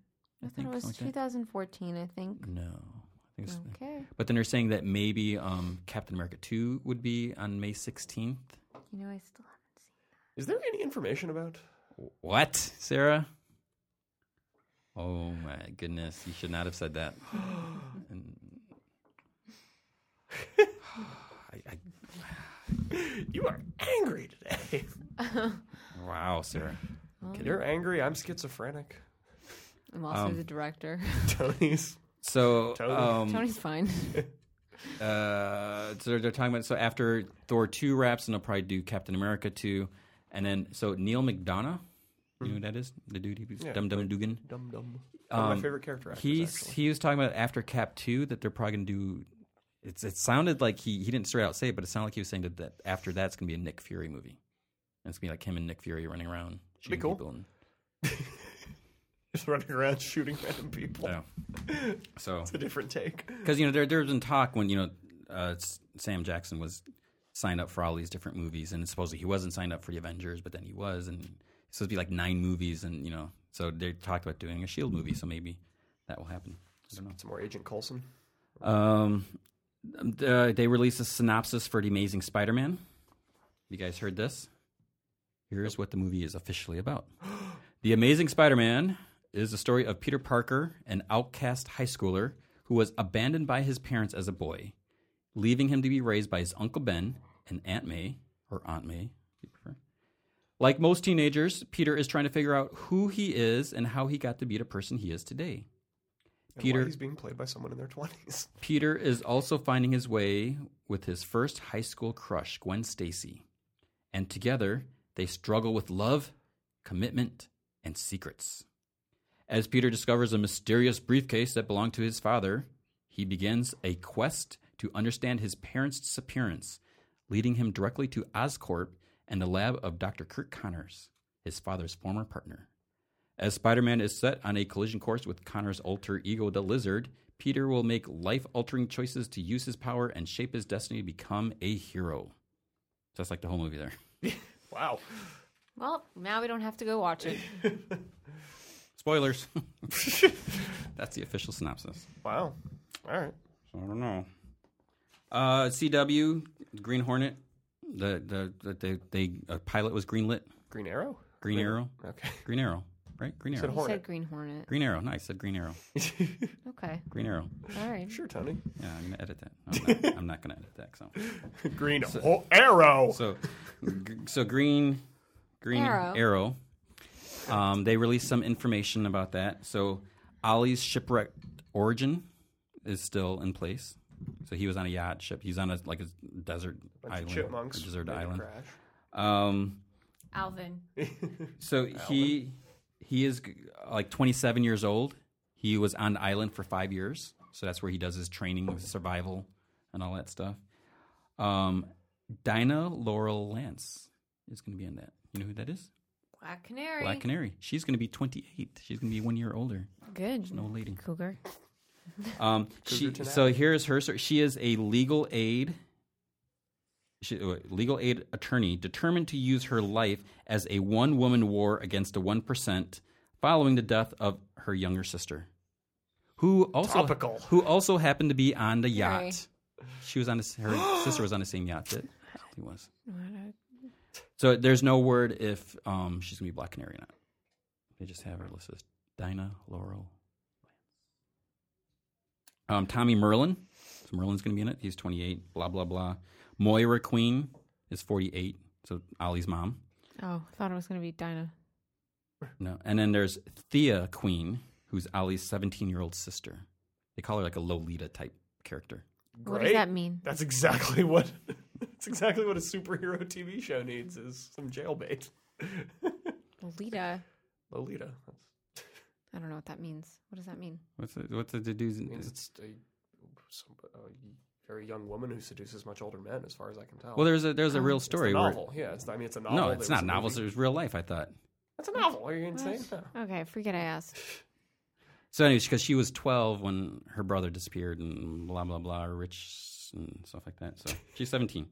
[SPEAKER 1] I thought it was
[SPEAKER 3] something like that.
[SPEAKER 1] 2014. I think.
[SPEAKER 3] No, I think it's
[SPEAKER 1] Okay.
[SPEAKER 3] But then they're saying that maybe um, Captain America 2 would be on May 16th.
[SPEAKER 1] You know, I still haven't seen.
[SPEAKER 2] Is there any information about? [LAUGHS]
[SPEAKER 3] What, Sarah? Oh my goodness, you should not have said that. And- I,
[SPEAKER 2] You are angry
[SPEAKER 1] [LAUGHS]
[SPEAKER 2] today.
[SPEAKER 3] I, wow, Sarah.
[SPEAKER 2] You're angry. I'm schizophrenic.
[SPEAKER 1] I'm also the director.
[SPEAKER 2] Tony's.
[SPEAKER 3] So,
[SPEAKER 1] [LAUGHS]
[SPEAKER 3] um,
[SPEAKER 1] Tony's fine.
[SPEAKER 3] uh, so they're, they're talking about so after Thor 2 wraps, and they'll probably do Captain America 2. And then, so Neil McDonough, you know who that is? The dude who was
[SPEAKER 2] Yeah.
[SPEAKER 3] Dum Dum Dugan.
[SPEAKER 2] Dum dum. One of
[SPEAKER 3] Um,
[SPEAKER 2] my favorite character actors.
[SPEAKER 3] He's
[SPEAKER 2] actually.
[SPEAKER 3] he was talking about after Cap two that they're probably gonna do. It's it sounded like he he didn't straight out say it, but it sounded like he was saying that, that after that's gonna be a Nick Fury movie, and it's gonna be like him and Nick Fury running around shooting
[SPEAKER 2] cool.
[SPEAKER 3] people. And,
[SPEAKER 2] just running around shooting random people.
[SPEAKER 3] I don't know. So
[SPEAKER 2] It's a different take.
[SPEAKER 3] because you know there there's been talk when you know uh, S- Sam Jackson was signed up for all these different movies, and supposedly he wasn't signed up for the Avengers, but then he was, and it's supposed to be like nine movies, and you know so they talked about doing a Shield E movie, so maybe that will happen. I don't know.
[SPEAKER 2] Some more Agent Coulson.
[SPEAKER 3] Um, uh, they released a synopsis for the Amazing Spider-Man. You guys heard this? Here's what the movie is officially about. the Amazing Spider-Man is the story of Peter Parker, an outcast high schooler who was abandoned by his parents as a boy, leaving him to be raised by his uncle Ben and Aunt May, or Aunt May, if you prefer. Like most teenagers, Peter is trying to figure out who he is and how he got to be the person he is today.
[SPEAKER 2] And
[SPEAKER 3] Peter-
[SPEAKER 2] why he's being played by someone in their
[SPEAKER 3] [LAUGHS]
[SPEAKER 2] twenties.
[SPEAKER 3] Peter is also finding his way with his first high school crush, Gwen Stacy. And together, they struggle with love, commitment, and secrets. As Peter discovers a mysterious briefcase that belonged to his father, he begins a quest to understand his parents' disappearance, leading him directly to Oscorp and the lab of Dr. Kirk Connors, his father's former partner. As Spider Man is set on a collision course with Connor's alter ego, the Lizard, Peter will make life altering choices to use his power and shape his destiny to become a hero. So that's like the whole movie there.
[SPEAKER 2] Wow.
[SPEAKER 1] Well, now we don't have to go watch it.
[SPEAKER 3] Spoilers. [LAUGHS] that's the official synopsis.
[SPEAKER 2] Wow. All right.
[SPEAKER 3] So I don't know. Uh, CW, Green Hornet, the, the, the, the, they- a pilot was greenlit.
[SPEAKER 2] Green Arrow.
[SPEAKER 3] Green Arrow?
[SPEAKER 2] Okay. [LAUGHS]
[SPEAKER 3] Green Arrow, right? Green
[SPEAKER 2] Said
[SPEAKER 3] Arrow.
[SPEAKER 1] You
[SPEAKER 2] Hornet.
[SPEAKER 1] said Green Hornet.
[SPEAKER 3] Green Arrow. Nice. Said Green Arrow.
[SPEAKER 1] Okay.
[SPEAKER 3] Green Arrow.
[SPEAKER 1] All right.
[SPEAKER 2] Sure,
[SPEAKER 3] [LAUGHS]
[SPEAKER 2] Tony.
[SPEAKER 3] Yeah, I'm going to edit that. [LAUGHS] I'm not, I'm not going to edit that. So.
[SPEAKER 2] Green Ho- Arrow.
[SPEAKER 3] So, g- so green, green
[SPEAKER 1] Arrow.
[SPEAKER 3] arrow. Um, they released some information about that. So, Ollie's shipwreck origin is still in place. So he was on a yacht ship. He's on a like a desert
[SPEAKER 2] Bunch
[SPEAKER 3] island,
[SPEAKER 2] of chipmunks.
[SPEAKER 3] a desert
[SPEAKER 2] made a
[SPEAKER 3] island.
[SPEAKER 2] crash.
[SPEAKER 3] Um,
[SPEAKER 1] Alvin.
[SPEAKER 3] so he he is g- like 27 years old. He was on the island for five years, so that's where he does his training, with survival, and all that stuff. Um, Dinah Laurel Lance is going to be in that. You know who that is?
[SPEAKER 1] Black Canary.
[SPEAKER 3] Black Canary. She's going to be 28. She's going to be one year older.
[SPEAKER 1] Good.
[SPEAKER 3] No lady.
[SPEAKER 1] Cougar.
[SPEAKER 3] Um, she,
[SPEAKER 2] to
[SPEAKER 3] so here's her. story. She is a legal aid, she, uh, legal aid attorney determined to use her life as a one-woman war against the one percent following the death of her younger sister, who also
[SPEAKER 2] Topical.
[SPEAKER 3] who also happened to be on the yacht.
[SPEAKER 1] Sorry.
[SPEAKER 3] She was on the, s- her sister was on the same yacht that he was.
[SPEAKER 1] What
[SPEAKER 3] So there's no word if um, she's gonna be Black Canary or not. They just have her listed as Dinah Laurel. Um, Tommy Merlin. So Merlin's gonna be in it. He's 28. Blah blah blah. Moira Queen is 48. So Ollie's mom.
[SPEAKER 1] a- Oh, I thought it was going to be Dinah.
[SPEAKER 3] No, and then there's Thea Queen, who's Ollie's 17 year old sister. They call her like a Lolita type character.
[SPEAKER 1] What does
[SPEAKER 2] Great.
[SPEAKER 1] that mean?
[SPEAKER 2] That's exactly [LAUGHS] what. That's exactly what a superhero TV show needs: is some jailbait.
[SPEAKER 1] Lolita.
[SPEAKER 2] Lolita. That's,
[SPEAKER 1] I don't know what that means. What does that mean?
[SPEAKER 3] What's the, what's the dude's?
[SPEAKER 2] means it's a, some, a very young woman who seduces much older men, as far as I can tell.
[SPEAKER 3] Well, there's a there's a real
[SPEAKER 2] it's a
[SPEAKER 3] story where
[SPEAKER 2] novel. Yeah, it's, I mean, it's a novel.
[SPEAKER 3] no,
[SPEAKER 2] There
[SPEAKER 3] it's
[SPEAKER 2] was
[SPEAKER 3] not
[SPEAKER 2] a
[SPEAKER 3] novels. It
[SPEAKER 2] movie.
[SPEAKER 3] was real life. I thought.
[SPEAKER 2] It's a novel. Are you insane? No.
[SPEAKER 1] Okay, forget I asked.
[SPEAKER 3] So, anyways, because she was 12 when her brother disappeared and blah, blah, blah, rich and stuff like that. So, she's 17.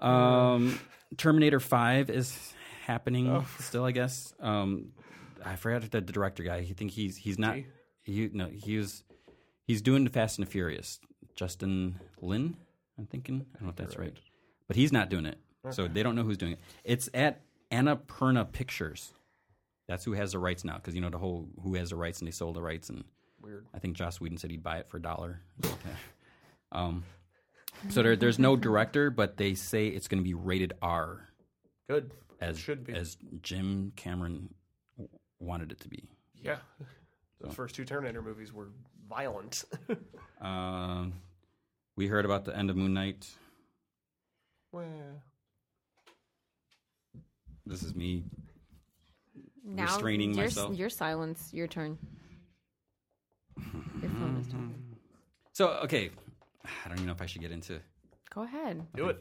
[SPEAKER 3] Um, Terminator 5 is happening still, I guess. Um, I forgot the director guy. He think he's he's not.
[SPEAKER 2] Gee.
[SPEAKER 3] He no, he was he's doing the Fast and the Furious. Justin Lin, I'm thinking. I don't know if that's right, but he's not doing it. So they don't know who's doing it. It's at Annapurna Pictures. That's who has the rights now, because you know the whole who has the rights and they sold the rights, and
[SPEAKER 2] Weird.
[SPEAKER 3] I think Joss Whedon said he'd buy it for a dollar. [LAUGHS] um, so there, there's no director, but they say it's going to be rated R,
[SPEAKER 2] Good.
[SPEAKER 3] as
[SPEAKER 2] Should be.
[SPEAKER 3] as Jim Cameron w- wanted it to be.
[SPEAKER 2] Yeah. The first two Terminator movies were violent. [LAUGHS]
[SPEAKER 3] Um, we heard about the end of Moon Knight.
[SPEAKER 2] Well,
[SPEAKER 3] This is me.
[SPEAKER 1] Now
[SPEAKER 3] Restraining
[SPEAKER 1] your,
[SPEAKER 3] myself.
[SPEAKER 1] Your silence. Your turn. Your phone
[SPEAKER 3] [LAUGHS]
[SPEAKER 1] is talking.
[SPEAKER 3] So okay, I don't even know if I should get into.
[SPEAKER 1] Go ahead.
[SPEAKER 2] do it.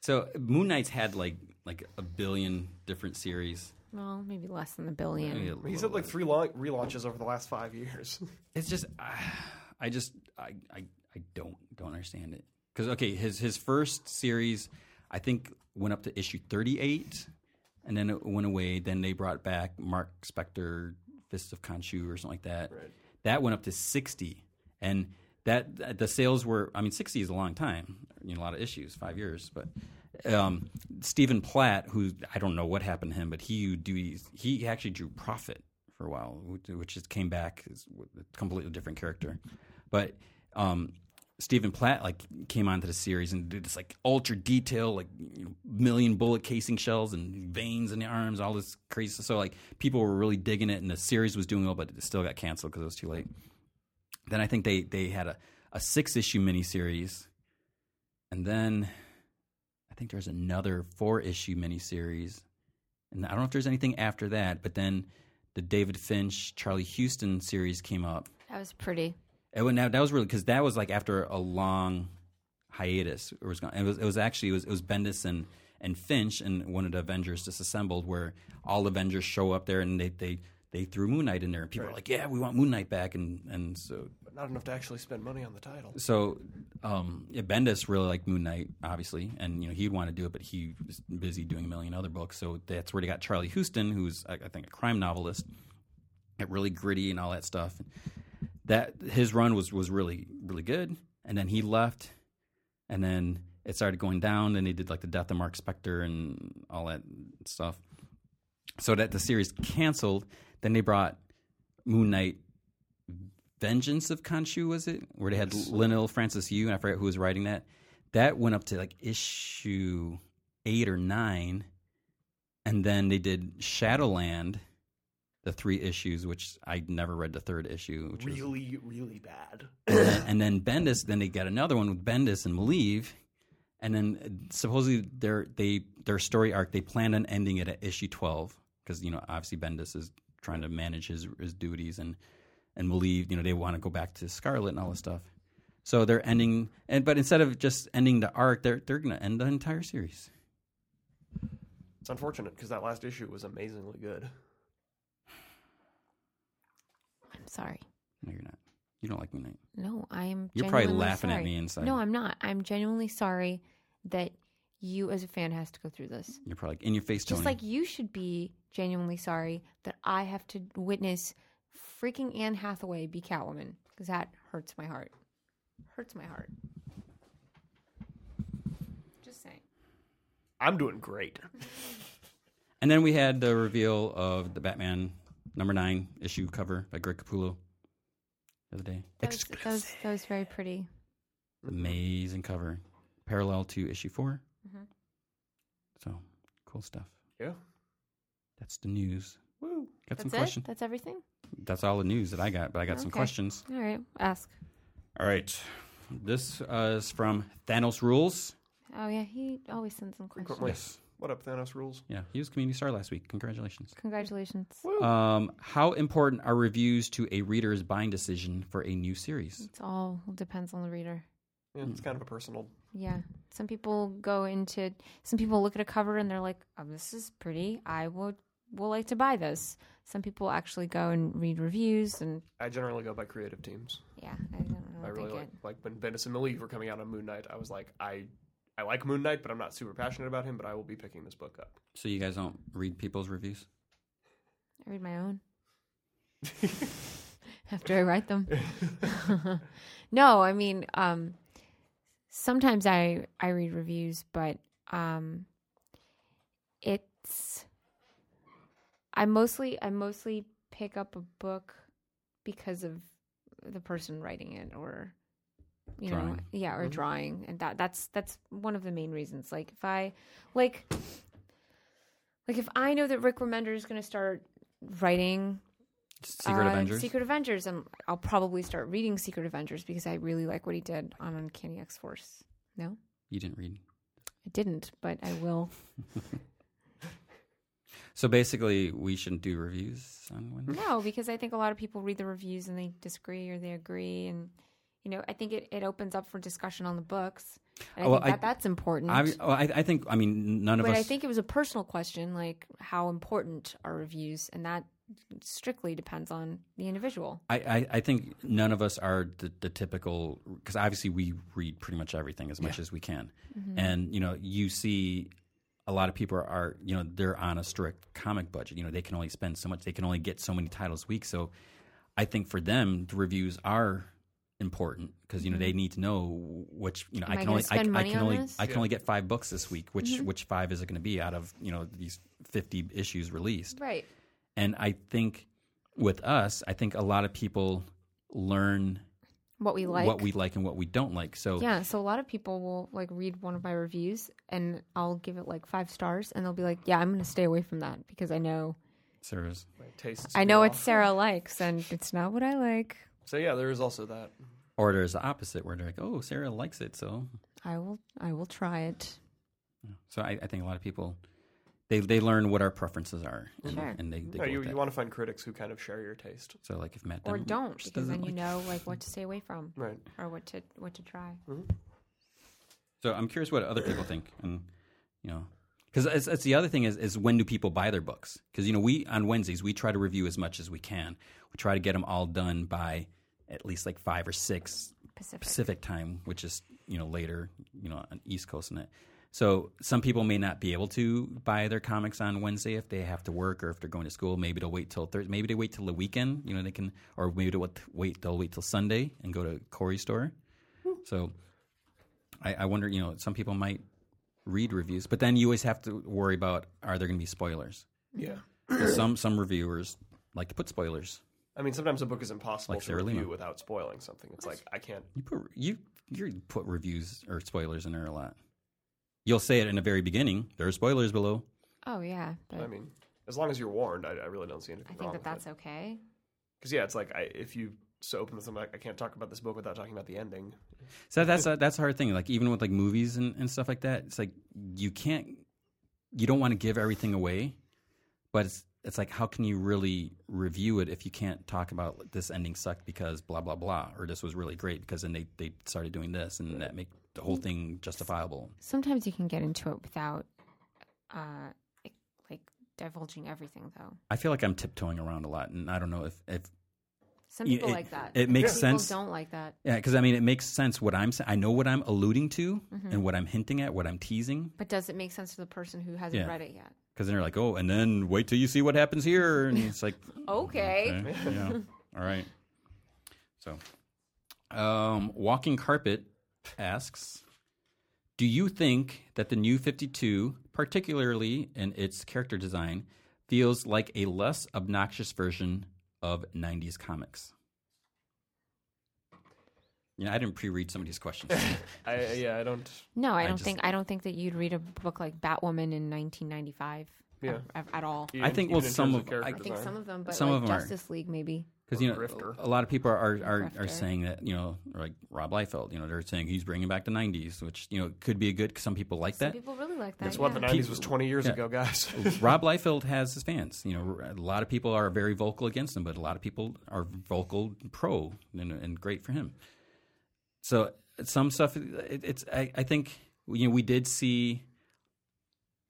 [SPEAKER 3] So Moon Knight's had like like a billion different series.
[SPEAKER 1] Well, maybe less than a billion.
[SPEAKER 3] Maybe a
[SPEAKER 2] He's had like three la- relaunches over the last five years. [LAUGHS]
[SPEAKER 3] it's just ah, I just I I, I don't don't understand it because okay his his first series I think went up to issue thirty eight and then it went away then they brought back Mark Spector Fist of Khonshu or something like that that went up to sixty and that that- the sales were I mean sixty is a long time you know a lot of issues five years but Um, Stephen Platt, who I don't know what happened to him, but he do he actually drew Prophet for a while, which- which just came back as a completely different character. But um, Stephen Platt like came onto the series and did this like ultra detail, like you know, million bullet casing shells and veins in the arms, all this crazy. So like people were really digging it, and the series was doing well, but it still got canceled because it was too late. Then I think they they had a, a six issue miniseries, and then I think there's another four issue miniseries, and I don't know if there's anything after that. But then the David Finch Charlie Houston series came up,
[SPEAKER 1] That was pretty.
[SPEAKER 3] and when that, that was really because that was like after a long hiatus. It was gone. It was it was actually it was, it was Bendis and and Finch and one of the Avengers disassembled, where all Avengers show up there and they they. They threw Moon Knight in there, and people are like, "Yeah, we want Moon Knight back," and and so
[SPEAKER 2] but not enough to actually spend money on the title.
[SPEAKER 3] so um, yeah, Bendis really liked Moon Knight, obviously, and you know he'd want to do it, but he was busy doing a million other books. So that's where they got Charlie Houston, who's I I think a crime novelist, at really gritty and all that stuff. That his run was was really really good, and then he left, and then it started going down. And they did like the death of Mark Spector and all that stuff. So that the series canceled. Then they brought Moon Knight Vengeance of Khonshu, was it? Where they had Linil Francis Yu, and I forget who was writing that. That went up to like issue eight or nine. And then they did Shadowland, the three issues, which I never read the third issue. Which was,
[SPEAKER 2] Really, really bad.
[SPEAKER 3] [COUGHS] and then Bendis, then they got another one with Bendis and Malieve. And then uh, supposedly their they their story arc, they planned on ending it at issue 12. Because, you know, obviously Bendis is trying to manage his, his duties and and Malieve, you know, they want to go back to Scarlet and all this stuff. So they're ending, and but instead of just ending the arc, they're they're going to end the entire series.
[SPEAKER 2] It's unfortunate because that last issue was amazingly good.
[SPEAKER 1] I'm sorry.
[SPEAKER 3] No, you're not. You don't like Moon Knight.
[SPEAKER 1] No, I am.
[SPEAKER 3] You're probably
[SPEAKER 1] genuinely
[SPEAKER 3] laughing at
[SPEAKER 1] sorry.
[SPEAKER 3] me inside.
[SPEAKER 1] No, I'm not. I'm genuinely sorry that you, as a fan, has to go through this.
[SPEAKER 3] You're probably like, in your face, Tony.
[SPEAKER 1] Just like you should be genuinely sorry that I have to witness freaking Anne Hathaway be Catwoman because that hurts my heart. Hurts my heart. Just saying.
[SPEAKER 2] I'm doing great.
[SPEAKER 3] And then we had the reveal of the Batman number nine issue cover by Greg Capullo the other day.
[SPEAKER 1] That was, that was, that was very pretty.
[SPEAKER 3] Amazing cover, parallel to issue 4
[SPEAKER 1] Mm-hmm.
[SPEAKER 3] So cool stuff.
[SPEAKER 2] Yeah.
[SPEAKER 3] That's the news.
[SPEAKER 2] Woo.
[SPEAKER 3] Got some
[SPEAKER 1] That's it.
[SPEAKER 3] questions.
[SPEAKER 1] That's everything.
[SPEAKER 3] That's all the news that I got, but I got some
[SPEAKER 1] Okay.
[SPEAKER 3] questions.
[SPEAKER 1] All right. Ask.
[SPEAKER 3] All right. This uh, is from Thanos Rules.
[SPEAKER 1] Oh yeah, he always sends some questions.
[SPEAKER 2] Frequently. What up, Thanos rules?
[SPEAKER 3] Yeah, he was Community Star last week. Congratulations.
[SPEAKER 1] Congratulations.
[SPEAKER 3] Um, how important are reviews to a reader's buying decision for a new series?
[SPEAKER 1] It's all depends on the reader.
[SPEAKER 2] Yeah,
[SPEAKER 3] Hmm.
[SPEAKER 2] it's kind of a personal.
[SPEAKER 1] Yeah. Some people go into some people look at a cover and they're like, oh, this is pretty. I would will like to buy this. Some people actually go and read reviews and
[SPEAKER 2] I generally go by creative teams.
[SPEAKER 1] yeah, I don't, I
[SPEAKER 2] I
[SPEAKER 1] don't
[SPEAKER 2] really
[SPEAKER 1] think
[SPEAKER 2] like
[SPEAKER 1] it.
[SPEAKER 2] like when Venice and Malieve were coming out on Moon Knight. I was like, I I like Moon Knight, but I'm not super passionate about him. But I will be picking this book up.
[SPEAKER 3] So you guys don't read people's reviews?
[SPEAKER 1] I read my own after I write them. [LAUGHS] no, I mean, um, sometimes I I read reviews, but um, it's I mostly I mostly pick up a book because of the person writing it or you know
[SPEAKER 3] Drawing.
[SPEAKER 1] yeah or drawing and that that's that's one of the main reasons like if i like like if i know that rick remender is going to start writing
[SPEAKER 3] Secret
[SPEAKER 1] uh,
[SPEAKER 3] Avengers?
[SPEAKER 1] Secret Avengers, and I'll probably start reading Secret Avengers because I really like what he did on Uncanny X Force. No,
[SPEAKER 3] You didn't read.
[SPEAKER 1] I didn't, but I
[SPEAKER 3] [LAUGHS]
[SPEAKER 1] will.
[SPEAKER 3] So basically, we shouldn't do reviews on Wednesday?
[SPEAKER 1] No, because I think a lot of people read the reviews and they disagree or they agree, and you know, I think it, it opens up for discussion on the books. And I
[SPEAKER 3] Well,
[SPEAKER 1] think
[SPEAKER 3] I-
[SPEAKER 1] that that's important.
[SPEAKER 3] I, oh, I, I think, I mean, none of
[SPEAKER 1] but
[SPEAKER 3] us.
[SPEAKER 1] Mm-hmm. I think it was a personal question, like how important are reviews, and that strictly depends on the individual.
[SPEAKER 3] I, I, I think none of us are the, the typical because obviously we read pretty much everything as much as we can,
[SPEAKER 1] Mm-hmm.
[SPEAKER 3] and you know you see a lot of people are you know they're on a strict comic budget. You know they can only spend so much, they can only get so many titles a week. So I think for them the reviews are important because you know they need to know which you know
[SPEAKER 1] Mm-hmm. Am
[SPEAKER 3] I
[SPEAKER 1] I
[SPEAKER 3] can
[SPEAKER 1] gonna
[SPEAKER 3] only I,
[SPEAKER 1] spend
[SPEAKER 3] I
[SPEAKER 1] money
[SPEAKER 3] can
[SPEAKER 1] on
[SPEAKER 3] only
[SPEAKER 1] this? Mm-hmm.
[SPEAKER 3] I can only get five books this week. Which which five is it going to be out of you know these fifty issues released?
[SPEAKER 1] Right.
[SPEAKER 3] And I think with us, I think a lot of people learn
[SPEAKER 1] What we like.
[SPEAKER 3] what we like and what we don't like. So
[SPEAKER 1] Yeah, so a lot of people will like read one of my reviews and I'll give it like 5 stars and they'll be like, "Yeah, I'm going to stay away from that because I know
[SPEAKER 3] Sarah's
[SPEAKER 2] My tastes.
[SPEAKER 1] I know
[SPEAKER 2] be
[SPEAKER 1] what
[SPEAKER 2] off.
[SPEAKER 1] Sarah likes and it's not what I like.
[SPEAKER 2] So yeah, there is also that.
[SPEAKER 3] or there's the opposite where they're like, oh, Sarah likes it, so
[SPEAKER 1] I will I will try it."
[SPEAKER 3] so I, I think a lot of people they they learn what our preferences are and,
[SPEAKER 1] Sure.
[SPEAKER 3] and they, they
[SPEAKER 2] No,
[SPEAKER 3] go
[SPEAKER 2] you,
[SPEAKER 3] with
[SPEAKER 2] you
[SPEAKER 3] that.
[SPEAKER 2] want to find critics who kind of share your taste,
[SPEAKER 3] so like if Matt
[SPEAKER 1] Or
[SPEAKER 3] Dunn
[SPEAKER 1] don't
[SPEAKER 3] just
[SPEAKER 1] because
[SPEAKER 3] doesn't
[SPEAKER 1] then you
[SPEAKER 3] like-
[SPEAKER 1] know like what to stay away from
[SPEAKER 2] right?
[SPEAKER 1] or what to what to try.
[SPEAKER 3] Mm-hmm. So I'm curious what other people think, and you know, because it's, it's the other thing is is when do people buy their books? Because you know, we on Wednesdays we try to review as much as we can. We try to get them all done by at least like five or six
[SPEAKER 1] Pacific.
[SPEAKER 3] Pacific time, which is you know later, you know, on East Coast and that. So some people may not be able to buy their comics on Wednesday if they have to work or if they're going to school. Maybe they'll wait till Thursday. Maybe they wait till the weekend. You know, they can, or maybe they'll wait- wait. They'll wait till Sunday and go to Corey's store. So I, I wonder. You know, some people might read reviews, but then you always have to worry about are there going to be spoilers?
[SPEAKER 2] Yeah.
[SPEAKER 3] 'Cause some some reviewers like to put spoilers.
[SPEAKER 2] I mean, sometimes a book is impossible
[SPEAKER 3] Like
[SPEAKER 2] to
[SPEAKER 3] Sarah
[SPEAKER 2] review
[SPEAKER 3] Lima.
[SPEAKER 2] without spoiling something. It's like I can't.
[SPEAKER 3] You put you you put reviews or spoilers in there a lot. You'll say it in the very beginning. There are spoilers below.
[SPEAKER 1] Oh yeah. but
[SPEAKER 2] I mean, as long as you're warned, I, I really don't see anything
[SPEAKER 1] I
[SPEAKER 2] wrong
[SPEAKER 1] think that that's okay.
[SPEAKER 2] because yeah, it's like I, if you so open with something, like, I can't talk about this book without talking about the ending.
[SPEAKER 3] So that's a, that's a hard thing. Like even with like movies and, and stuff like that, it's like you can't you don't want to give everything away, but it's it's like how can you really review it if you can't talk about this ending sucked because blah blah blah or this was really great because then they they started doing this and that make the whole thing justifiable.
[SPEAKER 1] Sometimes you can get into it without uh like divulging everything though.
[SPEAKER 3] I feel like I'm tiptoeing around a lot and I don't know if if
[SPEAKER 1] Some
[SPEAKER 3] You-
[SPEAKER 1] people
[SPEAKER 3] it-
[SPEAKER 1] like that.
[SPEAKER 3] it makes
[SPEAKER 1] Some
[SPEAKER 3] sense.
[SPEAKER 1] People don't like that.
[SPEAKER 3] Yeah, because I mean, it makes sense what I'm saying. I know what I'm alluding to and what I'm hinting at, what I'm teasing.
[SPEAKER 1] But does it make sense to the person who hasn't
[SPEAKER 3] Yeah.
[SPEAKER 1] read it yet?
[SPEAKER 3] Because then they're like, oh, and then wait till you see what happens here. And it's like,
[SPEAKER 1] Okay.
[SPEAKER 3] okay, yeah, all right. So, um, Walking Carpet asks Do you think that the new 52, particularly in its character design, feels like a less obnoxious version of 90s comics? You know, I didn't pre read some of these questions. [LAUGHS]
[SPEAKER 2] I yeah, I don't.
[SPEAKER 1] No, I,
[SPEAKER 3] I
[SPEAKER 1] don't
[SPEAKER 3] just-
[SPEAKER 1] think I don't think that you'd read a book like Batwoman in 1995
[SPEAKER 2] Yeah.
[SPEAKER 1] at, at all.
[SPEAKER 2] even- even
[SPEAKER 3] think, well,
[SPEAKER 2] in terms
[SPEAKER 3] some
[SPEAKER 2] of
[SPEAKER 3] of-
[SPEAKER 2] character
[SPEAKER 3] I-
[SPEAKER 1] I think
[SPEAKER 2] design.
[SPEAKER 1] some of them, but
[SPEAKER 3] Some
[SPEAKER 1] like
[SPEAKER 3] of 'em are.
[SPEAKER 1] Justice League maybe.
[SPEAKER 3] because you know
[SPEAKER 2] Grifter.
[SPEAKER 3] a lot of people are are, are
[SPEAKER 1] Grifter.
[SPEAKER 3] saying that you know like Rob Liefeld, you know they're saying he's bringing back the '90s, which you know could be a good. 'cause some people like
[SPEAKER 1] Some
[SPEAKER 3] that.
[SPEAKER 1] people really like that.
[SPEAKER 2] That's what the
[SPEAKER 1] yeah.
[SPEAKER 2] '90s was 20 years
[SPEAKER 3] Yeah.
[SPEAKER 2] ago, guys. [LAUGHS]
[SPEAKER 3] Rob Liefeld has his fans. You know, a lot of people are very vocal against him, but a lot of people are vocal pro and, and great for him. So some stuff, it, it's I, I think you know we did see.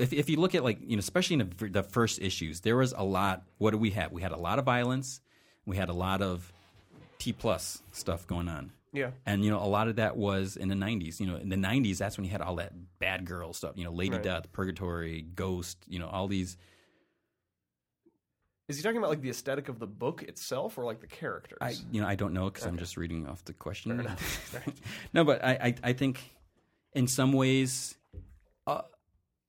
[SPEAKER 3] If if you look at like you know, especially in the, the first issues, there was a lot. What do we have? We had a lot of violence. We had a lot of T plus stuff going on.
[SPEAKER 2] yeah,
[SPEAKER 3] And you know, a lot of that was in the '90s. You know, in the '90s, that's when you had all that bad girl stuff. You know, Lady
[SPEAKER 2] Right.
[SPEAKER 3] Death, Purgatory, Ghost. You know, all these.
[SPEAKER 2] is he talking about like the aesthetic of the book itself or like the characters?
[SPEAKER 3] I you know I don't know because I'm just reading off the [LAUGHS] question. no, but I, I I think in some ways, uh,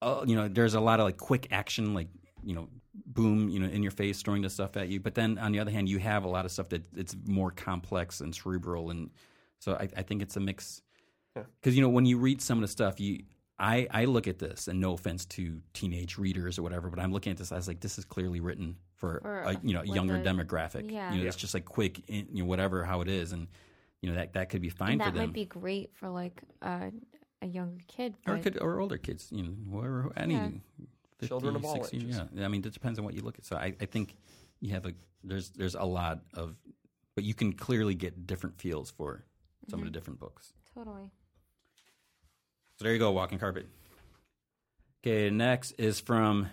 [SPEAKER 3] uh, you know, there's a lot of like quick action, like you know, boom, you know, in your face, throwing this stuff at you. But then on the other hand, you have a lot of stuff that it's more complex and cerebral, and so I, I think it's a mix. Because you know, when you read some of the stuff, you. I, I look at this, and no offense to teenage readers or whatever, but I'm looking at this. I was like, this is clearly written for,
[SPEAKER 1] For,
[SPEAKER 3] a, you know a
[SPEAKER 1] like
[SPEAKER 3] younger
[SPEAKER 1] a-
[SPEAKER 3] demographic.
[SPEAKER 1] yeah.
[SPEAKER 3] You know, it's just like quick, in- you know, whatever how it is, and you know that that could be fine
[SPEAKER 1] And
[SPEAKER 3] for
[SPEAKER 1] that
[SPEAKER 3] them,
[SPEAKER 1] might be great for like uh, a younger kid.
[SPEAKER 3] or
[SPEAKER 1] but-
[SPEAKER 3] could or older kids, you know, whoever any
[SPEAKER 1] Yeah.
[SPEAKER 3] 50,
[SPEAKER 2] Children of all
[SPEAKER 3] 60,
[SPEAKER 2] ages.
[SPEAKER 3] Yeah, I mean, it depends on what you look at. So I, I think you have a there's there's a lot of, but you can clearly get different feels for some
[SPEAKER 1] Mm-hmm.
[SPEAKER 3] of the different books.
[SPEAKER 1] totally.
[SPEAKER 3] So there you go, walking carpet. Okay, next is from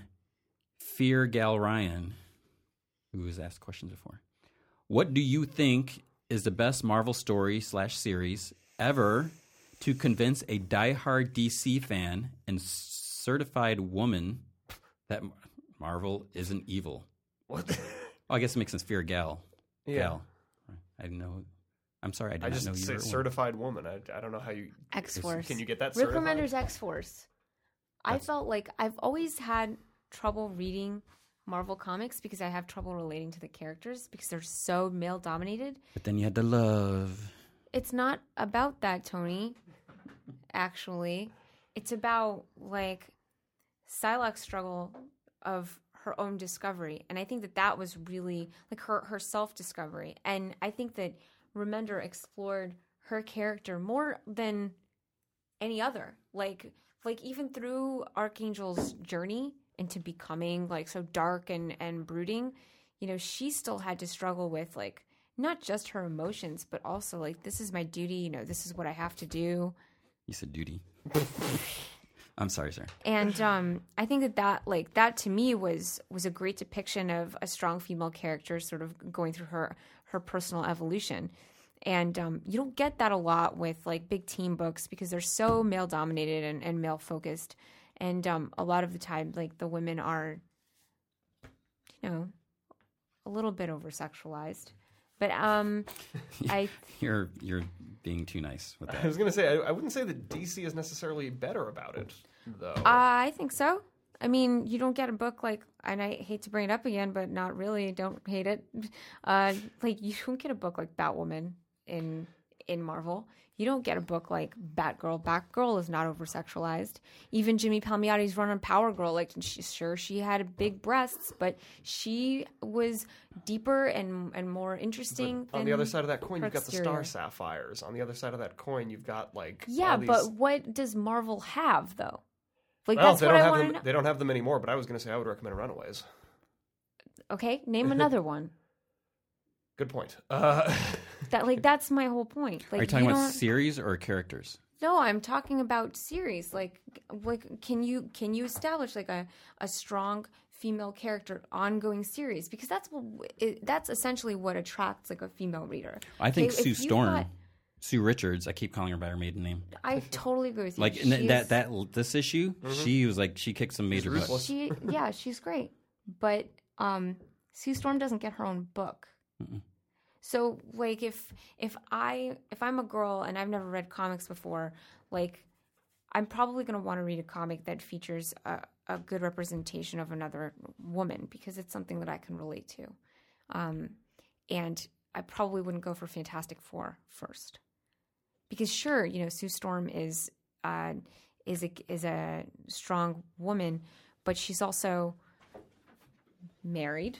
[SPEAKER 3] Fear Gal Ryan, who has asked questions before. What do you think is the best Marvel story slash series ever to convince a diehard DC fan and certified woman that Mar- Marvel isn't evil?
[SPEAKER 2] what? [LAUGHS]
[SPEAKER 3] Oh, I guess it makes sense. Fear Gal.
[SPEAKER 2] yeah,
[SPEAKER 3] Gal. I didn't know. I'm sorry, I did
[SPEAKER 2] I
[SPEAKER 3] not know
[SPEAKER 2] just
[SPEAKER 3] you were.
[SPEAKER 2] say
[SPEAKER 3] one.
[SPEAKER 2] certified woman. I, I don't know how you
[SPEAKER 1] X Force.
[SPEAKER 2] can you get that
[SPEAKER 1] Rick
[SPEAKER 2] certified?
[SPEAKER 1] Remender's X Force. I felt like I've always had trouble reading Marvel comics because I have trouble relating to the characters because they're so male dominated.
[SPEAKER 3] But then you had the love.
[SPEAKER 1] It's not about that, Tony. Actually, it's about like Psylocke's struggle of her own discovery, and I think that that was really like her her self discovery, and I think that Remender explored her character more than any other. Like like even through Archangel's journey into becoming like so dark and and brooding, you know, she still had to struggle with like not just her emotions, but also like this is my duty, you know, this is what I have to do.
[SPEAKER 3] You said duty. [LAUGHS] I'm sorry, sir.
[SPEAKER 1] And um I think that that like that to me was was a great depiction of a strong female character sort of going through her her personal evolution. And um, you don't get that a lot with like big team books because they're so male dominated and, and male focused. And um, a lot of the time, like the women are, you know, a little bit over sexualized. But um, I
[SPEAKER 3] You're you're being too nice with
[SPEAKER 2] I
[SPEAKER 3] that.
[SPEAKER 2] was gonna say I, I wouldn't say that DC is necessarily better about it though.
[SPEAKER 1] Uh, I think so. I mean, you don't get a book like, and I hate to bring it up again, but not really. Don't hate it. Uh, like you don't get a book like Batwoman in in Marvel. You don't get a book like Batgirl. Batgirl is not over sexualized. Even Jimmy Palmiotti's run on Power Girl, like she, sure she had big breasts, but she was deeper and and more interesting.
[SPEAKER 2] on
[SPEAKER 1] than,
[SPEAKER 2] the other side of that coin,
[SPEAKER 1] her
[SPEAKER 2] you've got the
[SPEAKER 1] exterior.
[SPEAKER 2] star sapphires. On the other side of that coin, you've got like
[SPEAKER 1] yeah.
[SPEAKER 2] all these-
[SPEAKER 1] But what does Marvel have though? Like
[SPEAKER 2] well,
[SPEAKER 1] that's
[SPEAKER 2] they
[SPEAKER 1] what
[SPEAKER 2] don't
[SPEAKER 1] I
[SPEAKER 2] have
[SPEAKER 1] want
[SPEAKER 2] them.
[SPEAKER 1] to know.
[SPEAKER 2] They don't have them anymore. But I was gonna say I would recommend Runaways.
[SPEAKER 1] Okay, name
[SPEAKER 2] [LAUGHS]
[SPEAKER 1] another one.
[SPEAKER 2] Good point. Uh, [LAUGHS]
[SPEAKER 1] That like that's my whole point. Like
[SPEAKER 3] Are you talking about
[SPEAKER 1] don't,
[SPEAKER 3] series or characters?
[SPEAKER 1] no, I'm talking about series. Like like can you can you establish like a a strong female character ongoing series because that's what it, that's essentially what attracts like a female reader.
[SPEAKER 3] I think
[SPEAKER 1] Okay, if
[SPEAKER 3] Sue
[SPEAKER 1] you've
[SPEAKER 3] Storm,
[SPEAKER 1] got-
[SPEAKER 3] Sue Richards. I keep calling her by her maiden name.
[SPEAKER 1] I totally agree with you.
[SPEAKER 3] Like and th-
[SPEAKER 1] She's-
[SPEAKER 3] that that this issue, she was like she kicked some major butt.
[SPEAKER 2] Mm-hmm. ruthless.
[SPEAKER 1] she yeah she's great but um sue storm doesn't get her own book so like if if i if i'm a girl and i've never read comics before like i'm probably going to want to read a comic that features a, a good representation of another woman because it's something that i can relate to um and i probably wouldn't go for fantastic four first because sure, you know, Sue Storm is uh, is a is a strong woman, but she's also
[SPEAKER 2] [SIGHS]
[SPEAKER 1] married,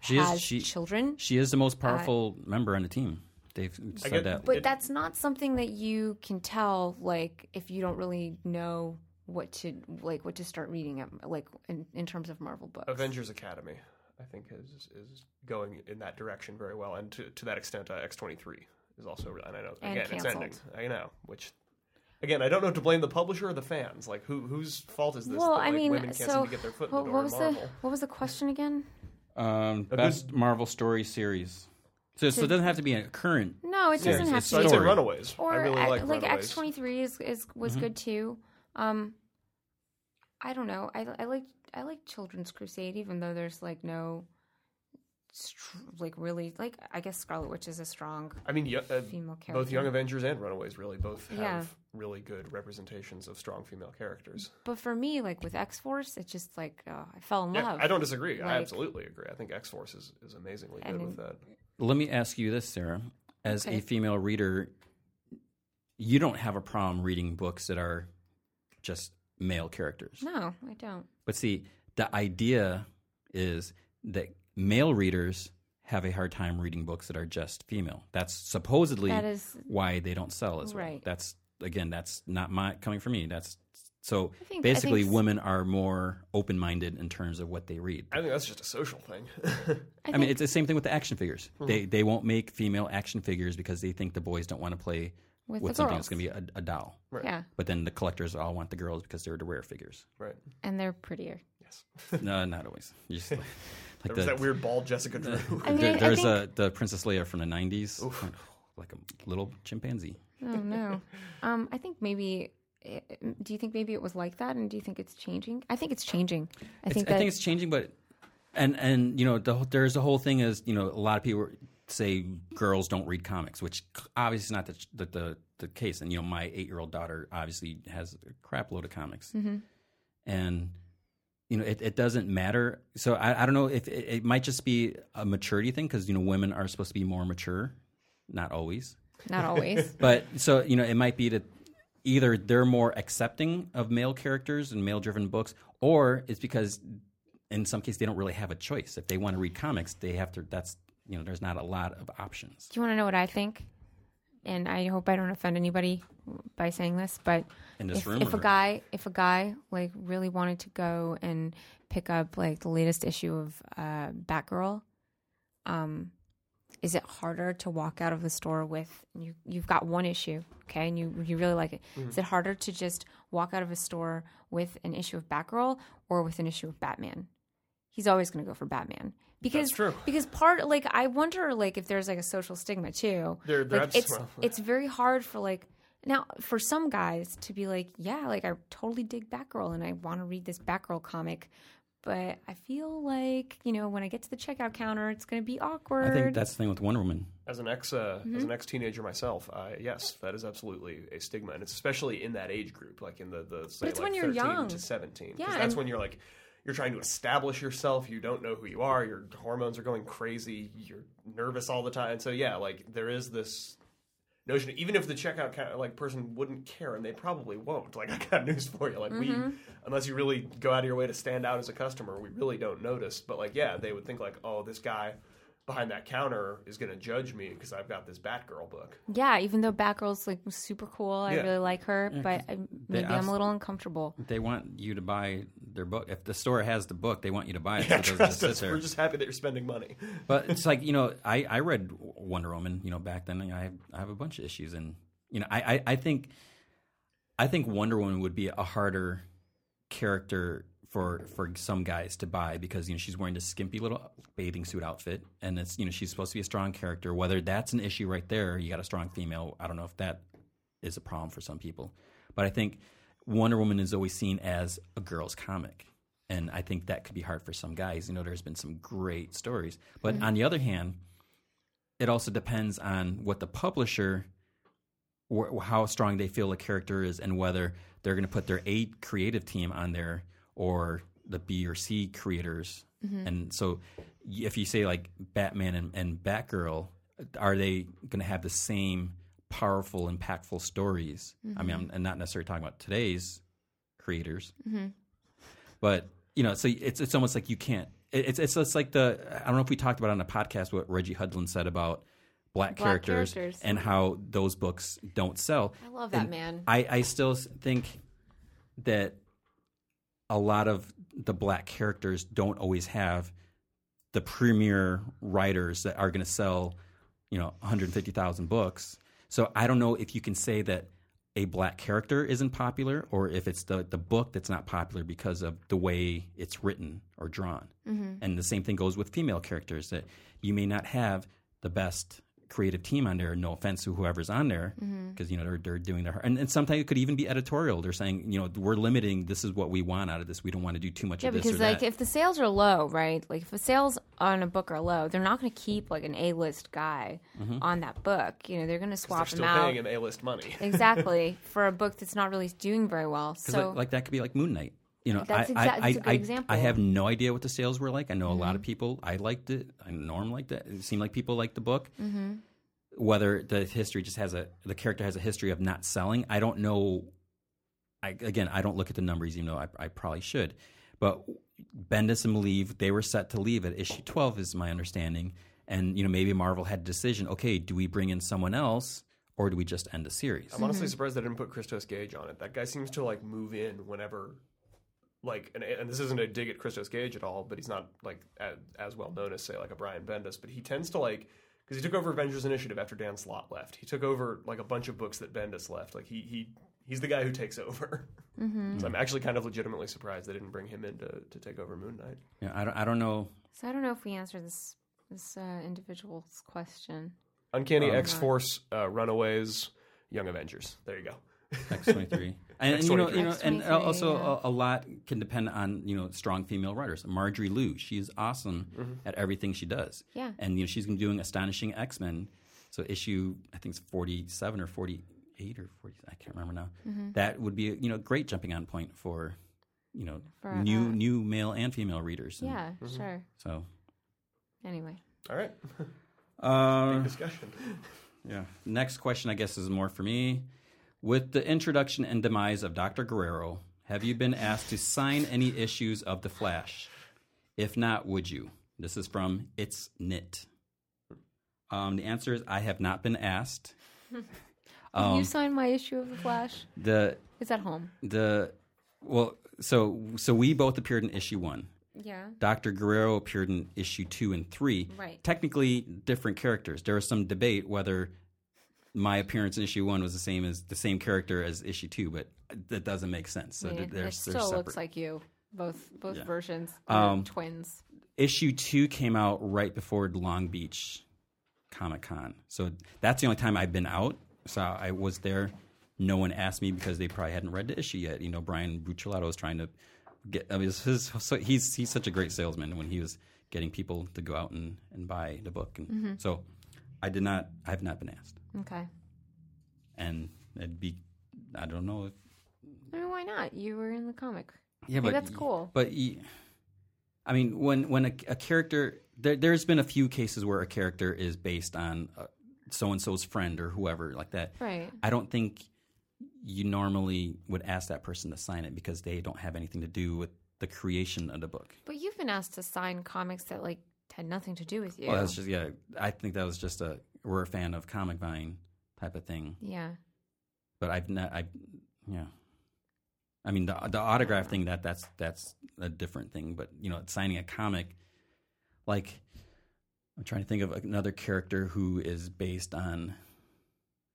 [SPEAKER 3] She
[SPEAKER 1] has
[SPEAKER 3] is she
[SPEAKER 1] children.
[SPEAKER 3] she is the most powerful member on the team. They've said
[SPEAKER 2] get-
[SPEAKER 3] that.
[SPEAKER 1] But
[SPEAKER 2] It-
[SPEAKER 1] that's not something that you can tell, like if you don't really know what to like what to start reading, at, like in, in terms of Marvel books.
[SPEAKER 2] Avengers Academy, I think, is is going in that direction very well, and to, to that extent, uh, X twenty three is also. re- And I know
[SPEAKER 1] And
[SPEAKER 2] again, it's
[SPEAKER 1] canceled.
[SPEAKER 2] ending. I know, which again, I don't know if to blame the publisher or the fans. Like, who whose fault is this?
[SPEAKER 1] well,
[SPEAKER 2] that,
[SPEAKER 1] I
[SPEAKER 2] like,
[SPEAKER 1] mean,
[SPEAKER 2] women can't
[SPEAKER 1] so
[SPEAKER 2] seem to get their foot in
[SPEAKER 1] what,
[SPEAKER 2] the door
[SPEAKER 1] what
[SPEAKER 2] in
[SPEAKER 1] was the
[SPEAKER 2] Marvel.
[SPEAKER 1] what was the question again?
[SPEAKER 3] Um, best Marvel story series. So, so it doesn't have to be a current.
[SPEAKER 1] No, it doesn't
[SPEAKER 3] it's
[SPEAKER 1] have
[SPEAKER 3] a
[SPEAKER 1] to.
[SPEAKER 2] So I'd
[SPEAKER 1] be-
[SPEAKER 2] say
[SPEAKER 3] story.
[SPEAKER 2] Runaways.
[SPEAKER 1] or
[SPEAKER 2] I really
[SPEAKER 1] at-
[SPEAKER 2] like, Mm-hmm.
[SPEAKER 1] like
[SPEAKER 2] Runaways.
[SPEAKER 1] X twenty three is is was good too. Um, I don't know. I I like I like Children's Crusade, even though there's like no, str- like really like I guess Scarlet Witch is a strong
[SPEAKER 2] I mean, yeah, uh,
[SPEAKER 1] female character.
[SPEAKER 2] both Young Avengers and Runaways really both have
[SPEAKER 1] Yeah.
[SPEAKER 2] really good representations of strong female characters.
[SPEAKER 1] but for me, like with X Force, it's just like uh, I fell in
[SPEAKER 2] Yeah,
[SPEAKER 1] love.
[SPEAKER 2] I don't disagree. I
[SPEAKER 1] Like-
[SPEAKER 2] absolutely agree. I think X Force is, is amazingly
[SPEAKER 1] I
[SPEAKER 2] good
[SPEAKER 1] mean-
[SPEAKER 2] with that.
[SPEAKER 3] Let me ask you this, Sarah. As
[SPEAKER 1] Okay.
[SPEAKER 3] a female reader, you don't have a problem reading books that are just male characters.
[SPEAKER 1] No, I don't.
[SPEAKER 3] But see, the idea is that male readers have a hard time reading books that are just female. That's supposedly
[SPEAKER 1] That is-
[SPEAKER 3] why they don't sell as well.
[SPEAKER 1] Right.
[SPEAKER 3] That's again, that's not my coming from me. That's so
[SPEAKER 1] think- I
[SPEAKER 3] basically
[SPEAKER 1] think-
[SPEAKER 3] women are more open-minded in terms of what they read.
[SPEAKER 2] I think that's just a social thing. [LAUGHS]
[SPEAKER 3] I, mean, it's the same thing with the action figures.
[SPEAKER 1] Mm-hmm.
[SPEAKER 3] They they won't make female action figures because they think the boys don't want to play
[SPEAKER 1] With
[SPEAKER 3] with,
[SPEAKER 1] the
[SPEAKER 3] something
[SPEAKER 1] girls.
[SPEAKER 3] that's going to be a, a doll.
[SPEAKER 1] Yeah,
[SPEAKER 3] But then the collectors all want the girls because they're the rare
[SPEAKER 1] [LAUGHS]
[SPEAKER 3] figures.
[SPEAKER 2] right.
[SPEAKER 1] and they're prettier.
[SPEAKER 2] Yes.
[SPEAKER 3] no, not always. You just, like
[SPEAKER 1] [LAUGHS]
[SPEAKER 2] There was that weird bald Jessica Drew.
[SPEAKER 1] I mean,
[SPEAKER 3] There,
[SPEAKER 1] I- I
[SPEAKER 3] there's
[SPEAKER 1] think-
[SPEAKER 3] a the Princess Leia from the '90s, like, like a little chimpanzee.
[SPEAKER 1] Oh no. um, I think maybe. eh, Do you think maybe it was like that, and do you think it's changing? I think it's changing. I
[SPEAKER 3] It's-
[SPEAKER 1] think
[SPEAKER 3] I
[SPEAKER 1] that
[SPEAKER 3] think it's changing, but and and you know the, whole- there's the whole thing is you know a lot of people say girls don't read comics, which c- obviously is not the the, the, the case. And you know, my eight year old daughter obviously has a crap load of comics,
[SPEAKER 1] Mm-hmm.
[SPEAKER 3] and you know, it, it doesn't matter. So I, I don't know if it, it might just be a maturity thing because you know women are supposed to be more mature, not always.
[SPEAKER 1] Not always.
[SPEAKER 3] But so you know, it might be that either they're more accepting of male characters and male-driven books, or it's because in some cases they don't really have a choice. If they want to read comics, they have to. That's you know, there's not a lot of options.
[SPEAKER 1] Do you want to know what I think? And I hope I don't offend anybody by saying this, but
[SPEAKER 3] In this
[SPEAKER 1] if,
[SPEAKER 3] room
[SPEAKER 1] if a
[SPEAKER 3] or-
[SPEAKER 1] guy, if a guy like really wanted to go and pick up like the latest issue of uh, Batgirl, um, is it harder to walk out of the store with you? You've got one issue, okay, and you you really like it. Is it harder to just walk out of a store with an issue of Batgirl or with an issue of Batman? he's always going to go for Batman because
[SPEAKER 2] true.
[SPEAKER 1] because part like I wonder like if there's like a social stigma too.
[SPEAKER 2] There- there
[SPEAKER 1] like,
[SPEAKER 2] abs-
[SPEAKER 1] it's it's very hard for like now for some guys to be like yeah like I totally dig Batgirl and I want to read this Batgirl comic. But I feel like you know when I get to the checkout counter, it's going to be awkward.
[SPEAKER 3] I think that's the thing with Wonder Woman.
[SPEAKER 2] As an ex, uh, as
[SPEAKER 1] Mm-hmm.
[SPEAKER 2] an ex teenager myself, uh, yes, that is absolutely a stigma, and it's especially in that age group, like in the the say,
[SPEAKER 1] it's
[SPEAKER 2] like
[SPEAKER 1] when you're
[SPEAKER 2] 13
[SPEAKER 1] young.
[SPEAKER 2] to seventeen. 'Cause
[SPEAKER 1] Yeah,
[SPEAKER 2] that's
[SPEAKER 1] and-
[SPEAKER 2] when you're like you're trying to establish yourself. You don't know who you are. Your hormones are going crazy. You're nervous all the time. So yeah, like there is this notion. Even if the checkout ca- like person wouldn't care, and they probably won't. Like [LAUGHS] I got news for you. Like we,
[SPEAKER 1] Mm-hmm.
[SPEAKER 2] unless you really go out of your way to stand out as a customer, we really don't notice. But like yeah, they would think like, oh, this guy behind that counter is going to judge me because I've got this Batgirl book. [LAUGHS]
[SPEAKER 1] yeah, even though Batgirl's like super cool, I
[SPEAKER 2] Yeah.
[SPEAKER 1] really like her, but I, maybe I'm
[SPEAKER 3] ask-
[SPEAKER 1] a little uncomfortable.
[SPEAKER 3] They want you to buy their book. If the store has the book, they want you to buy it. so it doesn't
[SPEAKER 2] Trust
[SPEAKER 3] sit
[SPEAKER 2] us,
[SPEAKER 3] there.
[SPEAKER 2] we're just happy that you're spending money.
[SPEAKER 3] But it's like you know, I I read Wonder Woman. You know, back then I have, I have a bunch of issues, and you know, I, I I think I think Wonder Woman would be a harder character for for some guys to buy because you know she's wearing this skimpy little bathing suit outfit, and it's you know she's supposed to be a strong character. Whether that's an issue right there, you got a strong female. I don't know if that is a problem for some people, but I think Wonder Woman is always seen as a girl's comic. And I think that could be hard for some guys. You know, there's been some great stories. But on the other hand, it also depends on what the publisher wh- how strong they feel a character is and whether they're going to put their A creative team on there or the B or C creators.
[SPEAKER 1] Mm-hmm.
[SPEAKER 3] And so y- if you say like Batman and, and Batgirl, are they going to have the same powerful, impactful stories? I
[SPEAKER 1] Mm-hmm.
[SPEAKER 3] mean, I'm, I'm not necessarily talking about today's creators,
[SPEAKER 1] Mm-hmm.
[SPEAKER 3] but you know, so it's it's almost like you can't. it- It's it's it's like the I don't know if we talked about it on a podcast what Reggie Hudlin said about black,
[SPEAKER 1] Black
[SPEAKER 3] characters,
[SPEAKER 1] characters.
[SPEAKER 3] and how those books don't sell.
[SPEAKER 1] I love that man.
[SPEAKER 3] I I still s- think that a lot of the black characters don't always have the premier writers that are going to sell, you know, 150,000 books. So I don't know if you can say that a black character isn't popular or if it's the, the book that's not popular because of the way it's written or drawn.
[SPEAKER 1] Mm-hmm.
[SPEAKER 3] And the same thing goes with female characters that you may not have the best creative team on there. No offense to whoever's on there
[SPEAKER 1] Mm-hmm.
[SPEAKER 3] because, you know, they're, they're doing their And, and sometimes it could even be editorial. They're saying, you know, we're limiting. This is what we want out of this. We don't want to do too much
[SPEAKER 1] Yeah,
[SPEAKER 3] of this
[SPEAKER 1] because
[SPEAKER 3] or
[SPEAKER 1] like
[SPEAKER 3] that.
[SPEAKER 1] if the sales are low, right? Like if the sales on a book are low, they're not going to keep like an A-list guy
[SPEAKER 3] Mm-hmm.
[SPEAKER 1] on that book. You know, they're going to
[SPEAKER 2] They're
[SPEAKER 1] swap him
[SPEAKER 2] still
[SPEAKER 1] out
[SPEAKER 3] [LAUGHS]
[SPEAKER 2] paying him A list money. [LAUGHS]
[SPEAKER 1] exactly for a book that's not really doing very well.
[SPEAKER 3] Because
[SPEAKER 1] So
[SPEAKER 3] like, like that could be like Moon Knight. You know,
[SPEAKER 1] That's
[SPEAKER 3] I,
[SPEAKER 1] exact-
[SPEAKER 3] I,
[SPEAKER 1] that's a good
[SPEAKER 3] I,
[SPEAKER 1] example. Mm-hmm.
[SPEAKER 3] I, I have no idea what the sales were like. I know a lot of people. I liked it. I Norm liked it. It seemed like people liked the book.
[SPEAKER 1] Mm-hmm.
[SPEAKER 3] Whether the history just has a the character has a history of not selling, I don't know. I, again, I don't look at the numbers, even though I, I probably should. But Bendis and Malieve, they were set to leave at issue twelve, is my understanding. And you know, maybe Marvel had a decision. Okay, do we bring in someone else, or do we just end the series?
[SPEAKER 2] I'm honestly surprised they didn't put Christos Gage on it. That guy seems to like move in whenever, like, and, and this isn't a dig at Christos Gage at all, but he's not like as, as well known as say like a Brian Bendis, but he tends to like because he took over Avengers Initiative after Dan Slott left. He took over like a bunch of books that Bendis left. Like he he he's the guy who takes over. So I'm actually kind of legitimately surprised they didn't bring him in to, to take over Moon Knight.
[SPEAKER 3] You know, I don't. I don't know.
[SPEAKER 1] so I don't know if we answer this this uh, individual's question.
[SPEAKER 2] Uncanny X Force, uh, Runaways, Young Avengers. There you go.
[SPEAKER 3] X
[SPEAKER 1] [LAUGHS]
[SPEAKER 3] twenty three. And, and you know, you know, and
[SPEAKER 1] X23,
[SPEAKER 3] also
[SPEAKER 1] yeah.
[SPEAKER 3] a, a lot can depend on you know strong female writers. Marjorie Liu, she's awesome
[SPEAKER 1] Mm-hmm.
[SPEAKER 3] at everything she does.
[SPEAKER 1] Yeah.
[SPEAKER 3] and you know she's been doing astonishing X Men. So issue, I think it's forty seven or forty eight or forty. I can't remember now.
[SPEAKER 1] Mm-hmm.
[SPEAKER 3] That would be you know a great jumping on point for you know
[SPEAKER 1] For,
[SPEAKER 3] new
[SPEAKER 1] uh,
[SPEAKER 3] new male and female readers. And
[SPEAKER 1] Yeah, sure.
[SPEAKER 3] So.
[SPEAKER 1] Anyway,
[SPEAKER 2] All right.
[SPEAKER 3] Uh,
[SPEAKER 2] Discussion.
[SPEAKER 3] Yeah. Next question, I guess, is more for me. With the introduction and demise of Dr. Guerrero, have you been asked to sign any issues of The Flash? If not, would you? This is from It's Knit. Um, the answer is I have not been asked.
[SPEAKER 1] Will
[SPEAKER 3] Um,
[SPEAKER 1] you signed my issue of the Flash.
[SPEAKER 3] The
[SPEAKER 1] It's at home.
[SPEAKER 3] the well, so so we both appeared in issue one.
[SPEAKER 1] Yeah.
[SPEAKER 3] Dr. Guerrero appeared in issue two and three.
[SPEAKER 1] Right.
[SPEAKER 3] Technically different characters. There was some debate whether my appearance in issue one was the same as the same character as issue two, but that doesn't make sense. So
[SPEAKER 1] I mean,
[SPEAKER 3] they're,
[SPEAKER 1] it,
[SPEAKER 3] they're
[SPEAKER 1] it still
[SPEAKER 3] separate. Um,
[SPEAKER 1] looks like you. Both both versions. They're twins.
[SPEAKER 3] issue two came out right before Long Beach Comic Con, so that's the only time I've been out. So I was there. No one asked me because they probably hadn't read the issue yet. You know, Brian Bucciolato was trying to get. I mean, it's his, so he's he's such a great salesman when he was getting people to go out and, and buy the book. And so I did not. I have not been asked,
[SPEAKER 1] Okay.
[SPEAKER 3] and it'd be. I don't know. If,
[SPEAKER 1] I mean, why not? You were in the comic.
[SPEAKER 3] yeah,
[SPEAKER 1] Hey, that's
[SPEAKER 3] y-
[SPEAKER 1] cool.
[SPEAKER 3] But y- I mean, when when a, a character there, there's been a few cases where a character is based on so and so's friend or whoever like that.
[SPEAKER 1] Right.
[SPEAKER 3] I don't think you normally would ask that person to sign it because they don't have anything to do with the creation of the book.
[SPEAKER 1] But you've been asked to sign comics that like had nothing to do with you.
[SPEAKER 3] Well, that's just yeah. I think that was just a we're a fan of Comic Vine type of thing.
[SPEAKER 1] yeah.
[SPEAKER 3] But I've not. I yeah. I mean the the autograph thing that that's that's a different thing. But you know, signing a comic, like I'm trying to think of another character who is based on.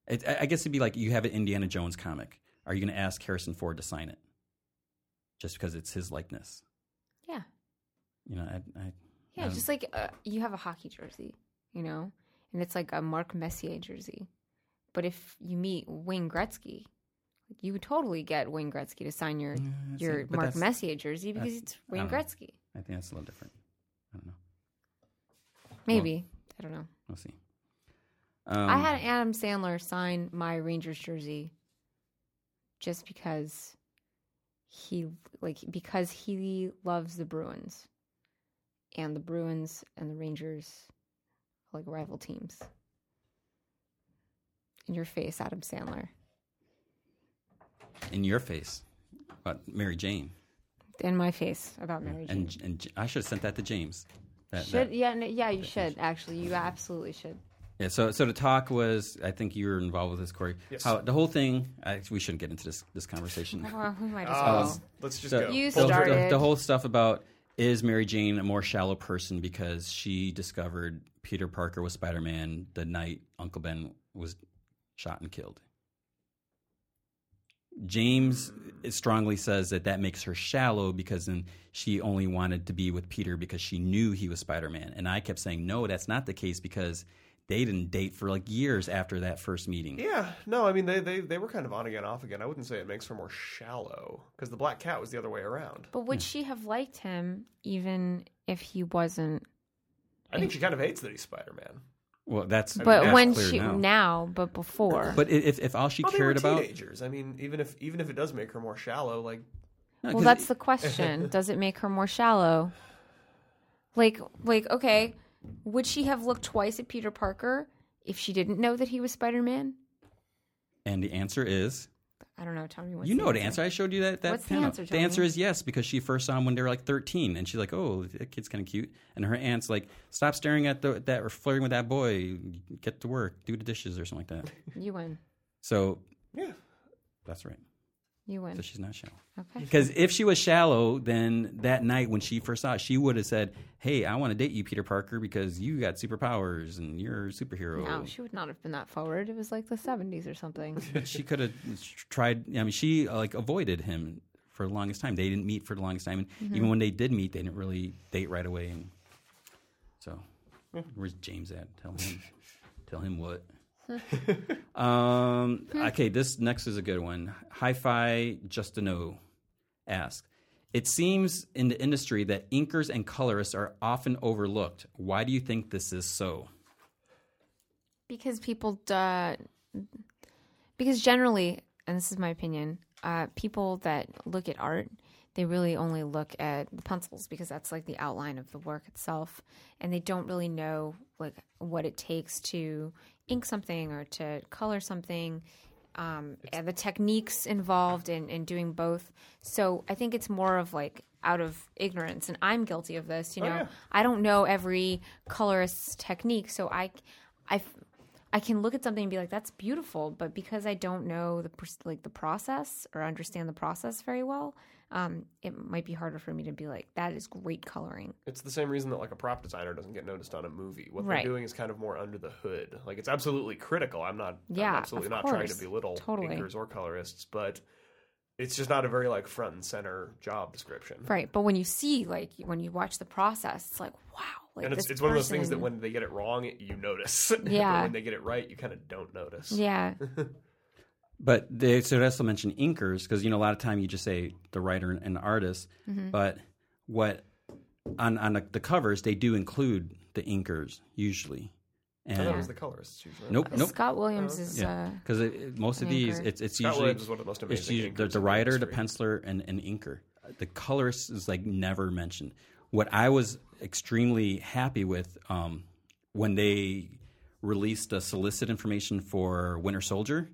[SPEAKER 3] It, I I guess it'd be like you have an Indiana Jones comic. Are you going to ask Harrison Ford to sign it? Just because it's his likeness,
[SPEAKER 1] Yeah.
[SPEAKER 3] you know. I, I,
[SPEAKER 1] Yeah.
[SPEAKER 3] Um,
[SPEAKER 1] just like uh, you have a hockey jersey, you know, and it's like a Mark Messier jersey. But if you meet Wayne Gretzky, you would totally get Wayne Gretzky to sign your
[SPEAKER 3] that's
[SPEAKER 1] your
[SPEAKER 3] it, Mm, but
[SPEAKER 1] Mark
[SPEAKER 3] that's-
[SPEAKER 1] Messier jersey because
[SPEAKER 3] that's-
[SPEAKER 1] it's Wayne
[SPEAKER 3] I don't know.
[SPEAKER 1] Gretzky.
[SPEAKER 3] I think that's a little different. I don't know.
[SPEAKER 1] Maybe I don't know.
[SPEAKER 3] We'll see. Um,
[SPEAKER 1] I had Adam Sandler sign my Rangers jersey just because he like because he loves the Bruins and the Bruins and the Rangers are like rival teams. In your face, Adam Sandler.
[SPEAKER 3] in your face about Mary Jane.
[SPEAKER 1] In my face about Mary Jane.
[SPEAKER 3] And, and J- I should have sent that to James. That,
[SPEAKER 1] should
[SPEAKER 3] that-
[SPEAKER 1] yeah no, yeah you should actually you absolutely should.
[SPEAKER 3] yeah. So so the talk was. I think you were involved with this, Corey.
[SPEAKER 2] Yes.
[SPEAKER 3] How, the whole thing. I, we shouldn't get into this
[SPEAKER 1] [LAUGHS]
[SPEAKER 3] this conversation.
[SPEAKER 1] Well, we might as
[SPEAKER 2] Uh,
[SPEAKER 1] well.
[SPEAKER 2] let's just
[SPEAKER 3] So-
[SPEAKER 2] go.
[SPEAKER 1] You
[SPEAKER 3] the, the,
[SPEAKER 1] started.
[SPEAKER 3] the whole stuff about is Mary Jane a more shallow person because she discovered Peter Parker was Spider Man the night Uncle Ben was shot and killed. James strongly says that that makes her shallow because then she only wanted to be with Peter because she knew he was Spider Man. And I kept saying, no, that's not the case because they didn't date for like years after that first meeting.
[SPEAKER 2] Yeah, no, I mean they, they they were kind of on again, off again. I wouldn't say it makes her more shallow because the black cat was the other way around.
[SPEAKER 1] But would she have liked him even if he wasn't
[SPEAKER 2] I think she kind of hates that he's Spider Man.
[SPEAKER 3] Well, that's
[SPEAKER 1] But
[SPEAKER 3] that's
[SPEAKER 1] when
[SPEAKER 3] clear
[SPEAKER 1] she now.
[SPEAKER 3] now.
[SPEAKER 1] but before.
[SPEAKER 3] But i- if, if all she
[SPEAKER 2] Well, they were
[SPEAKER 3] cared about,
[SPEAKER 2] teenagers. I mean, even if even if it does make her more shallow, like
[SPEAKER 3] No,
[SPEAKER 1] well,
[SPEAKER 3] 'cause
[SPEAKER 1] that's the question.
[SPEAKER 3] [LAUGHS]
[SPEAKER 1] Does it make her more shallow? Like, like, okay, would she have looked twice at Peter Parker if she didn't know that he was Spider Man?
[SPEAKER 3] And the answer is
[SPEAKER 1] I don't know. Tell me what's
[SPEAKER 3] you know the answer. I showed you that. that
[SPEAKER 1] What's the
[SPEAKER 3] panel.
[SPEAKER 1] answer, Tony?
[SPEAKER 3] is yes because she first saw him when they were like thirteen, and she's like, "Oh, that kid's kind of cute." And her aunt's like, "Stop staring at the, that or flirting with that boy. Get to work, do the dishes or something like
[SPEAKER 1] [LAUGHS]
[SPEAKER 3] that."
[SPEAKER 1] You win.
[SPEAKER 3] So
[SPEAKER 2] yeah,
[SPEAKER 3] that's right.
[SPEAKER 1] You
[SPEAKER 3] So
[SPEAKER 1] win.
[SPEAKER 3] she's not shallow.
[SPEAKER 1] Okay.
[SPEAKER 3] Because if she was shallow, then that night when she first saw it, she would have said, "Hey, I want to date you, Peter Parker, because you got superpowers and you're a superhero."
[SPEAKER 1] No, she would not have been that forward. It was like the seventies or something.
[SPEAKER 3] But she could have tried. I mean, she uh, like avoided him for the longest time. They didn't meet for the longest time, and even when they did meet, they didn't really date right away. And so, where's James at? Tell him. tell him what. um, okay, this next is a good one. Hi-Fi Just to Know asks, it seems in the industry that inkers and colorists are often overlooked. Why do you think this is so?
[SPEAKER 1] because people uh, because generally and this is my opinion uh, people that look at art they really only look at the pencils because that's like the outline of the work itself and they don't really know like what it takes to ink something or to color something um, and the techniques involved in, in doing both so i think it's more of like out of ignorance and i'm guilty of this you know
[SPEAKER 2] Oh, yeah.
[SPEAKER 1] i don't know every colorist's technique so i I, f- I can look at something and be like, "That's beautiful," but because I don't know the pers- like the process or understand the process very well, um, it might be harder for me to be like, "That is great coloring."
[SPEAKER 2] It's the same reason that like a prop designer doesn't get noticed on a movie. What
[SPEAKER 1] Right.
[SPEAKER 2] they're doing is kind of more under the hood. Like it's absolutely critical. I'm not. I'm
[SPEAKER 1] Yeah,
[SPEAKER 2] absolutely
[SPEAKER 1] of
[SPEAKER 2] not trying to
[SPEAKER 1] course.
[SPEAKER 2] belittle
[SPEAKER 1] Totally.
[SPEAKER 2] inkers or colorists, but it's just not a very like front and center job description.
[SPEAKER 1] Right, but when you see like when you watch the process, it's like, "Wow!" Like
[SPEAKER 2] And it's,
[SPEAKER 1] this
[SPEAKER 2] it's one of those things that
[SPEAKER 1] person-
[SPEAKER 2] when they get it wrong, you notice. [LAUGHS] but
[SPEAKER 1] Yeah.
[SPEAKER 2] when they get it right, you kind of don't notice. [LAUGHS]
[SPEAKER 1] yeah,
[SPEAKER 3] But they should also mention inkers because you know a lot of time you just say the writer and the artist,
[SPEAKER 1] Mm-hmm.
[SPEAKER 3] but what on on the, the covers they do include the inkers usually,
[SPEAKER 1] Oh,
[SPEAKER 2] I thought it
[SPEAKER 3] and
[SPEAKER 2] was the colorists usually.
[SPEAKER 3] nope nope
[SPEAKER 1] Scott Williams
[SPEAKER 2] Uh-huh.
[SPEAKER 1] is uh,
[SPEAKER 3] because most of
[SPEAKER 1] an
[SPEAKER 3] these
[SPEAKER 1] inker.
[SPEAKER 3] it's it's
[SPEAKER 2] Scott
[SPEAKER 3] usually
[SPEAKER 2] Williams is one of the most amazing.
[SPEAKER 3] it's usually
[SPEAKER 2] inkers
[SPEAKER 3] the,
[SPEAKER 2] in
[SPEAKER 3] the writer, the
[SPEAKER 2] industry.
[SPEAKER 3] penciler, and an inker. The colorist is like never mentioned. What I was extremely happy with um, when they released the solicit information for Winter Soldier,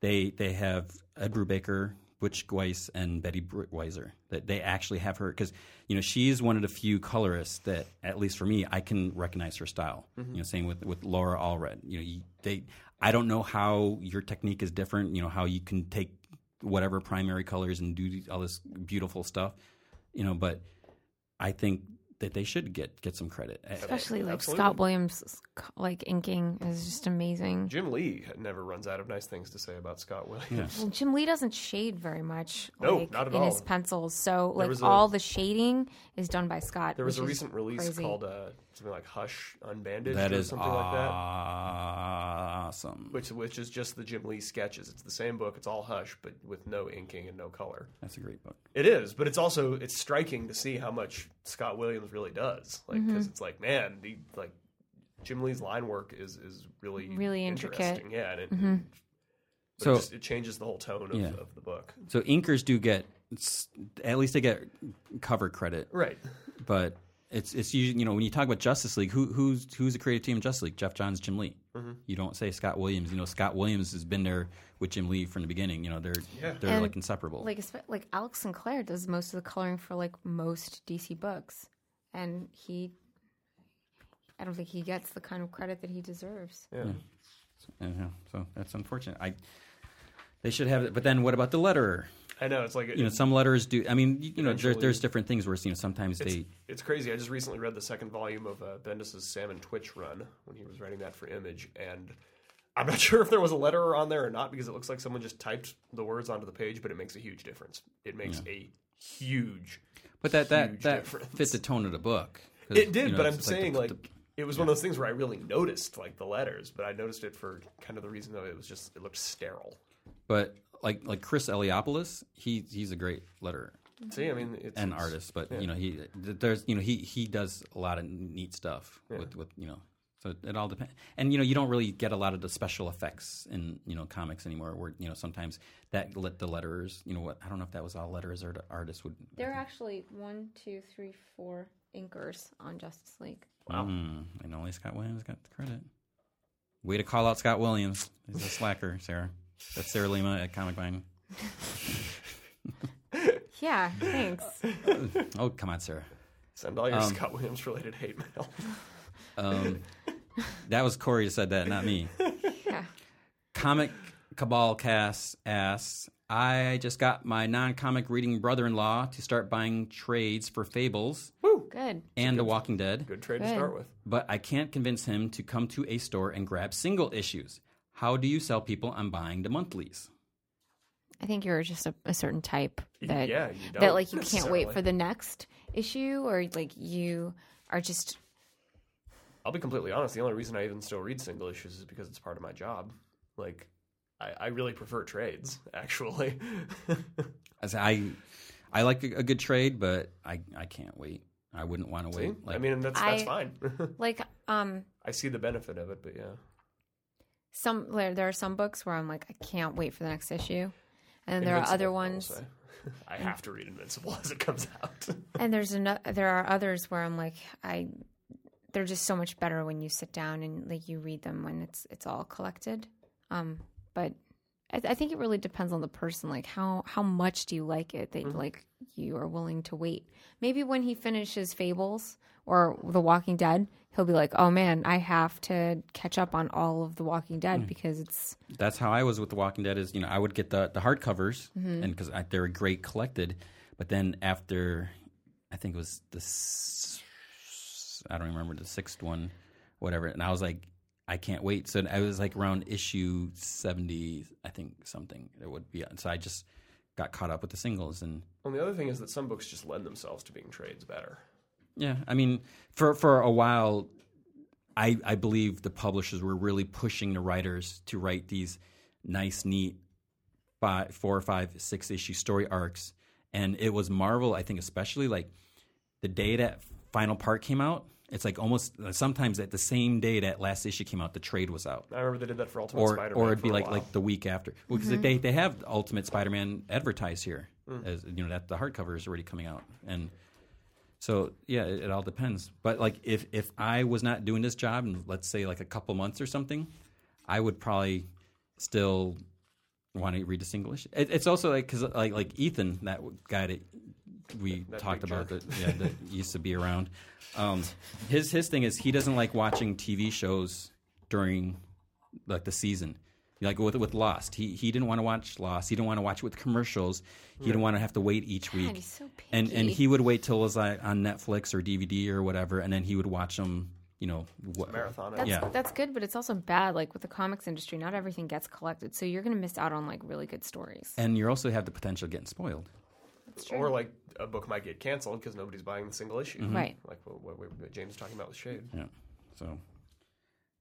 [SPEAKER 3] they they have Ed Brubaker, Butch Weiss, and Betty Brutweiser. That they actually have her because you know she's one of the few colorists that, at least for me, I can recognize her style.
[SPEAKER 2] Mm-hmm.
[SPEAKER 3] You know, same with with Laura Allred. You know, you, they I don't know how your technique is different. You know, how you can take whatever primary colors and do all this beautiful stuff. You know, but I think that they should get get some credit.
[SPEAKER 1] especially like
[SPEAKER 2] Absolutely.
[SPEAKER 1] Scott Williams, like inking is just amazing.
[SPEAKER 2] Jim Lee never runs out of nice things to say about Scott Williams.
[SPEAKER 1] Well, Jim Lee doesn't shade very much.
[SPEAKER 2] No,
[SPEAKER 1] like,
[SPEAKER 2] not at
[SPEAKER 1] in his
[SPEAKER 2] all.
[SPEAKER 1] pencils. So like
[SPEAKER 2] was a-
[SPEAKER 1] all the shading is done by Scott.
[SPEAKER 2] [LAUGHS] There was a
[SPEAKER 1] which is
[SPEAKER 2] recent release
[SPEAKER 1] crazy.
[SPEAKER 2] called uh, something like Hush Unbandaged
[SPEAKER 3] That
[SPEAKER 2] or
[SPEAKER 3] is
[SPEAKER 2] something like that.
[SPEAKER 3] awesome.
[SPEAKER 2] Which which is just the Jim Lee sketches. It's the same book. It's all Hush, but with no inking and no color.
[SPEAKER 3] That's a great book.
[SPEAKER 2] It is, but it's also it's striking to see how much Scott Williams really does. Like because
[SPEAKER 1] Mm-hmm.
[SPEAKER 2] it's like man, the like Jim Lee's line work is is really
[SPEAKER 1] Really intricate. Mm-hmm.
[SPEAKER 2] interesting. Yeah, and it, but
[SPEAKER 3] So-
[SPEAKER 2] it, just, it changes the whole tone of,
[SPEAKER 3] Yeah.
[SPEAKER 2] of the book.
[SPEAKER 3] So inkers do get it's- at least they get cover credit,
[SPEAKER 2] Right.
[SPEAKER 3] but it's it's usually you know when you talk about Justice League, who who's who's the creative team of Justice League? Jeff Johns, Jim Lee.
[SPEAKER 2] Mm-hmm.
[SPEAKER 3] You don't say Scott Williams. You know Scott Williams has been there with Jim Lee from the beginning. You know they're they're
[SPEAKER 1] And,
[SPEAKER 3] like
[SPEAKER 2] uh,
[SPEAKER 3] inseparable.
[SPEAKER 1] like espe- like Alex Sinclair does most of the coloring for like most DC books, and he, I don't think he gets the kind of credit that he deserves.
[SPEAKER 2] Yeah.
[SPEAKER 3] Yeah, so that's unfortunate. I they should have it. But then what about the letterer?
[SPEAKER 2] I know. It's like
[SPEAKER 3] You know some letterers do. I mean you, you know there,
[SPEAKER 2] Eventually-
[SPEAKER 3] there's different things where you know sometimes they
[SPEAKER 2] It's crazy. I just recently read the second volume of uh, Bendis's Salmon Twitch run when he was writing that for Image, and I'm not [LAUGHS] sure if there was a letterer on there or not because it looks like someone just typed the words onto the page, but it makes a huge difference. It makes a huge.
[SPEAKER 3] But that that
[SPEAKER 2] huge
[SPEAKER 3] that [LAUGHS]
[SPEAKER 2] difference.
[SPEAKER 3] fit the tone of the book. 'Cause,
[SPEAKER 2] It did,
[SPEAKER 3] you know,
[SPEAKER 2] but I'm
[SPEAKER 3] it's
[SPEAKER 2] saying
[SPEAKER 3] the-
[SPEAKER 2] like.
[SPEAKER 3] the-
[SPEAKER 2] it was one of those things where I really noticed like the letters, but I noticed it for kind of the reason that it was just it looked sterile.
[SPEAKER 3] but like like Chris Eliopoulos, he he's a great letterer
[SPEAKER 2] See, I mean, it's
[SPEAKER 3] and
[SPEAKER 2] it's-
[SPEAKER 3] artist, but you know he th- there's you know he he does a lot of neat stuff with with you know. So it all depends, and you know you don't really get a lot of the special effects in you know comics anymore. Where you know sometimes that let the letterers, you know what I don't know if that was all letterers or the artists would.
[SPEAKER 1] There are actually one, two, three, four inkers on Justice League.
[SPEAKER 2] Wow.
[SPEAKER 3] Mm, and only Scott Williams got the credit. Way to call out Scott Williams. He's a slacker, [LAUGHS] Sarah. That's Sarah Lima at Comic Vine.
[SPEAKER 1] Yeah, thanks.
[SPEAKER 2] [LAUGHS]
[SPEAKER 3] Oh come on, Sarah.
[SPEAKER 2] Send all your Scott Williams related hate mail. [LAUGHS]
[SPEAKER 3] Um, that was Corey who said that, not me.
[SPEAKER 1] Yeah.
[SPEAKER 3] Comic Cabal Cast asks, I just got my non-comic reading brother-in-law to start buying trades for Fables
[SPEAKER 1] Good.
[SPEAKER 3] and The Walking Dead,
[SPEAKER 2] Good trade to
[SPEAKER 1] Good.
[SPEAKER 2] start with.
[SPEAKER 3] but I can't convince him to come to a store and grab single issues. How do you sell people on buying the monthlies?
[SPEAKER 1] I think you're just a, a certain type that
[SPEAKER 2] yeah, you don't
[SPEAKER 1] that like you can't wait
[SPEAKER 2] necessarily.
[SPEAKER 1] for the next issue or like you are just
[SPEAKER 2] I'll be completely honest. The only reason I even still read single issues is because it's part of my job. Like, I, I really prefer trades, [LAUGHS] actually.
[SPEAKER 3] As I, I like a, a good trade, but I, I can't wait. I wouldn't want to
[SPEAKER 2] See?
[SPEAKER 3] wait. Like,
[SPEAKER 2] I mean, and that's that's
[SPEAKER 1] I-
[SPEAKER 2] fine. [LAUGHS]
[SPEAKER 1] Like um
[SPEAKER 2] I see the benefit of it, but yeah,
[SPEAKER 1] some there, there are some books where I'm like I can't wait for the next issue. And there
[SPEAKER 2] Invincible,
[SPEAKER 1] are other
[SPEAKER 2] I'll
[SPEAKER 1] ones
[SPEAKER 2] say. [LAUGHS] I have to read Invincible [LAUGHS] as it comes out.
[SPEAKER 1] and there's another there are others where I'm like I they're just so much better when you sit down and like you read them when it's it's all collected. Um but I, I think it really depends on the person like how how much do you like it that like you are willing to wait. Maybe when he finishes Fables or The Walking Dead, he'll be like, "Oh man, I have to catch up on all of The Walking Dead because it's
[SPEAKER 3] that's how I was with The Walking Dead. Is you know I would get the the hardcovers, and because they're great collected, but then after I think it was the s- I don't remember the sixth one, whatever, and I was like I can't wait. So I was like around issue seventy, I think something it would be. So I just got caught up with the singles and.
[SPEAKER 2] well, the other thing is that some books just lend themselves to being trades better.
[SPEAKER 3] Yeah, I mean, for for a while, I I believe the publishers were really pushing the writers to write these nice, neat, five, four or five, six issue story arcs, and it was Marvel, I think, especially like the day that Final Part came out. It's like almost sometimes at the same day that last issue came out, the trade was out
[SPEAKER 2] I remember they did that for Ultimate
[SPEAKER 3] or
[SPEAKER 2] Spider-Man.
[SPEAKER 3] or it'd
[SPEAKER 2] for
[SPEAKER 3] be
[SPEAKER 2] a
[SPEAKER 3] like
[SPEAKER 2] while.
[SPEAKER 3] like the week after because they they have Ultimate Spider-Man advertised here
[SPEAKER 2] Mm.
[SPEAKER 3] as you know that the hardcover is already coming out and so yeah it, it all depends but like if if I was not doing this job in let's say like a couple months or something I would probably still want to read a single issue it, it's also like because like like Ethan that w- guy that we talked
[SPEAKER 2] big
[SPEAKER 3] about
[SPEAKER 2] jerk.
[SPEAKER 3] that yeah
[SPEAKER 2] [LAUGHS]
[SPEAKER 3] that used to be around um, his his thing is he doesn't like watching TV shows during like the season. Like with with Lost, he he didn't want to watch Lost. He didn't want to watch it with commercials. He didn't want to have to wait each week.
[SPEAKER 1] he's so
[SPEAKER 3] And and
[SPEAKER 1] picky.
[SPEAKER 3] he would wait till it was like on Netflix or DVD or whatever, and then he would watch them. You know, what,
[SPEAKER 2] marathon.
[SPEAKER 1] that's
[SPEAKER 3] Yeah.
[SPEAKER 1] that's good, but it's also bad like with the comics industry, not everything gets collected. So you're going to miss out on like really good stories.
[SPEAKER 3] and you also have the potential of getting spoiled.
[SPEAKER 2] Or like a book might get canceled because nobody's buying the single issue.
[SPEAKER 1] Mm-hmm. Right.
[SPEAKER 2] Like what, what, what James was talking about with Shade.
[SPEAKER 3] Yeah. So,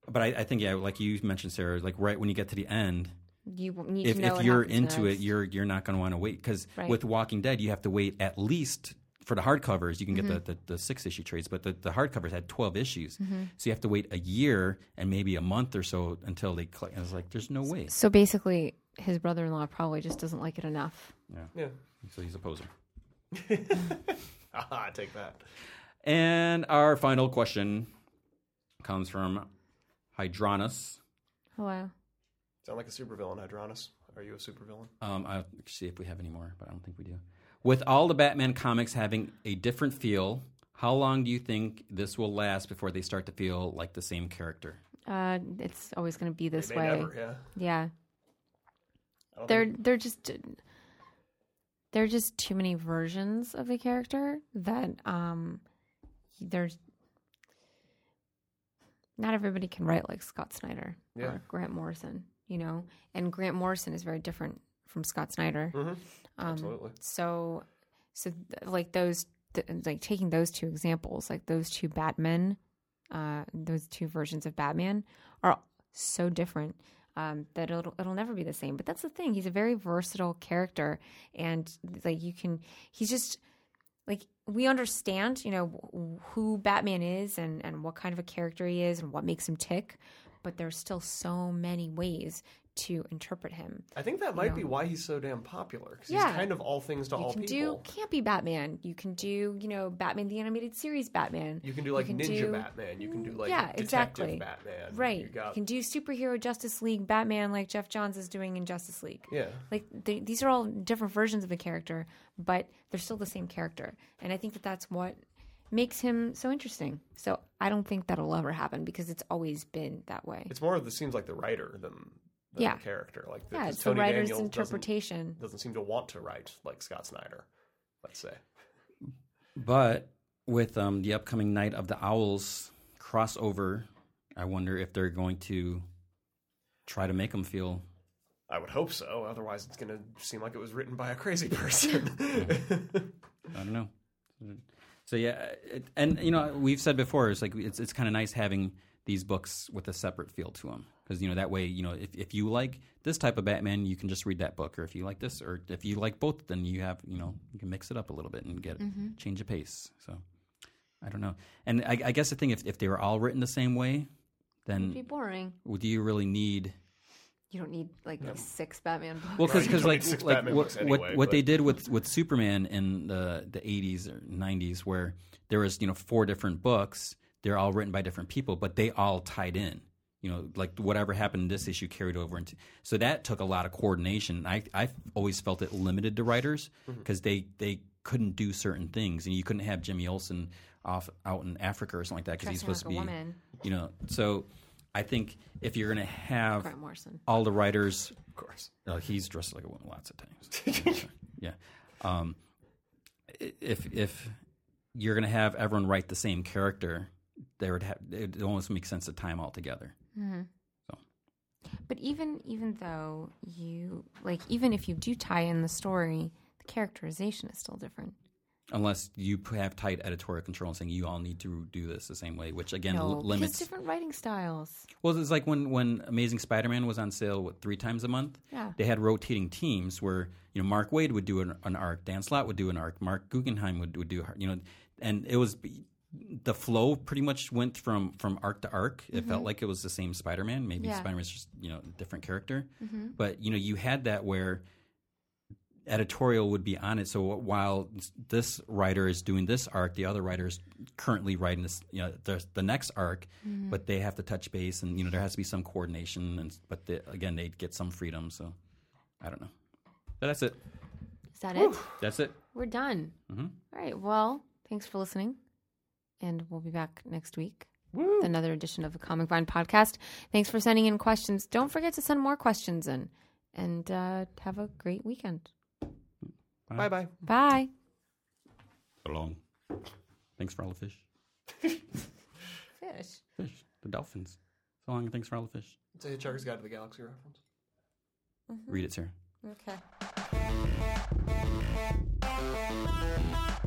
[SPEAKER 3] but I, I think yeah, like you mentioned, Sarah, like right when you get to the end,
[SPEAKER 1] You w- need
[SPEAKER 3] if,
[SPEAKER 1] to know
[SPEAKER 3] if
[SPEAKER 1] what
[SPEAKER 3] you're
[SPEAKER 1] happens
[SPEAKER 3] into
[SPEAKER 1] next.
[SPEAKER 3] it, you're you're not going to want to wait because
[SPEAKER 1] Right.
[SPEAKER 3] with Walking Dead, you have to wait at least for the hardcovers. You can
[SPEAKER 1] Mm-hmm.
[SPEAKER 3] get the, the, the six issue trades, but the, the hardcovers had twelve issues, so you have to wait a year and maybe a month or so until they. Collect. And it's like there's no way.
[SPEAKER 1] So basically, his brother-in-law probably just doesn't like it enough.
[SPEAKER 2] Yeah. [LAUGHS]
[SPEAKER 3] So he's a poser.
[SPEAKER 2] Aha, take that.
[SPEAKER 3] And our final question comes from Hydranus.
[SPEAKER 1] Hello.
[SPEAKER 2] Sound like a supervillain, Hydranus. Are you a supervillain?
[SPEAKER 3] Um, I'll see if we have any more, but I don't think we do. With all the Batman comics having a different feel, how long do you think this will last before they start to feel like the same character?
[SPEAKER 1] Uh, it's always going to be this
[SPEAKER 2] They
[SPEAKER 1] way.
[SPEAKER 2] never, yeah.
[SPEAKER 1] Yeah,
[SPEAKER 2] I don't
[SPEAKER 1] they're
[SPEAKER 2] think-
[SPEAKER 1] they're just they're just too many versions of the character that um there's not everybody can write like Scott Snyder
[SPEAKER 2] Yeah.
[SPEAKER 1] or Grant Morrison, you know, and Grant Morrison is very different from Scott Snyder. um,
[SPEAKER 2] absolutely.
[SPEAKER 1] so so th- like those th- like taking those two examples like those two batmen uh those two versions of batman are so different um that it'll it'll never be the same but that's the thing he's a very versatile character and like you can he's just like we understand you know wh- who batman is and and what kind of a character he is and what makes him tick but there's still so many ways to interpret him
[SPEAKER 2] I think that might be why he's so damn popular. Because
[SPEAKER 1] Yeah.
[SPEAKER 2] he's kind of all things to all
[SPEAKER 1] you can
[SPEAKER 2] people.
[SPEAKER 1] do campy Batman. You can do, you know, Batman the animated series Batman.
[SPEAKER 2] you can do like
[SPEAKER 1] can
[SPEAKER 2] Ninja
[SPEAKER 1] do-
[SPEAKER 2] Batman. You can do like
[SPEAKER 1] Yeah,
[SPEAKER 2] Detective
[SPEAKER 1] exactly.
[SPEAKER 2] Batman.
[SPEAKER 1] right.
[SPEAKER 2] You got,
[SPEAKER 1] can do superhero Justice League Batman like Jeff Johns is doing in Justice League.
[SPEAKER 2] yeah.
[SPEAKER 1] Like they, these are all different versions of the character, but they're still the same character. And I think that that's what makes him so interesting. So I don't think that'll ever happen because it's always been that way.
[SPEAKER 2] It's more of the seems like the writer than, than
[SPEAKER 1] Yeah.
[SPEAKER 2] the character. Like the,
[SPEAKER 1] yeah,
[SPEAKER 2] 'cause
[SPEAKER 1] it's
[SPEAKER 2] Tony
[SPEAKER 1] the writer's
[SPEAKER 2] Daniel doesn't,
[SPEAKER 1] interpretation.
[SPEAKER 2] doesn't seem to want to write like Scott Snyder. Let's say.
[SPEAKER 3] But with um, the upcoming Night of the Owls crossover, I wonder if they're going to try to make them feel.
[SPEAKER 2] I would hope so. Otherwise,
[SPEAKER 1] [LAUGHS]
[SPEAKER 2] it's [LAUGHS] going to seem like it was written by a crazy person.
[SPEAKER 3] I don't know. So yeah, it, and you know we've said before it's like it's it's kind of nice having these books with a separate feel to them because you know that way you know if if you like this type of Batman you can just read that book or if you like this or if you like both then you have you know you can mix it up a little bit and get change of pace. So I don't know, and I, I guess the thing if if they were all written the same way,
[SPEAKER 1] It'd be
[SPEAKER 3] then
[SPEAKER 1] boring.
[SPEAKER 3] do you really need?
[SPEAKER 1] You don't need like six Batman books.
[SPEAKER 3] Well, because
[SPEAKER 2] you don't
[SPEAKER 3] like,
[SPEAKER 2] need six
[SPEAKER 3] like
[SPEAKER 2] Batman
[SPEAKER 3] what,
[SPEAKER 2] books
[SPEAKER 3] what
[SPEAKER 2] anyway,
[SPEAKER 3] what
[SPEAKER 2] but-
[SPEAKER 3] they did with with Superman in the the eighties or nineties, where there was you know four different books, they're all written by different people, but they all tied in. You know, like whatever happened in this issue carried over into. So that took a lot of coordination. I I always felt it limited to writers
[SPEAKER 2] Mm-hmm.
[SPEAKER 3] because they they couldn't do certain things, and you couldn't have Jimmy Olsen off out in Africa or something like that because he's
[SPEAKER 1] Dressing
[SPEAKER 3] supposed
[SPEAKER 1] like a
[SPEAKER 3] to be,
[SPEAKER 1] woman.
[SPEAKER 3] you know. So I think if you're gonna have
[SPEAKER 1] Grant Morrison.
[SPEAKER 3] all the writers
[SPEAKER 2] Of course.
[SPEAKER 3] uh, he's dressed like a woman lots of times. [LAUGHS] yeah. Um, i- if if you're gonna have everyone write the same character, there would have it almost makes sense to time all together.
[SPEAKER 1] But even even though you like even if you do tie in the story, the characterization is still different.
[SPEAKER 3] Unless you p- have tight editorial control and saying you all need to do this the same way, which again
[SPEAKER 1] no,
[SPEAKER 3] l-
[SPEAKER 1] because
[SPEAKER 3] limits.
[SPEAKER 1] different writing styles.
[SPEAKER 3] Well, it's like when when Amazing Spider-Man was on sale what, three times a month.
[SPEAKER 1] Yeah.
[SPEAKER 3] they had rotating teams where you know Mark Wade would do an, an arc, Dan Slott would do an arc, Mark Guggenheim would, would do you know, and it was the flow pretty much went from from arc to arc. It felt like it was the same Spider-Man. Maybe
[SPEAKER 1] Mm-hmm. Yeah. Mm-hmm.
[SPEAKER 3] Spider-Man's just you know a different character, but you know you had that where editorial would be on it. So while this writer is doing this arc, the other writer is currently writing this, you know, the, the next arc, but they have to touch base, and you know there has to be some coordination. And but the, again, they get some freedom. So I don't know. But that's it.
[SPEAKER 1] Is that it?
[SPEAKER 3] That's it.
[SPEAKER 1] We're done.
[SPEAKER 3] Mm-hmm.
[SPEAKER 1] All right. Well, thanks for listening. And we'll be back next week with another edition of the Comic Vine podcast. Thanks for sending in questions. Don't forget to send more questions in. And uh, have a great weekend.
[SPEAKER 2] Bye bye.
[SPEAKER 3] Mm.
[SPEAKER 1] Bye.
[SPEAKER 3] So long. Thanks for all the fish.
[SPEAKER 1] Fish.
[SPEAKER 3] Fish. The dolphins. So long. and Thanks for all the fish.
[SPEAKER 2] It's a Hitchhiker's Guide to the Galaxy reference.
[SPEAKER 3] Read it, Sarah.
[SPEAKER 1] Okay.